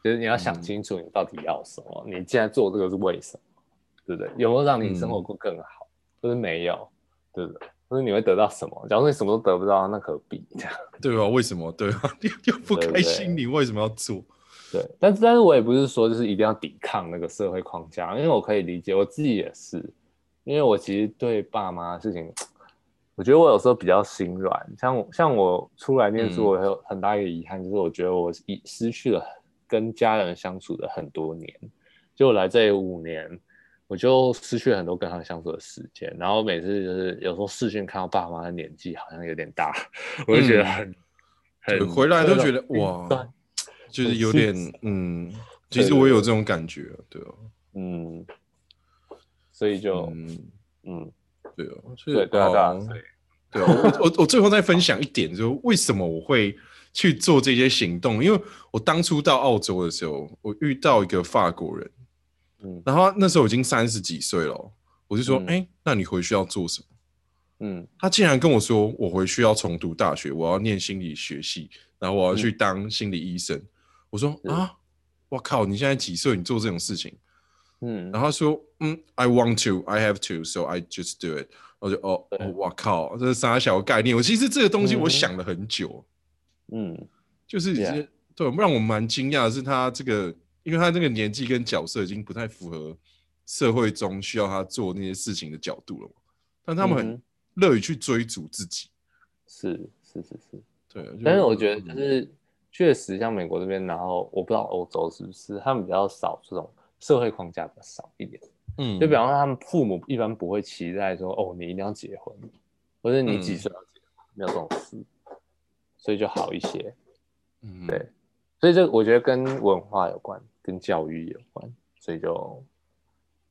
Speaker 1: 就是你要想
Speaker 2: 嗯
Speaker 1: 清楚你到底要什么，你现在做这个是为什么，对不对？有没有
Speaker 2: 嗯
Speaker 1: 让你生活过更好？就是没有，对不对？就是你会得到什么？假如说你什么都得不到，那何必？
Speaker 2: 对啊，为什么对啊？ 你又不
Speaker 1: 对不
Speaker 2: 开心，
Speaker 1: 对
Speaker 2: 你为什么要做？
Speaker 1: 对，但是但是我也不是说就是一定要抵抗那个社会框架，因为我可以理解，我自己也是，因为我其实对爸妈的事情，我觉得我有时候比较心软，像我像我出来念
Speaker 2: 嗯
Speaker 1: 书，我有很大一个遗憾，就是我觉得我已失去了跟家人相处的很多年，就我来这里五年，我就失去了很多跟他们相处的时间，然后每次就是有时候视讯看到爸妈的年纪好像有点大， 我就觉得
Speaker 2: 嗯
Speaker 1: 很、
Speaker 2: 对，
Speaker 1: 很
Speaker 2: 回来都
Speaker 1: 那种
Speaker 2: 觉
Speaker 1: 心
Speaker 2: 得
Speaker 1: 酸
Speaker 2: 哇，就是
Speaker 1: 很
Speaker 2: 有
Speaker 1: 心
Speaker 2: 点
Speaker 1: 酸
Speaker 2: 嗯，
Speaker 1: 对
Speaker 2: 其实
Speaker 1: 对
Speaker 2: 我有
Speaker 1: 对
Speaker 2: 这种感觉，对啊，
Speaker 1: 嗯，所以就
Speaker 2: 嗯，
Speaker 1: 嗯，
Speaker 2: 对啊，所以
Speaker 1: 对对啊对啊，
Speaker 2: 哦
Speaker 1: 所以
Speaker 2: 对啊，我我我最后再分享一点，就是为什么我会去做这些行动，因为我当初到澳洲的时候，我遇到一个法国人，
Speaker 1: 嗯
Speaker 2: 然后他那时候已经三十几岁了哦，我就说，
Speaker 1: 嗯
Speaker 2: 哎、那你回去要做什么？
Speaker 1: 嗯
Speaker 2: 他竟然跟我说，我回去要重读大学，我要念心理学系，然后我要去
Speaker 1: 嗯
Speaker 2: 当心理医生。我说
Speaker 1: 是
Speaker 2: 啊，我靠，你现在几岁？你做这种事情？
Speaker 1: 嗯，
Speaker 2: 然后他说，嗯，I want to, I have to, so I just do it。我就哦，
Speaker 1: 对
Speaker 2: 哦我、靠，这是啥小概念？我其实这个东西
Speaker 1: 嗯哼
Speaker 2: 我想了很久，
Speaker 1: 嗯
Speaker 2: 就是
Speaker 1: Yeah
Speaker 2: 对，让我蛮惊讶的是他这个，因因为他这个年纪跟角色已经不太符合社会中需要他做那些事情的角度了嘛。但他们
Speaker 3: 嗯
Speaker 2: 很
Speaker 3: 哼
Speaker 2: 乐于去追逐自己，
Speaker 1: 是是是是，
Speaker 2: 对啊。就
Speaker 1: 但是我觉得就是确实像美国这边，然后我不知道欧洲是不是他们比较少这种社会框架比较少一点，
Speaker 2: 嗯，
Speaker 1: 就比方说他们父母一般不会期待说哦你一定要结婚，或者你几
Speaker 2: 嗯
Speaker 1: 岁要结婚，没有这种事，所以就好一些。
Speaker 2: 嗯
Speaker 1: 对所以这我觉得跟文化有关，跟教育有关，所以就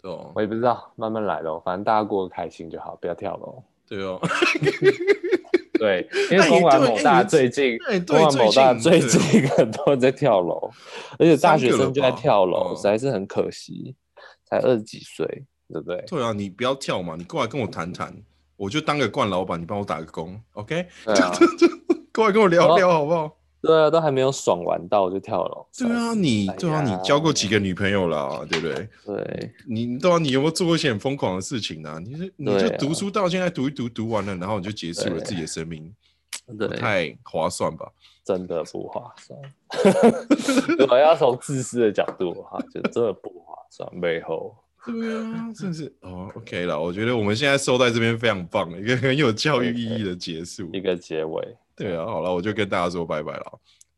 Speaker 2: 对哦
Speaker 1: 我也不知道，慢慢来咯，反正大家过得开心就好，不要跳楼。
Speaker 2: 对哦。
Speaker 1: 对，因为公馆某大最近，
Speaker 2: 哎你对
Speaker 1: 公
Speaker 2: 哎
Speaker 1: 馆
Speaker 2: 你
Speaker 1: 某大最
Speaker 2: 对最近
Speaker 1: 近 很多人在跳楼，而且大学生就在跳
Speaker 2: 三个了
Speaker 1: 楼，
Speaker 2: 吧
Speaker 1: 实在是很可惜，才二十几岁，对不对？
Speaker 2: 对啊，你不要跳嘛，你过来跟我谈谈，我就当个惯老板，你帮我打个工，OK？
Speaker 1: 对啊
Speaker 2: 过来跟我聊聊好不好？
Speaker 1: 对啊，都还没有爽玩到就跳楼。
Speaker 2: 对啊，
Speaker 1: 哎
Speaker 2: 你对啊，你交过几个女朋友啦，对不对？
Speaker 1: 对，
Speaker 2: 你对啊，你有没有做过一些很疯狂的事情呢、你是你就
Speaker 1: 对啊
Speaker 2: 读书到现在读一读，读完了，然后你就结束了
Speaker 1: 对
Speaker 2: 自己的生命，不
Speaker 1: 对，
Speaker 2: 太划算吧？
Speaker 1: 真的不划算。 如果要从自私的角度的话，就真的不划算。背后
Speaker 2: 对啊，真是哦，OK 了。我觉得我们现在收在这边非常棒，一个很有教育意义的结束
Speaker 1: 一。个结尾，
Speaker 2: 对啊，好了，我就跟大家说拜拜了，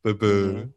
Speaker 2: 拜拜。
Speaker 1: 嗯